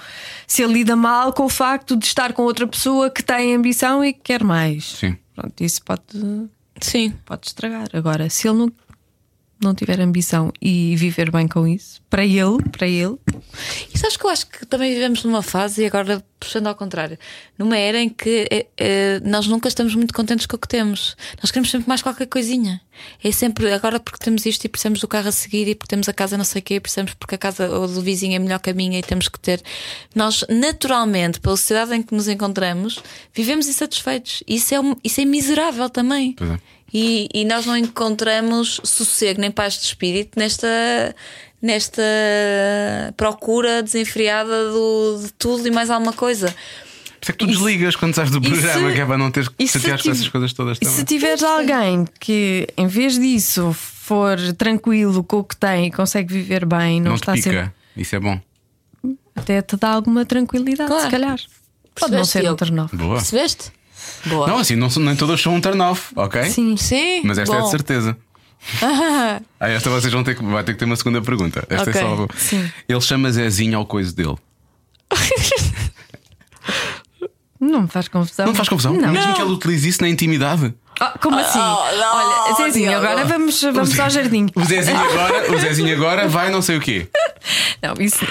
[SPEAKER 3] Se ele lida mal com o facto de estar com outra pessoa que tem ambição e que quer mais.
[SPEAKER 2] Sim.
[SPEAKER 3] Pronto, isso pode.
[SPEAKER 5] Sim.
[SPEAKER 3] pode estragar. Agora, se ele não, não tiver ambição e viver bem com isso, para ele, para ele,
[SPEAKER 5] E sabes que eu acho que também vivemos numa fase, e agora puxando ao contrário, numa era em que eh, eh, nós nunca estamos muito contentes com o que temos. Nós queremos sempre mais qualquer coisinha. É sempre agora porque temos isto e precisamos do carro a seguir e porque temos a casa não sei o quê, e precisamos porque a casa ou do vizinho é melhor que a minha e temos que ter. Nós, naturalmente, pela sociedade em que nos encontramos, vivemos insatisfeitos. Isso é, um- isso é miserável também.
[SPEAKER 2] Pois é.
[SPEAKER 5] E, e nós não encontramos sossego nem paz de espírito nesta, nesta procura desenfreada do, de tudo e mais alguma coisa.
[SPEAKER 2] Por isso é que tu desligas quando sais do programa,
[SPEAKER 5] se-
[SPEAKER 2] que é para não teres que
[SPEAKER 3] e se
[SPEAKER 2] chatear com
[SPEAKER 3] tiv-
[SPEAKER 2] essas coisas todas
[SPEAKER 3] e se tipo
[SPEAKER 2] também.
[SPEAKER 3] tiveres alguém que em vez disso for tranquilo com o que tem e consegue viver bem, não,
[SPEAKER 2] Não te
[SPEAKER 3] está
[SPEAKER 2] pica.
[SPEAKER 3] sempre
[SPEAKER 2] Isso é bom.
[SPEAKER 3] até te dá alguma tranquilidade,
[SPEAKER 5] Claro.
[SPEAKER 3] se calhar. Pode não
[SPEAKER 5] Percebeste,
[SPEAKER 3] ser um
[SPEAKER 5] Diogo?
[SPEAKER 3] turnoff.
[SPEAKER 2] Boa.
[SPEAKER 5] Percebeste? Boa.
[SPEAKER 2] Não, assim, não, são- nem todas são um turn-off, ok?
[SPEAKER 3] Sim.
[SPEAKER 5] Sim.
[SPEAKER 2] Mas esta é
[SPEAKER 5] bom.
[SPEAKER 2] de certeza. Ah, esta vocês vão ter que, vai ter que ter uma segunda pergunta. Esta
[SPEAKER 5] Ok.
[SPEAKER 2] é só. Ele chama Zezinho ao coiso dele.
[SPEAKER 3] Então Não me faz confusão.
[SPEAKER 2] Não te faz confusão?
[SPEAKER 3] Não.
[SPEAKER 2] Mesmo que ele utilize isso na intimidade.
[SPEAKER 3] Ah, como assim?
[SPEAKER 5] oh, não,
[SPEAKER 3] Olha, Zezinho,
[SPEAKER 5] Diogo.
[SPEAKER 3] agora vamos, vamos ao jardim.
[SPEAKER 2] O Zezinho agora, o Zezinho agora vai não sei o quê.
[SPEAKER 3] Não, isso.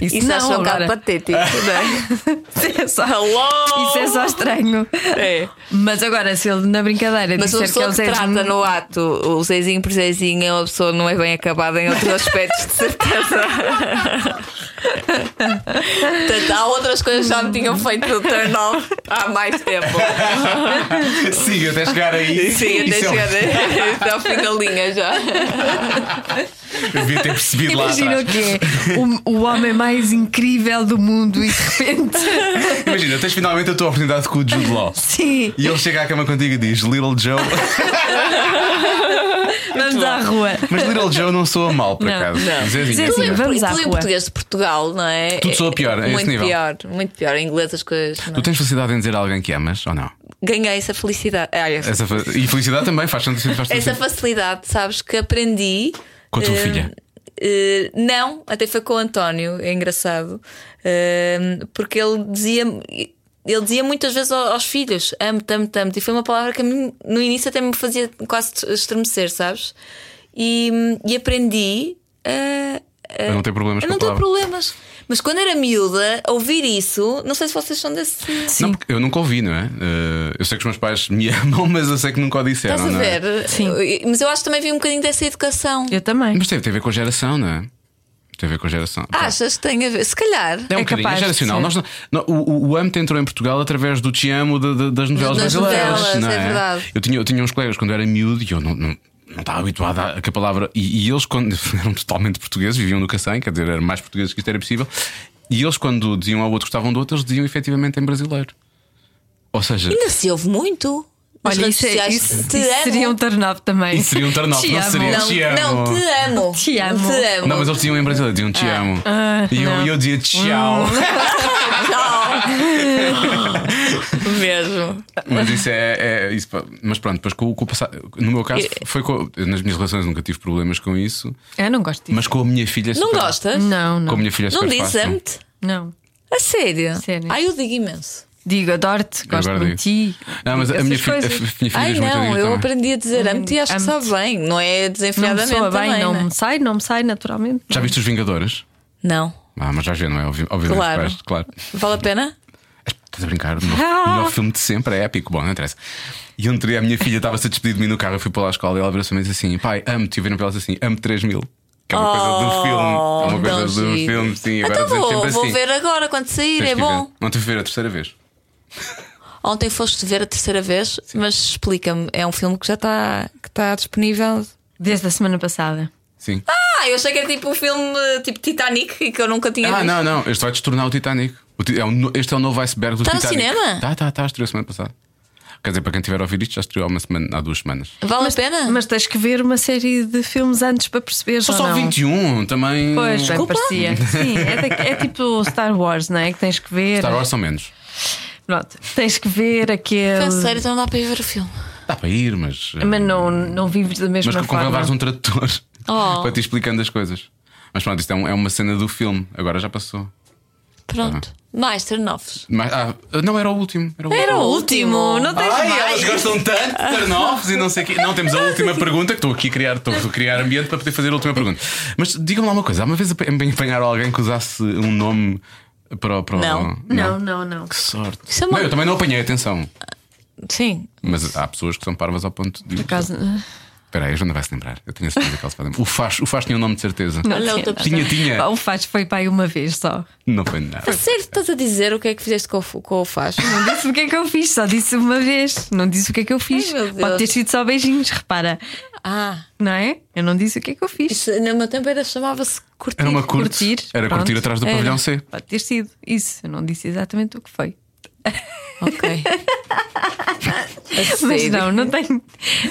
[SPEAKER 3] Isso
[SPEAKER 5] Isso acho um bocado
[SPEAKER 3] agora.
[SPEAKER 5] patético, não é?
[SPEAKER 3] Isso é só,
[SPEAKER 5] Hello!
[SPEAKER 3] isso é só estranho.
[SPEAKER 5] Oh. É.
[SPEAKER 3] Mas agora, se ele na brincadeira
[SPEAKER 5] Mas uma
[SPEAKER 3] disser que ele
[SPEAKER 5] pessoa
[SPEAKER 3] é
[SPEAKER 5] que, é trata no ato o Zezinho por Zezinho é uma pessoa que não é bem acabada em outros aspectos, de certeza. Portanto, há outras coisas que já me tinham feito do turn off há mais tempo.
[SPEAKER 2] Siga até chegar aí.
[SPEAKER 5] Sim, até
[SPEAKER 2] Isso é um-
[SPEAKER 5] chegar a- até ao fim da linha já.
[SPEAKER 2] Eu devia ter percebido lá
[SPEAKER 3] Imagina o
[SPEAKER 2] atrás.
[SPEAKER 3] quê? O, o homem mais incrível do mundo e de repente.
[SPEAKER 2] Imagina, tens finalmente a tua oportunidade com o Jude Law.
[SPEAKER 3] Sim,
[SPEAKER 2] E ele chega à cama contigo e diz Little Joe.
[SPEAKER 3] vamos à rua.
[SPEAKER 2] Mas Little Joe não soa mal, por
[SPEAKER 3] Não,
[SPEAKER 2] acaso.
[SPEAKER 5] não.
[SPEAKER 2] Zezinho,
[SPEAKER 3] Zezinho,
[SPEAKER 2] sim.
[SPEAKER 3] vamos
[SPEAKER 5] Tudo
[SPEAKER 3] à
[SPEAKER 5] em
[SPEAKER 3] rua.
[SPEAKER 5] português de Portugal, não é?
[SPEAKER 2] Tudo soa pior, a esse
[SPEAKER 5] Muito
[SPEAKER 2] nível.
[SPEAKER 5] pior, muito pior. Em inglês as coisas. não é?
[SPEAKER 2] Tu tens felicidade em dizer a alguém que amas ou não?
[SPEAKER 5] Ganhei essa felicidade. Ai, essa
[SPEAKER 2] Essa fa- E felicidade também faz tanto sentido. Faz tanto
[SPEAKER 5] essa
[SPEAKER 2] sentido.
[SPEAKER 5] facilidade, sabes, que aprendi.
[SPEAKER 2] Com a tua
[SPEAKER 5] eh,
[SPEAKER 2] filha.
[SPEAKER 5] eh, não, até foi com o António, é engraçado, eh, porque ele dizia. Ele dizia muitas vezes ao- aos filhos: amo-te, amo-te, amo-te. E foi uma palavra que a mim, no início até me fazia quase estremecer, sabes? E, e aprendi eh,
[SPEAKER 2] Eu não tenho problemas
[SPEAKER 5] Eu
[SPEAKER 2] com a
[SPEAKER 5] não tenho
[SPEAKER 2] palavra.
[SPEAKER 5] problemas. Mas quando era miúda, ouvir isso, não sei se vocês são desse.
[SPEAKER 2] Não, porque eu nunca ouvi, não é? Eh, eu sei que os meus pais me amam, mas eu sei que nunca o disseram.
[SPEAKER 5] Estás a
[SPEAKER 2] não é?
[SPEAKER 5] ver?
[SPEAKER 3] Sim.
[SPEAKER 5] Eu- Mas eu acho que também vi um bocadinho dessa educação.
[SPEAKER 3] Eu também.
[SPEAKER 2] Mas teve, teve a ver com a geração, não é? Teve a ver com a geração. Pá.
[SPEAKER 5] Achas que tem a ver? Se calhar.
[SPEAKER 2] É um
[SPEAKER 3] É
[SPEAKER 2] bocadinho
[SPEAKER 3] capaz de
[SPEAKER 2] geracional.
[SPEAKER 3] ser.
[SPEAKER 2] Nós não- não- o, o AMT entrou em Portugal através do Te Amo de- de- das novelas
[SPEAKER 5] Das
[SPEAKER 2] brasileiras.
[SPEAKER 5] novelas,
[SPEAKER 2] não
[SPEAKER 5] é verdade.
[SPEAKER 2] Eu, tinha, eu tinha uns colegas quando eu era miúdo e eu não. não não estava habituado a a que a palavra. E, e eles, quando eram totalmente portugueses, viviam no Cacém, quer dizer, eram mais portugueses que isto era possível. E eles, quando diziam ao outro que gostavam do outro, eles diziam efetivamente em brasileiro. Ou seja,
[SPEAKER 5] Ainda se ouve muito. Nas
[SPEAKER 3] Olha,
[SPEAKER 5] redes
[SPEAKER 3] isso, é,
[SPEAKER 5] sociais,
[SPEAKER 3] isso,
[SPEAKER 5] te
[SPEAKER 3] isso
[SPEAKER 5] amo.
[SPEAKER 3] seria um turn-off também.
[SPEAKER 2] Isso seria um turn-off,
[SPEAKER 3] Te
[SPEAKER 2] não
[SPEAKER 3] amo.
[SPEAKER 2] seria?
[SPEAKER 5] não,
[SPEAKER 2] Te amo.
[SPEAKER 5] não, te amo.
[SPEAKER 3] Te amo.
[SPEAKER 5] Te amo.
[SPEAKER 2] não, mas eles diziam em brasileiro, diziam te amo. e eu,
[SPEAKER 3] não.
[SPEAKER 2] e eu dizia tchau.
[SPEAKER 5] Não. Mesmo.
[SPEAKER 2] Mas isso é. é- isso, pá. mas pronto, depois com, o- com o passar. No meu caso, foi com- nas minhas relações nunca tive problemas com isso,
[SPEAKER 3] Eu não gosto disso.
[SPEAKER 2] mas com a minha filha. é
[SPEAKER 5] Não
[SPEAKER 2] super-
[SPEAKER 5] gostas?
[SPEAKER 3] Não,
[SPEAKER 2] Com a
[SPEAKER 3] não.
[SPEAKER 2] minha filha é
[SPEAKER 5] Não
[SPEAKER 2] super
[SPEAKER 5] dizes
[SPEAKER 2] fácil.
[SPEAKER 5] amo-te?
[SPEAKER 3] Não.
[SPEAKER 5] A sério?
[SPEAKER 3] Sério.
[SPEAKER 5] Ai, eu digo imenso.
[SPEAKER 3] Digo, adoro-te, gosto
[SPEAKER 2] Agora
[SPEAKER 3] muito de ti.
[SPEAKER 2] Não, mas a
[SPEAKER 3] Essas
[SPEAKER 2] minha, filha, a
[SPEAKER 3] coisas.
[SPEAKER 2] fi- minha filha
[SPEAKER 5] Ai,
[SPEAKER 2] diz muito a
[SPEAKER 5] não,
[SPEAKER 2] dizer
[SPEAKER 5] eu
[SPEAKER 2] também.
[SPEAKER 5] aprendi a dizer amo-te e acho que sabe
[SPEAKER 3] Hum, Amo-te.
[SPEAKER 5] bem. Não é
[SPEAKER 3] Não me
[SPEAKER 5] desenfreadamente
[SPEAKER 3] soa bem,
[SPEAKER 5] também.
[SPEAKER 3] não
[SPEAKER 5] né?
[SPEAKER 3] me sai, não me sai naturalmente.
[SPEAKER 2] Já viste os Vingadores?
[SPEAKER 5] não.
[SPEAKER 2] Ah, mas já ver, não é? Obvi- Obviamente,
[SPEAKER 5] Claro.
[SPEAKER 2] vais, claro.
[SPEAKER 5] Vale a pena?
[SPEAKER 2] Estás a brincar? O melhor, o melhor filme de sempre é épico. Bom, não interessa. E ontem a minha filha estava-se a despedir de mim no carro. Eu fui para lá à escola e ela virou-se a mim e disse assim: Pai, amo-te. E viram para ela e disse assim: Amo 3 mil. Que é uma coisa do filme. É uma coisa
[SPEAKER 5] Oh, tão
[SPEAKER 2] do
[SPEAKER 5] giro.
[SPEAKER 2] filme, sim. Agora
[SPEAKER 5] Então
[SPEAKER 2] dizemos
[SPEAKER 5] vou,
[SPEAKER 2] sempre
[SPEAKER 5] vou
[SPEAKER 2] assim.
[SPEAKER 5] ver agora quando sair,
[SPEAKER 2] Tens
[SPEAKER 5] é
[SPEAKER 2] que ir
[SPEAKER 5] bom.
[SPEAKER 2] ver. Ontem fui ver a terceira vez.
[SPEAKER 5] Ontem foste ver a terceira vez, mas explica-me, é um filme que já está que está disponível.
[SPEAKER 3] Desde a semana passada.
[SPEAKER 2] Sim.
[SPEAKER 5] Ah, eu achei que era tipo um filme eh, tipo Titanic e que eu nunca tinha
[SPEAKER 2] Ah,
[SPEAKER 5] visto.
[SPEAKER 2] não, não. Este vai destornar o Titanic. O ti- é um no- este é o novo iceberg do
[SPEAKER 5] Tá no
[SPEAKER 2] Titanic.
[SPEAKER 5] cinema?
[SPEAKER 2] Tá, tá, tá. Estreou semana passada. Quer dizer, para quem tiver a ouvir isto, já estreou há, uma semana, há duas semanas.
[SPEAKER 5] Vale a pena?
[SPEAKER 3] Mas tens que ver uma série de filmes antes para perceberes.
[SPEAKER 2] São
[SPEAKER 3] ou
[SPEAKER 2] só
[SPEAKER 3] não.
[SPEAKER 2] 21 também.
[SPEAKER 3] Pois, bem
[SPEAKER 5] Hum. Desculpa?
[SPEAKER 3] parecia. Sim, é, da- é tipo Star Wars, não é? Que tens que ver.
[SPEAKER 2] Star Wars são menos.
[SPEAKER 3] Pronto, tens que ver
[SPEAKER 5] É
[SPEAKER 3] aquele.
[SPEAKER 5] sério, então não dá para ir ver o filme.
[SPEAKER 2] Dá para ir, mas. eh,
[SPEAKER 3] Mas não, não vives da mesma
[SPEAKER 2] Mas que convém
[SPEAKER 3] forma.
[SPEAKER 2] levares um tradutor
[SPEAKER 5] Oh.
[SPEAKER 2] para te explicando as coisas. Mas pronto, isto é, um- é uma cena do filme. Agora já passou. Tá
[SPEAKER 5] Pronto. Mais turn-offs.
[SPEAKER 2] Mas, ah, não, era o último. Era o último.
[SPEAKER 5] Era o último, não tens
[SPEAKER 2] Ai, elas
[SPEAKER 5] mais.
[SPEAKER 2] gostam tanto de turn-offs e não sei o quê. Não, temos a última pergunta que estou aqui a criar, estou a criar ambiente para poder fazer a última pergunta. Mas digam me lá uma coisa: há uma vez empen- empenharam alguém que usasse um nome para o. Para o-
[SPEAKER 5] Não.
[SPEAKER 3] Não, não, não.
[SPEAKER 2] Que sorte.
[SPEAKER 5] Isso é uma-
[SPEAKER 2] Não, eu também não apanhei, atenção.
[SPEAKER 5] Sim.
[SPEAKER 2] Mas há pessoas que são parvas ao ponto de.
[SPEAKER 3] Por acaso.
[SPEAKER 2] Espera aí, a Joana vai se lembrar. Eu tenho a certeza que ela se vai lembrar. O Faz, o Faz tinha um nome de certeza.
[SPEAKER 3] Não,
[SPEAKER 5] Olha
[SPEAKER 3] tinha
[SPEAKER 5] outra
[SPEAKER 3] nada.
[SPEAKER 2] Tinha,
[SPEAKER 3] Pá,
[SPEAKER 2] tinha.
[SPEAKER 3] O faz foi pai uma vez só.
[SPEAKER 2] Não foi nada.
[SPEAKER 5] A sério, estás a dizer o que é que fizeste com o, fu- com o facho?
[SPEAKER 3] Não disse o que é que eu fiz, só disse uma vez. Não disse o que é que eu fiz.
[SPEAKER 5] Ai, meu Deus.
[SPEAKER 3] Pode ter sido só beijinhos, repara.
[SPEAKER 5] Ah,
[SPEAKER 3] Não é? Eu não disse o que é que eu fiz.
[SPEAKER 5] isso no meu tempo era chamava-se curtir.
[SPEAKER 2] Era uma curte.
[SPEAKER 3] Curtir,
[SPEAKER 2] era
[SPEAKER 3] pronto.
[SPEAKER 2] curtir atrás do
[SPEAKER 3] Era.
[SPEAKER 2] pavilhão C.
[SPEAKER 3] Pode ter sido isso. Eu não disse exatamente o que foi.
[SPEAKER 5] Ok. A
[SPEAKER 3] Mas
[SPEAKER 5] sério?
[SPEAKER 3] não, não tenho.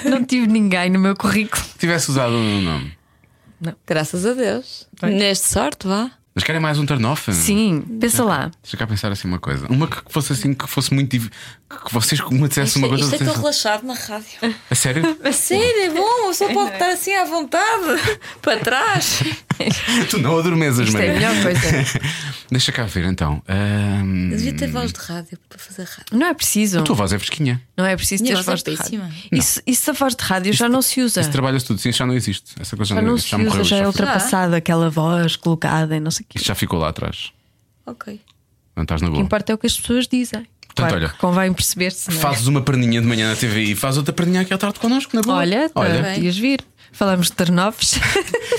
[SPEAKER 3] Não tive ninguém no meu currículo.
[SPEAKER 2] Se tivesse usado um nome.
[SPEAKER 5] Graças a Deus. Neste sorte, vá.
[SPEAKER 2] Mas querem mais um turn-off?
[SPEAKER 3] Sim, pensa lá.
[SPEAKER 2] Deixa cá pensar assim uma coisa. Uma que fosse assim, que fosse muito. div- que vocês como me dissessem uma coisa. assim,
[SPEAKER 5] Isto é tão
[SPEAKER 2] vocês-
[SPEAKER 5] relaxado na rádio.
[SPEAKER 2] A sério?
[SPEAKER 5] Sério, é bom, só pode estar assim à vontade, para trás.
[SPEAKER 2] Hum. tu não adormeças,
[SPEAKER 3] Isto é a
[SPEAKER 2] Maria.
[SPEAKER 3] melhor coisa.
[SPEAKER 2] Deixa cá ver então. Ahm,
[SPEAKER 5] Eu devia ter voz de rádio para fazer rádio.
[SPEAKER 3] Não é preciso.
[SPEAKER 2] a tua voz é fresquinha.
[SPEAKER 3] Não é preciso
[SPEAKER 5] Minha
[SPEAKER 3] ter
[SPEAKER 5] voz
[SPEAKER 3] voz
[SPEAKER 5] é
[SPEAKER 3] de rádio.
[SPEAKER 5] péssima.
[SPEAKER 3] Isso, isso da voz de rádio já não se usa.
[SPEAKER 2] Isso trabalha-se é tudo. Sim, isso já não existe. Essa coisa
[SPEAKER 3] Ah. Já
[SPEAKER 2] não
[SPEAKER 3] não
[SPEAKER 2] existe.
[SPEAKER 3] se
[SPEAKER 2] Já me
[SPEAKER 3] usa,
[SPEAKER 2] correu.
[SPEAKER 3] já é
[SPEAKER 2] Já foi-
[SPEAKER 3] ultrapassada aquela voz colocada e não sei o quê.
[SPEAKER 2] Isto já ficou lá atrás.
[SPEAKER 5] Ok.
[SPEAKER 2] Não estás na
[SPEAKER 3] O que
[SPEAKER 2] boa.
[SPEAKER 3] importa é o que as pessoas dizem. claro
[SPEAKER 2] olha,
[SPEAKER 3] que convém perceber-se. não é?
[SPEAKER 2] Fazes uma perninha de manhã na TV e fazes outra perninha aqui à tarde connosco, na boa.
[SPEAKER 3] Olha,
[SPEAKER 2] Olha.
[SPEAKER 3] tá, podias vir. Falamos de Ternovos.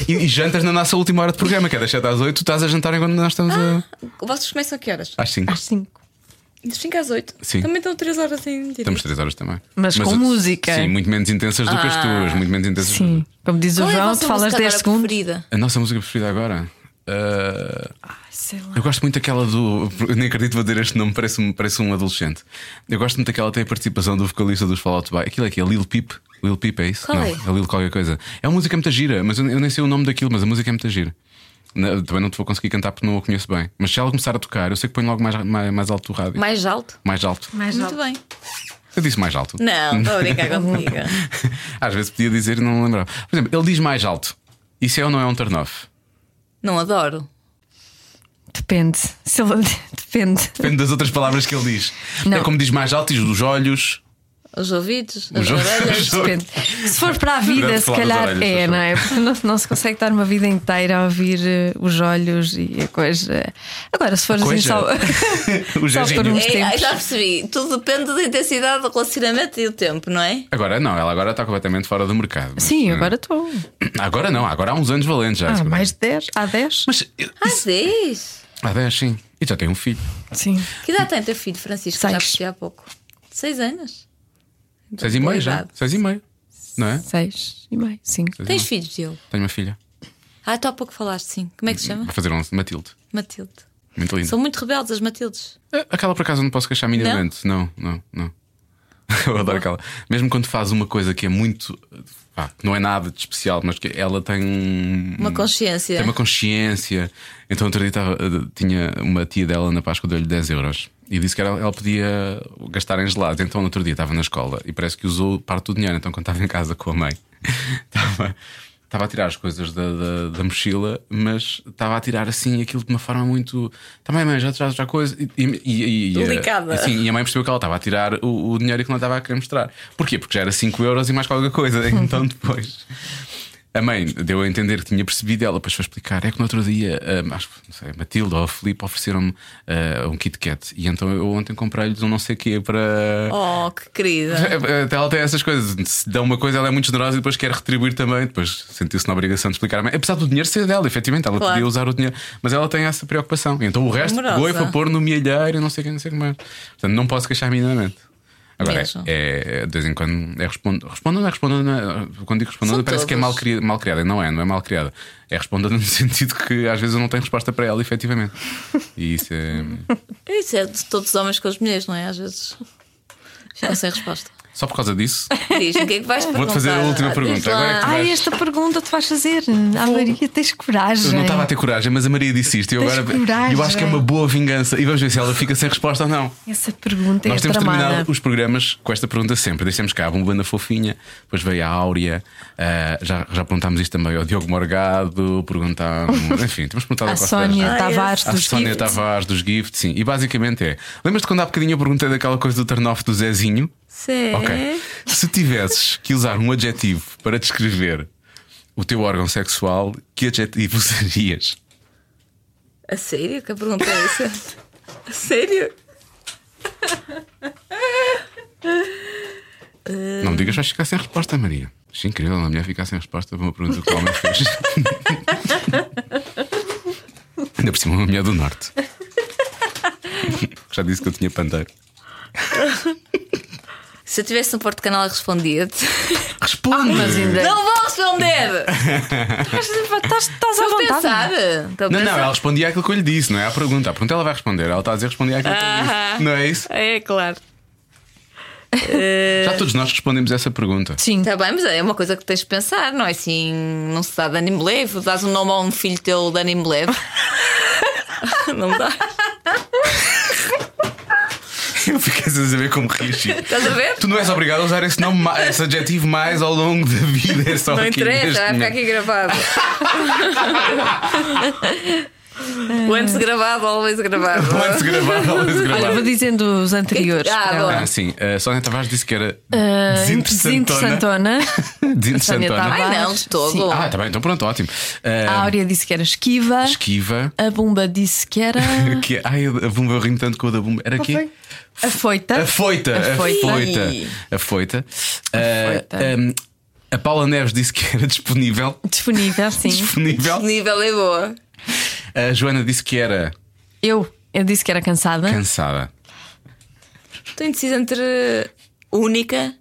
[SPEAKER 2] E, e jantas na nossa última hora de programa, que é das 7 às 8, tu estás a jantar enquanto nós estamos a.
[SPEAKER 5] Vocês começam a que horas?
[SPEAKER 2] Às 5.
[SPEAKER 3] Ah. às 5.
[SPEAKER 5] De 5 às 8.
[SPEAKER 2] Sim.
[SPEAKER 5] Também estão 3 horas em direto.
[SPEAKER 2] Estamos 3 horas também.
[SPEAKER 3] Mas com
[SPEAKER 2] o-
[SPEAKER 3] música. Ah,
[SPEAKER 2] Sim, muito menos intensas do que as tuas. Muito menos intensas.
[SPEAKER 3] Sim. Como diz o
[SPEAKER 5] Qual é a
[SPEAKER 3] João,
[SPEAKER 5] vossa
[SPEAKER 3] tu falas
[SPEAKER 5] música
[SPEAKER 3] 10
[SPEAKER 5] agora
[SPEAKER 3] segundos.
[SPEAKER 5] preferida?
[SPEAKER 2] A nossa música preferida agora. Ah,
[SPEAKER 3] Sei lá.
[SPEAKER 2] eu gosto muito daquela do. eu Nem acredito vou dizer este nome, parece, um- parece um adolescente. Eu gosto muito daquela que tem a participação do vocalista dos Fall Out Boy. Aquilo é que é Lil Peep. Lil Peep é isso?
[SPEAKER 5] Qual
[SPEAKER 2] Não,
[SPEAKER 5] é?
[SPEAKER 2] Lil qualquer coisa. É uma música muito gira, mas eu, eu nem sei o nome daquilo, mas a música é muito gira. Na- também não te vou conseguir cantar porque não a conheço bem. Mas se ela começar a tocar, eu sei que ponho logo mais, mais, mais alto o rádio.
[SPEAKER 5] Mais alto?
[SPEAKER 2] Mais alto.
[SPEAKER 5] Muito bem.
[SPEAKER 2] Eu disse mais alto.
[SPEAKER 5] Não, estou a brincar contigo.
[SPEAKER 2] Às vezes podia dizer e não me lembrava. Por exemplo, ele diz mais alto. Isso é ou não é um turn off?
[SPEAKER 5] Não adoro.
[SPEAKER 3] Depende. Se ele- Depende.
[SPEAKER 2] Depende das outras palavras que ele diz.
[SPEAKER 3] Não.
[SPEAKER 2] É como diz mais alto, diz dos olhos.
[SPEAKER 5] Os ouvidos,
[SPEAKER 2] Os
[SPEAKER 5] as
[SPEAKER 2] ouvidos.
[SPEAKER 5] orelhas.
[SPEAKER 3] Depende. Se for para a vida,
[SPEAKER 2] Durante
[SPEAKER 3] se
[SPEAKER 2] falar dos
[SPEAKER 3] calhar
[SPEAKER 2] olhos,
[SPEAKER 3] é,
[SPEAKER 2] pessoal.
[SPEAKER 3] não é? Porque não, não se consegue dar uma vida inteira a ouvir eh, os olhos e a coisa. Agora, se for assim
[SPEAKER 2] Coisa.
[SPEAKER 3] só.
[SPEAKER 2] o jejinho.
[SPEAKER 3] por- um Os
[SPEAKER 5] É,
[SPEAKER 3] tempos.
[SPEAKER 5] já percebi. Tudo depende da intensidade do relacionamento e do tempo, não é?
[SPEAKER 2] Agora não, ela agora está completamente fora do mercado. Mas,
[SPEAKER 3] Sim,
[SPEAKER 2] eh,
[SPEAKER 3] agora estou.
[SPEAKER 2] Agora não, agora há uns anos valentes já.
[SPEAKER 3] Ah,
[SPEAKER 2] se-
[SPEAKER 3] mais de 10? Há 10?
[SPEAKER 2] Mas
[SPEAKER 5] Às vezes.
[SPEAKER 2] há 10, sim. E já tem um filho.
[SPEAKER 3] Sim.
[SPEAKER 5] Que idade tem teu filho, Francisco? Já
[SPEAKER 3] Seis.
[SPEAKER 5] percebi há pouco. Seis anos.
[SPEAKER 2] 6 e
[SPEAKER 5] boa
[SPEAKER 2] meio já.
[SPEAKER 5] idade.
[SPEAKER 2] 6 e meio. Não é?
[SPEAKER 3] 6 e meio, 5.
[SPEAKER 5] Tens filhos, Diogo?
[SPEAKER 2] Tenho uma filha.
[SPEAKER 5] Ah, tu há pouco falaste, sim. Como é que se chama?
[SPEAKER 2] Vou fazer 11. Matilde.
[SPEAKER 5] Matilde.
[SPEAKER 2] Muito linda.
[SPEAKER 5] São muito rebeldes as Matildes.
[SPEAKER 2] Ah, Aquela por acaso eu não posso queixar minimamente. Não, não, não. Eu adoro aquela. Mesmo quando faz uma coisa que é muito. pá, não é nada de especial, mas que ela tem um-
[SPEAKER 5] Uma consciência.
[SPEAKER 2] Tem uma consciência. Então, outro dia estava- tinha uma tia dela na Páscoa, deu-lhe 10 euros. E disse que era, ela podia gastar em gelados. Então, no outro dia estava na escola e parece que usou parte do dinheiro. Então, quando estava em casa com a mãe, estava, estava a tirar as coisas da, da, da mochila, mas estava a tirar assim aquilo de uma forma muito. Também, mãe, já traz outra coisa. E, e, e- e-
[SPEAKER 5] Delicada.
[SPEAKER 2] e sim, e a mãe percebeu que ela estava a tirar o, o dinheiro que não estava a querer mostrar. Porquê? Porque já era 5 euros e mais qualquer coisa. Então, depois. A mãe deu a entender que tinha percebido ela, depois foi explicar. É que no outro dia, hum, acho que não sei, a Matilde ou a Filipe ofereceram-me ah, um Kit Kat. E então eu ontem comprei-lhes um não sei quê para.
[SPEAKER 5] Oh, que querida.
[SPEAKER 2] É, Até ela tem essas coisas. Se dá uma coisa, ela é muito generosa e depois quer retribuir também. Depois sentiu-se na obrigação de explicar à mãe. Apesar do dinheiro ser dela, efetivamente, ela
[SPEAKER 5] Claro.
[SPEAKER 2] podia usar o dinheiro, mas ela tem essa preocupação. Então o resto
[SPEAKER 5] Amorosa.
[SPEAKER 2] pegou e foi pôr no milheiro e não sei quem, não sei como é. Portanto, não posso queixar minimamente. Agora,
[SPEAKER 5] Mesmo.
[SPEAKER 2] é, é- de vez em quando é respondo, respondo não é respondo, não é- quando digo respondo,
[SPEAKER 5] São
[SPEAKER 2] parece que é
[SPEAKER 5] todos.
[SPEAKER 2] mal, cri- mal criada. Não é, não é mal criada. É respondo no sentido que às vezes eu não tenho resposta para ela, efetivamente. E isso é.
[SPEAKER 5] Isso é de todos os homens com as mulheres, não é? Às vezes ficam sem resposta.
[SPEAKER 2] Só por causa disso,
[SPEAKER 5] Diz, o que é que vais perguntar?
[SPEAKER 2] vou-te fazer a última
[SPEAKER 5] Ah, diz
[SPEAKER 2] pergunta.
[SPEAKER 5] lá.
[SPEAKER 2] Agora é que tu
[SPEAKER 3] Ah,
[SPEAKER 2] vais-
[SPEAKER 3] esta pergunta tu vais fazer. Ah, Maria, tens coragem.
[SPEAKER 2] Eu não estava a ter coragem, mas a Maria disse isto. E
[SPEAKER 3] Tens
[SPEAKER 2] agora
[SPEAKER 3] coragem.
[SPEAKER 2] eu acho que é uma boa vingança. E vamos ver se ela fica sem resposta ou não.
[SPEAKER 3] Essa pergunta
[SPEAKER 2] Nós
[SPEAKER 3] é
[SPEAKER 2] temos
[SPEAKER 3] tramada.
[SPEAKER 2] terminado os programas com esta pergunta sempre. Deixamos cá a Bombanda Fofinha, depois veio a Áurea, ah, já, já perguntámos isto também ao Diogo Morgado, perguntámos. Enfim, temos perguntado
[SPEAKER 3] A
[SPEAKER 2] Costa da
[SPEAKER 3] Sónia
[SPEAKER 2] Rica.
[SPEAKER 3] Tavares
[SPEAKER 2] Ah, é? A
[SPEAKER 3] dos
[SPEAKER 2] Sónia
[SPEAKER 3] Gifts.
[SPEAKER 2] Tavares dos Gift, sim. E basicamente é. Lembras-te quando há bocadinho eu perguntei daquela coisa do turn-off do Zezinho?
[SPEAKER 3] É?
[SPEAKER 5] Sim.
[SPEAKER 2] Ok. Se tivesses que usar um adjetivo para descrever o teu órgão sexual, que adjetivo usarias?
[SPEAKER 5] A sério que a pergunta é essa? A sério?
[SPEAKER 2] Não me digas, vais ficar sem resposta, Maria. Isto é incrível, uma mulher ficar sem resposta para uma pergunta que o homem fez. Ainda por cima, uma mulher do Norte. Já disse que eu tinha pandeiro.
[SPEAKER 5] Se eu tivesse no Porto Canal, eu respondia-te.
[SPEAKER 2] Responde!
[SPEAKER 3] Mas ainda.
[SPEAKER 5] Não vou responder!
[SPEAKER 3] Estás, estás à
[SPEAKER 5] Estou a
[SPEAKER 3] Tá vontade.
[SPEAKER 5] pensar. Estou a
[SPEAKER 2] Não, não,
[SPEAKER 5] pensar.
[SPEAKER 2] ela respondia àquilo que eu lhe disse, não é? À pergunta. À pergunta ela vai responder. Ela está a dizer responder àquilo que eu lhe
[SPEAKER 5] Aham.
[SPEAKER 2] disse. Não é isso?
[SPEAKER 5] É claro.
[SPEAKER 2] Já todos nós respondemos essa pergunta.
[SPEAKER 3] Sim.
[SPEAKER 5] Está bem, mas é uma coisa que tens de pensar, não é assim? Não se dá de anime leve. Dás um nome a um filho teu de anime leve. não dá.
[SPEAKER 2] Eu fiquei sem saber como reagir.
[SPEAKER 5] Estás a ver?
[SPEAKER 2] Tu não és obrigado a usar esse, nome, ma- esse adjetivo mais ao longo da vida. É só
[SPEAKER 5] Não
[SPEAKER 2] aqui neste
[SPEAKER 5] interessa, vai ficar
[SPEAKER 2] momento.
[SPEAKER 5] aqui gravado. Once gravado, always gravado.
[SPEAKER 2] Não é desgravar, não é
[SPEAKER 3] Olha, vou
[SPEAKER 2] desgravar.
[SPEAKER 3] dizendo os anteriores.
[SPEAKER 5] Ah,
[SPEAKER 3] para
[SPEAKER 5] boa.
[SPEAKER 3] ela.
[SPEAKER 2] Ah, sim. A Sónia Tavares disse que era
[SPEAKER 3] Ah,
[SPEAKER 2] desinteressantona.
[SPEAKER 3] Desinteressantona. Sónia
[SPEAKER 2] Desinteressantona.
[SPEAKER 3] Tavares.
[SPEAKER 5] Ai não, de todo.
[SPEAKER 3] Sim.
[SPEAKER 2] Ah, tá bem, então pronto, ótimo.
[SPEAKER 3] A
[SPEAKER 2] Ah,
[SPEAKER 3] Áurea disse que era esquiva.
[SPEAKER 2] esquiva.
[SPEAKER 3] A Bumba disse que era.
[SPEAKER 2] Que, ai, a Bumba, eu rimo tanto com o da Bumba. Era aqui?
[SPEAKER 3] A foita.
[SPEAKER 2] A foita, a
[SPEAKER 3] foita.
[SPEAKER 2] foita,
[SPEAKER 5] Ih.
[SPEAKER 2] a foita. Ah,
[SPEAKER 3] foita.
[SPEAKER 2] um, a Paula Neves disse que era disponível.
[SPEAKER 3] Disponível, sim.
[SPEAKER 5] Que
[SPEAKER 2] Disponível.
[SPEAKER 5] nível é boa.
[SPEAKER 2] A Joana disse que era
[SPEAKER 3] Eu. Eu disse que era cansada.
[SPEAKER 2] cansada.
[SPEAKER 5] Estou indecisa Então, é entre única.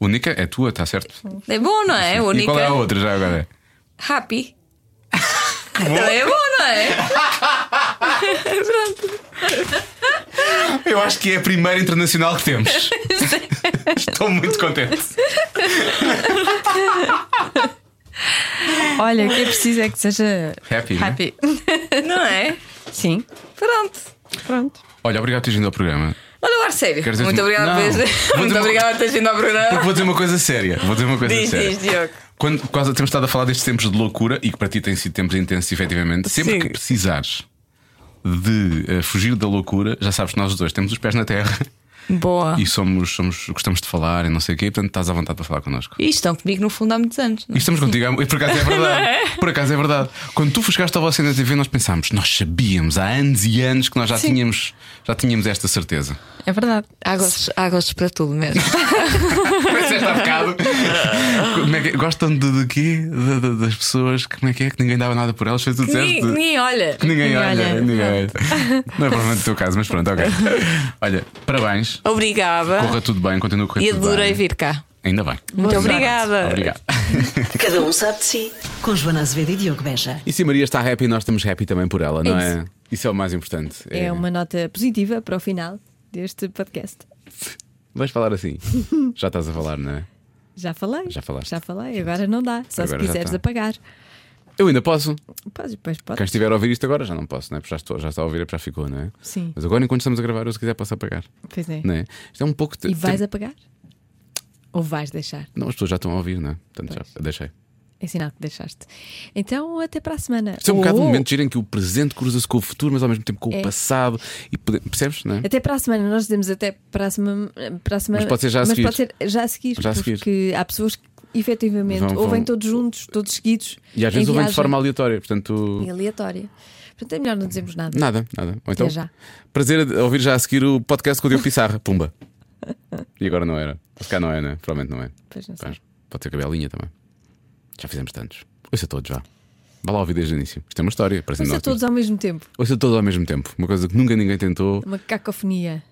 [SPEAKER 2] Única é tua, está certo?
[SPEAKER 5] É bom, não é?
[SPEAKER 2] E qual é a
[SPEAKER 5] Única.
[SPEAKER 2] outra já agora?
[SPEAKER 5] Happy. Também é bom, não é?
[SPEAKER 2] Eu acho que é a primeira internacional que temos. Estou muito contente.
[SPEAKER 3] Olha, o que é preciso é que seja.
[SPEAKER 2] Happy, né?
[SPEAKER 3] Happy.
[SPEAKER 5] Não é?
[SPEAKER 3] Sim.
[SPEAKER 5] Pronto.
[SPEAKER 3] Pronto.
[SPEAKER 2] Olha, obrigado por teres vindo ao programa.
[SPEAKER 5] Olha o ar sério.
[SPEAKER 2] Queres dizer-
[SPEAKER 5] Muito obrigada por
[SPEAKER 2] Não.
[SPEAKER 5] teres-
[SPEAKER 2] Vou
[SPEAKER 5] Muito
[SPEAKER 2] dizer-
[SPEAKER 5] obrigada por teres vindo ao
[SPEAKER 2] Porque
[SPEAKER 5] programa.
[SPEAKER 2] vou dizer uma coisa séria. Vou dizer uma coisa
[SPEAKER 5] Diz,
[SPEAKER 2] séria.
[SPEAKER 5] diz, Diogo.
[SPEAKER 2] Quando quase temos estado a falar destes tempos de loucura e que para ti têm sido tempos intensos, efetivamente, sempre
[SPEAKER 5] Sim.
[SPEAKER 2] que precisares de eh, fugir da loucura, já sabes que nós os dois temos os pés na terra
[SPEAKER 5] Boa.
[SPEAKER 2] e somos, somos, gostamos de falar e não sei o quê, e, portanto estás à vontade para falar connosco.
[SPEAKER 5] E estão comigo no fundo há muitos anos.
[SPEAKER 2] E estamos contigo, há- e por acaso é verdade. Por acaso é verdade. Quando tu chegaste ao Você na TV, nós pensámos, nós sabíamos há anos e anos que nós já, tínhamos, já tínhamos esta certeza.
[SPEAKER 3] É verdade.
[SPEAKER 5] Há gostos, há gostos para tudo mesmo.
[SPEAKER 2] é Disseste há bocado. Como é que é? Gostam de, de quê? De- de- das pessoas que, como é que é? Que ninguém dava nada por elas, foi tu disseste?
[SPEAKER 5] ninguém, ninguém olha.
[SPEAKER 2] Que ninguém,
[SPEAKER 3] Ninguém
[SPEAKER 2] olha,
[SPEAKER 3] olha.
[SPEAKER 2] ninguém olha. Não é provavelmente o teu caso, mas pronto, ok. Olha, parabéns,
[SPEAKER 5] Obrigada.
[SPEAKER 2] corra tudo bem, continua a correr
[SPEAKER 5] E
[SPEAKER 2] tudo bem.
[SPEAKER 5] adorei vir cá.
[SPEAKER 2] Ainda bem.
[SPEAKER 5] Muito obrigada.
[SPEAKER 2] Obrigado.
[SPEAKER 1] Cada um sabe de si. Com Joana Azevedo e Diogo Beja.
[SPEAKER 2] E se a Maria está happy, nós estamos happy também por ela, não é?
[SPEAKER 4] isso.
[SPEAKER 2] Isso, é o mais importante.
[SPEAKER 3] um-
[SPEAKER 4] É uma nota positiva para o final deste podcast.
[SPEAKER 2] Vais falar assim. Já estás a falar, não é?
[SPEAKER 4] Já falei.
[SPEAKER 2] Já falaste.
[SPEAKER 4] Já falei. Agora não dá. Só
[SPEAKER 2] Agora
[SPEAKER 4] se
[SPEAKER 2] já
[SPEAKER 4] quiseres
[SPEAKER 2] tá.
[SPEAKER 4] apagar.
[SPEAKER 2] Eu ainda posso.
[SPEAKER 4] Podes, depois
[SPEAKER 2] Quem
[SPEAKER 4] podes.
[SPEAKER 2] estiver a ouvir isto agora já não posso, não é? Porque já, estou, já está a ouvir, já ficou, não é?
[SPEAKER 4] Sim.
[SPEAKER 2] Mas agora, enquanto estamos a gravar, eu se quiser posso apagar.
[SPEAKER 4] Pois é.
[SPEAKER 2] Não é? Isto é um pouco.
[SPEAKER 4] E vais apagar? Ou vais deixar?
[SPEAKER 2] Não, as pessoas já estão a ouvir, não é? Portanto, já deixei.
[SPEAKER 4] É sinal que deixaste. Então, até para a semana.
[SPEAKER 2] Isto é um bocado
[SPEAKER 4] Ou-
[SPEAKER 2] um momento de giro em que o presente cruza-se com o futuro, mas ao mesmo tempo com o
[SPEAKER 4] Oh! É.
[SPEAKER 2] passado. E pode- percebes, não é?
[SPEAKER 4] Até para a semana, nós dizemos até para a semana. Para a semana
[SPEAKER 2] Mas pode ser já a
[SPEAKER 4] mas
[SPEAKER 2] seguir.
[SPEAKER 4] pode ser já a seguir,
[SPEAKER 2] Já a seguir.
[SPEAKER 4] porque há pessoas que efetivamente
[SPEAKER 2] Vão- vão-
[SPEAKER 4] ouvem todos juntos, todos seguidos.
[SPEAKER 2] E às
[SPEAKER 4] em
[SPEAKER 2] vezes ouvem de
[SPEAKER 4] viagem,
[SPEAKER 2] forma aleatória, portanto.
[SPEAKER 4] em aleatória. Portanto, é melhor não dizermos nada.
[SPEAKER 2] Nada, nada. Ou então,
[SPEAKER 4] já.
[SPEAKER 2] prazer de ouvir já a seguir o podcast com o Diogo Pissarra. Pumba. E agora não era. Se cá não é, não é? Provavelmente não é.
[SPEAKER 4] Pois não sei.
[SPEAKER 2] Mas pode ser cabelinha também. Já fizemos tantos. Ouça todos já. Vá lá ouvir desde o início. Isto é uma história. Parece
[SPEAKER 4] Mas a
[SPEAKER 2] nós.
[SPEAKER 4] todos ao mesmo tempo.
[SPEAKER 2] Ouça todos ao mesmo tempo. Uma coisa que nunca ninguém tentou.
[SPEAKER 4] Uma cacofonia.